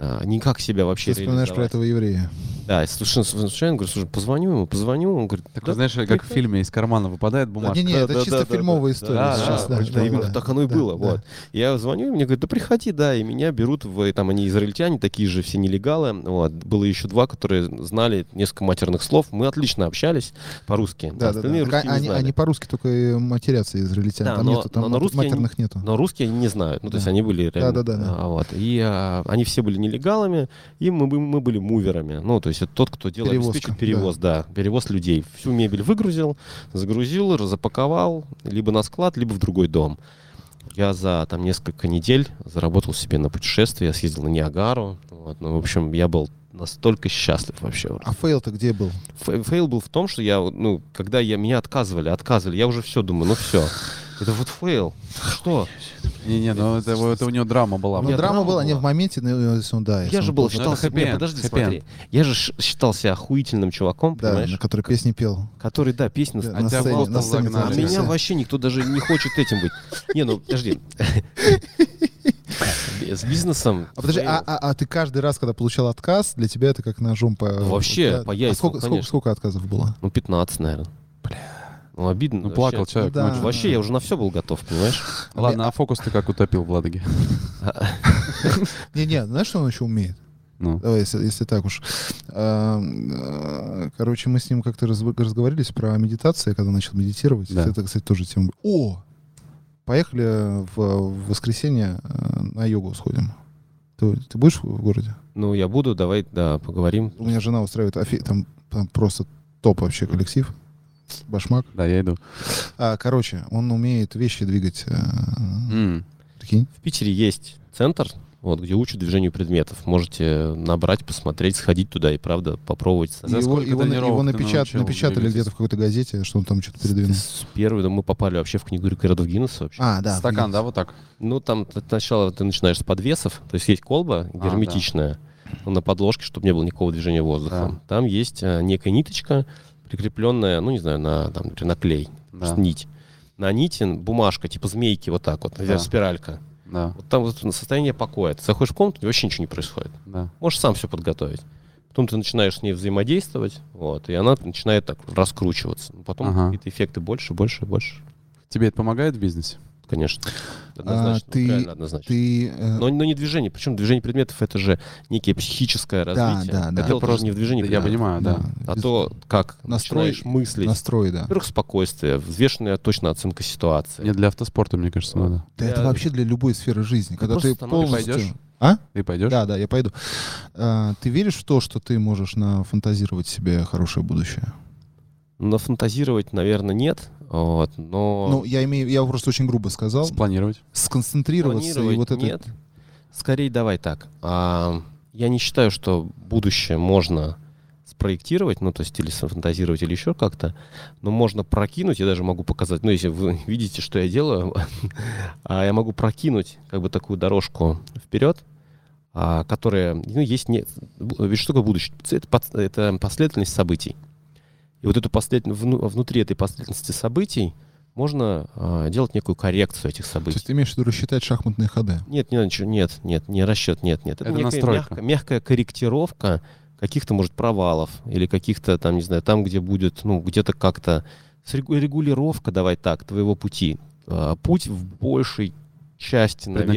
S3: а, никак себя вообще
S1: Ты вспоминаешь про
S3: реализовать.
S1: этого еврея.
S3: Да, и совершенно случайно, говорю, слушай, позвоню ему, позвоню, он говорит,
S2: Так,
S3: да,
S2: знаешь, как в фильме из кармана выпадает бумажка.
S1: Не-не, это
S3: Да, да,
S1: чисто
S3: да, да,
S1: фильмовая
S3: да.
S1: история
S2: Да,
S1: сейчас.
S2: да,
S1: да,
S2: это
S1: да,
S3: именно
S1: да.
S3: так оно и
S1: Да,
S3: было.
S1: да.
S3: Вот. Я звоню, и мне говорят, да приходи, да, и меня берут, в, там они израильтяне, такие же все нелегалы. Вот. Было еще два, которые знали несколько матерных слов. Мы отлично общались по-русски.
S1: Да, да, да.
S3: остальные
S1: Так а
S3: русские не
S1: они,
S3: знали.
S1: они по-русски только и матерятся израильтяне.
S3: Да,
S1: там
S3: но-
S1: нету, там
S3: но на русский они-
S1: матерных нету.
S3: Но русские они не знают. Ну, то
S1: Да.
S3: есть они были реально...
S1: да, да, да.
S3: а, вот. И а, они все были нелегалами, и мы, бы- мы были муверами. Ну, то есть это тот, кто делал
S1: Перевозка,
S3: обеспечит перевоз, да. перевоз людей. Всю мебель выгрузил, загрузил, запаковал, либо на склад, либо в другой дом. Я за там несколько недель заработал себе на путешествие, я съездил на Ниагару. Вот. Ну, в общем, я был настолько счастлив вообще.
S1: А фейл-то где был?
S3: Фе- Фейл был в том, что я, вот, ну, когда я, меня отказывали, отказывали, я уже все думаю, ну все. Это вот фейл. Что?
S2: Не-не, ну это, это у него драма была.
S1: Ну,
S3: меня
S1: драма
S3: драма
S1: была, не
S3: была.
S1: в моменте, но если он, да. если
S3: Я же
S1: он
S3: был,
S1: был-
S2: Ну, это
S3: считал
S2: хэппи-энд,
S3: себя, не, подожди,
S2: хэппи-энд.
S3: смотри. Я же ш- считал себя охуительным чуваком,
S1: Да,
S3: понимаешь?
S1: на который песни пел.
S3: Который, да, песню...
S1: Да,
S2: а
S1: на
S2: тебя
S1: сцене,
S2: просто
S1: на сцене
S2: загнали.
S3: А
S1: танцевал.
S3: меня вообще никто даже не хочет этим быть. Не, ну, подожди. С бизнесом...
S1: А подожди, а, а- а ты каждый раз, когда получал отказ, для тебя это как ножом по...
S3: Вообще,
S1: да.
S3: по яйцам,
S1: А сколько, сколько,
S3: конечно.
S1: сколько отказов было?
S3: Ну, 15, наверное. Ну, обидно.
S2: Ну,
S3: вообще.
S2: плакал человек.
S1: да.
S2: ночью.
S3: Вообще, я уже на все был готов, понимаешь?
S2: Ладно, а фокус ты как утопил в Ладоге?
S1: Не-не, знаешь, что он еще умеет?
S2: Ну.
S1: Давай, если, если так уж. Эм, э, Короче, мы с ним как-то разв- разговорились про медитацию, я когда начал медитировать.
S2: Да.
S1: Это, кстати, тоже тема. О! Поехали в, в воскресенье э, на йогу сходим. Ты, ты будешь в городе?
S3: Ну, я буду, давай, да, поговорим.
S1: У меня жена устраивает офи- там, там просто топ вообще коллектив. Башмак.
S2: Да, я иду.
S1: А, короче, он умеет вещи двигать. э,
S2: М.
S1: Прикинь?
S3: В Питере есть центр, вот, где учат движению предметов. Можете набрать, посмотреть, сходить туда и, правда, попробовать.
S2: За
S1: его
S2: сколько
S1: его на-
S2: тренировок
S1: его
S2: ты
S1: напечат-
S2: научил
S1: напечатали
S2: двигаться?
S1: где-то в какой-то газете, что он там что-то передвинул.
S3: С первой, да, мы попали вообще в книгу рекордов Гиннесса вообще.
S1: А, да.
S2: Стакан, да, вот так?
S3: Ну, там т- сначала ты начинаешь с подвесов, то есть есть колба
S2: А,
S3: герметичная ну, на подложке, чтобы не было никакого движения воздуха. Там есть э, некая ниточка, прикрепленная, ну, не знаю, на, там, например, на клей,
S2: Да,
S3: просто нить. На нити бумажка, типа змейки, вот так вот,
S2: Да.
S3: спиралька.
S2: да,
S3: Вот там вот состояние покоя. Ты заходишь в комнату, и вообще ничего не происходит.
S2: да.
S3: Можешь сам все подготовить. Потом ты начинаешь с ней взаимодействовать, вот, и она начинает так раскручиваться. Потом
S2: Ага.
S3: какие-то эффекты больше, больше, больше.
S2: Тебе это помогает в бизнесе?
S3: Конечно. Однозначно.
S1: А, ты-
S3: реально однозначно.
S1: Ты, э,
S3: Но, но не движение. Причем движение предметов это же некие психическое развитие.
S1: да, да.
S3: А дело
S2: Это
S3: просто не в движении.
S2: Я
S3: предметов,
S2: понимаю, да.
S3: А
S1: без-
S3: то, как
S1: Настрой-
S3: настроишь мыслить.
S1: настрой, да.
S3: Во-первых, спокойствие, взвешенная точная оценка ситуации.
S2: Не для автоспорта, мне кажется, надо.
S1: Да это
S3: Я-
S1: вообще для любой сферы жизни. Когда
S3: просто
S1: ты
S3: становишься-
S1: полностью...
S2: Пойдешь?
S1: А?
S2: Ты пойдешь?
S1: Да, да, я пойду. А, Ты веришь в то, что ты можешь нафантазировать себе хорошее будущее?
S3: Но фантазировать, наверное, нет. Вот, но
S1: Ну, я имею, я просто очень грубо сказал.
S2: Спланировать?
S1: Сконцентрироваться и вот это.
S3: нет. Скорее давай так. А, я не считаю, что будущее можно спроектировать, ну, то есть или сфантазировать, или еще как-то, но можно прокинуть, я даже могу показать, ну, если вы видите, что я делаю, а я могу прокинуть как бы такую дорожку вперед, а, которая, ну, есть, не, бу- ведь что такое будущее? Это, под- это последовательность событий. И вот эту последовательность, внутри этой последовательности событий можно а, делать некую коррекцию этих
S1: То
S3: событий.
S1: есть ты имеешь в виду рассчитать шахматные ходы?
S3: Нет, не, ничего, нет, нет, не расчет, нет, нет.
S2: Это
S3: некая
S2: настройка.
S3: мягкая- мягкая корректировка каких-то, может, провалов или каких-то там, не знаю, там, где будет, ну, где-то как-то срегу- регулировка, давай так, твоего пути. А, Путь в большей части, наверное,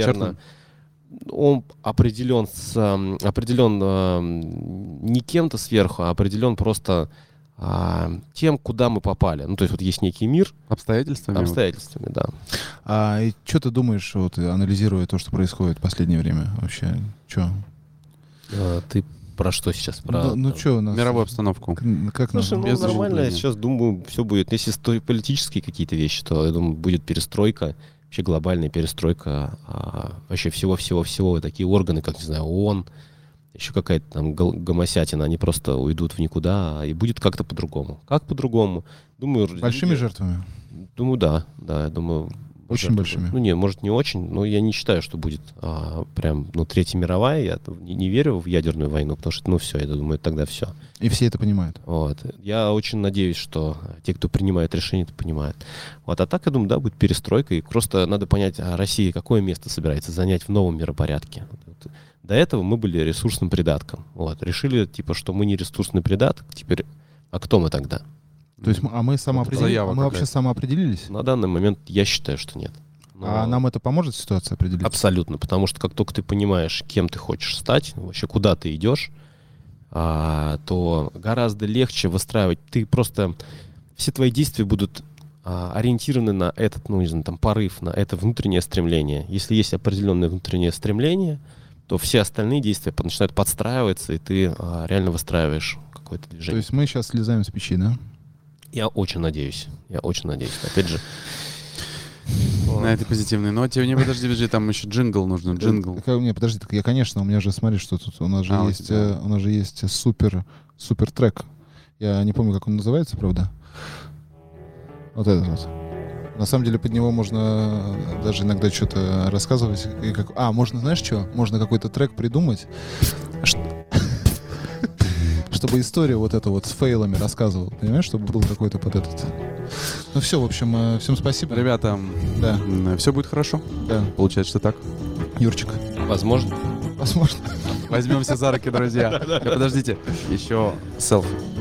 S2: Предначертан?
S3: он определен с ам, определен ам, не кем-то сверху, а определен просто а, тем, куда мы попали. Ну, то есть вот есть некий мир
S2: Обстоятельствами? вот?
S3: обстоятельствами, да.
S1: А что ты думаешь, вот анализируя то, что происходит в последнее время вообще? Че?
S3: А, Ты про что сейчас? Про
S1: ну
S3: там,
S1: что у нас?
S2: Мировую обстановку.
S1: К- Как
S3: Слушай,
S1: нам-
S3: ну
S2: без
S3: нормально,
S2: углубления.
S3: сейчас думаю, все будет. Ну, Если сто- политические какие-то вещи, то, я думаю, будет перестройка, вообще глобальная перестройка а, вообще всего-всего-всего. И Такие органы, как, не знаю, ООН, еще какая-то там гол- гомосятина, они просто уйдут в никуда, и будет как-то по-другому. Как по-другому? Думаю,
S1: Большими
S3: люди-
S1: жертвами?
S3: Думаю, да, да, я думаю.
S1: Очень
S3: жертвы-
S1: большими.
S3: Ну, не, может, не очень, но я не считаю, что будет а, прям, ну, Третья мировая, я не, не верю в ядерную войну, потому что, ну, все, я думаю, тогда все.
S1: И все это понимают.
S3: Вот. Я очень надеюсь, что те, кто принимает решение, это понимают. Вот. А так, я думаю, да, будет перестройка. И просто надо понять, а Россия какое место собирается занять в новом миропорядке. Вот. До этого мы были ресурсным придатком. Вот. Решили, типа, что мы не ресурсный придаток. Теперь, а кто мы тогда?
S1: То есть, м- а мы самоопределились?
S2: заява
S1: мы вообще
S2: какая-то.
S1: самоопределились?
S3: На данный момент я считаю, что нет. Но-
S1: А нам это поможет ситуация определить?
S3: Абсолютно, потому что как только ты понимаешь, кем ты хочешь стать, ну, вообще куда ты идешь, а, то гораздо легче выстраивать. Ты просто все твои действия будут а, ориентированы на этот, ну не знаю, там порыв, на это внутреннее стремление. Если есть определенное внутреннее стремление, то все остальные действия под- начинают подстраиваться, и ты а, реально выстраиваешь какое-то
S1: То
S3: движение.
S1: есть мы сейчас слезаем с печи, да?
S3: Я очень надеюсь, я очень надеюсь. Опять же.
S2: На этой позитивной ноте. Не, подожди, подожди, там еще джингл нужно, джингл.
S1: Э, ка- Не, подожди, так я, конечно, у меня же, смотри, что тут, у нас же
S2: А, у
S1: есть,
S2: тебя.
S1: э, у нас же есть супер, супер трек. Я не помню, как он называется, правда? Вот этот вот. На самом деле под него можно э, даже иногда что-то рассказывать. И как... А, можно, знаешь что? Можно какой-то трек придумать, ш- чтобы историю вот эту вот с фейлами рассказывал. Понимаешь, чтобы был какой-то под этот. Ну все, в общем, э, всем спасибо.
S2: Ребята,
S1: Да.
S2: все будет хорошо.
S1: Да.
S2: Получается так.
S1: Юрчик,
S3: Возможно.
S1: возможно.
S2: Возьмемся за руки, друзья. Да, Подождите. Еще селфи.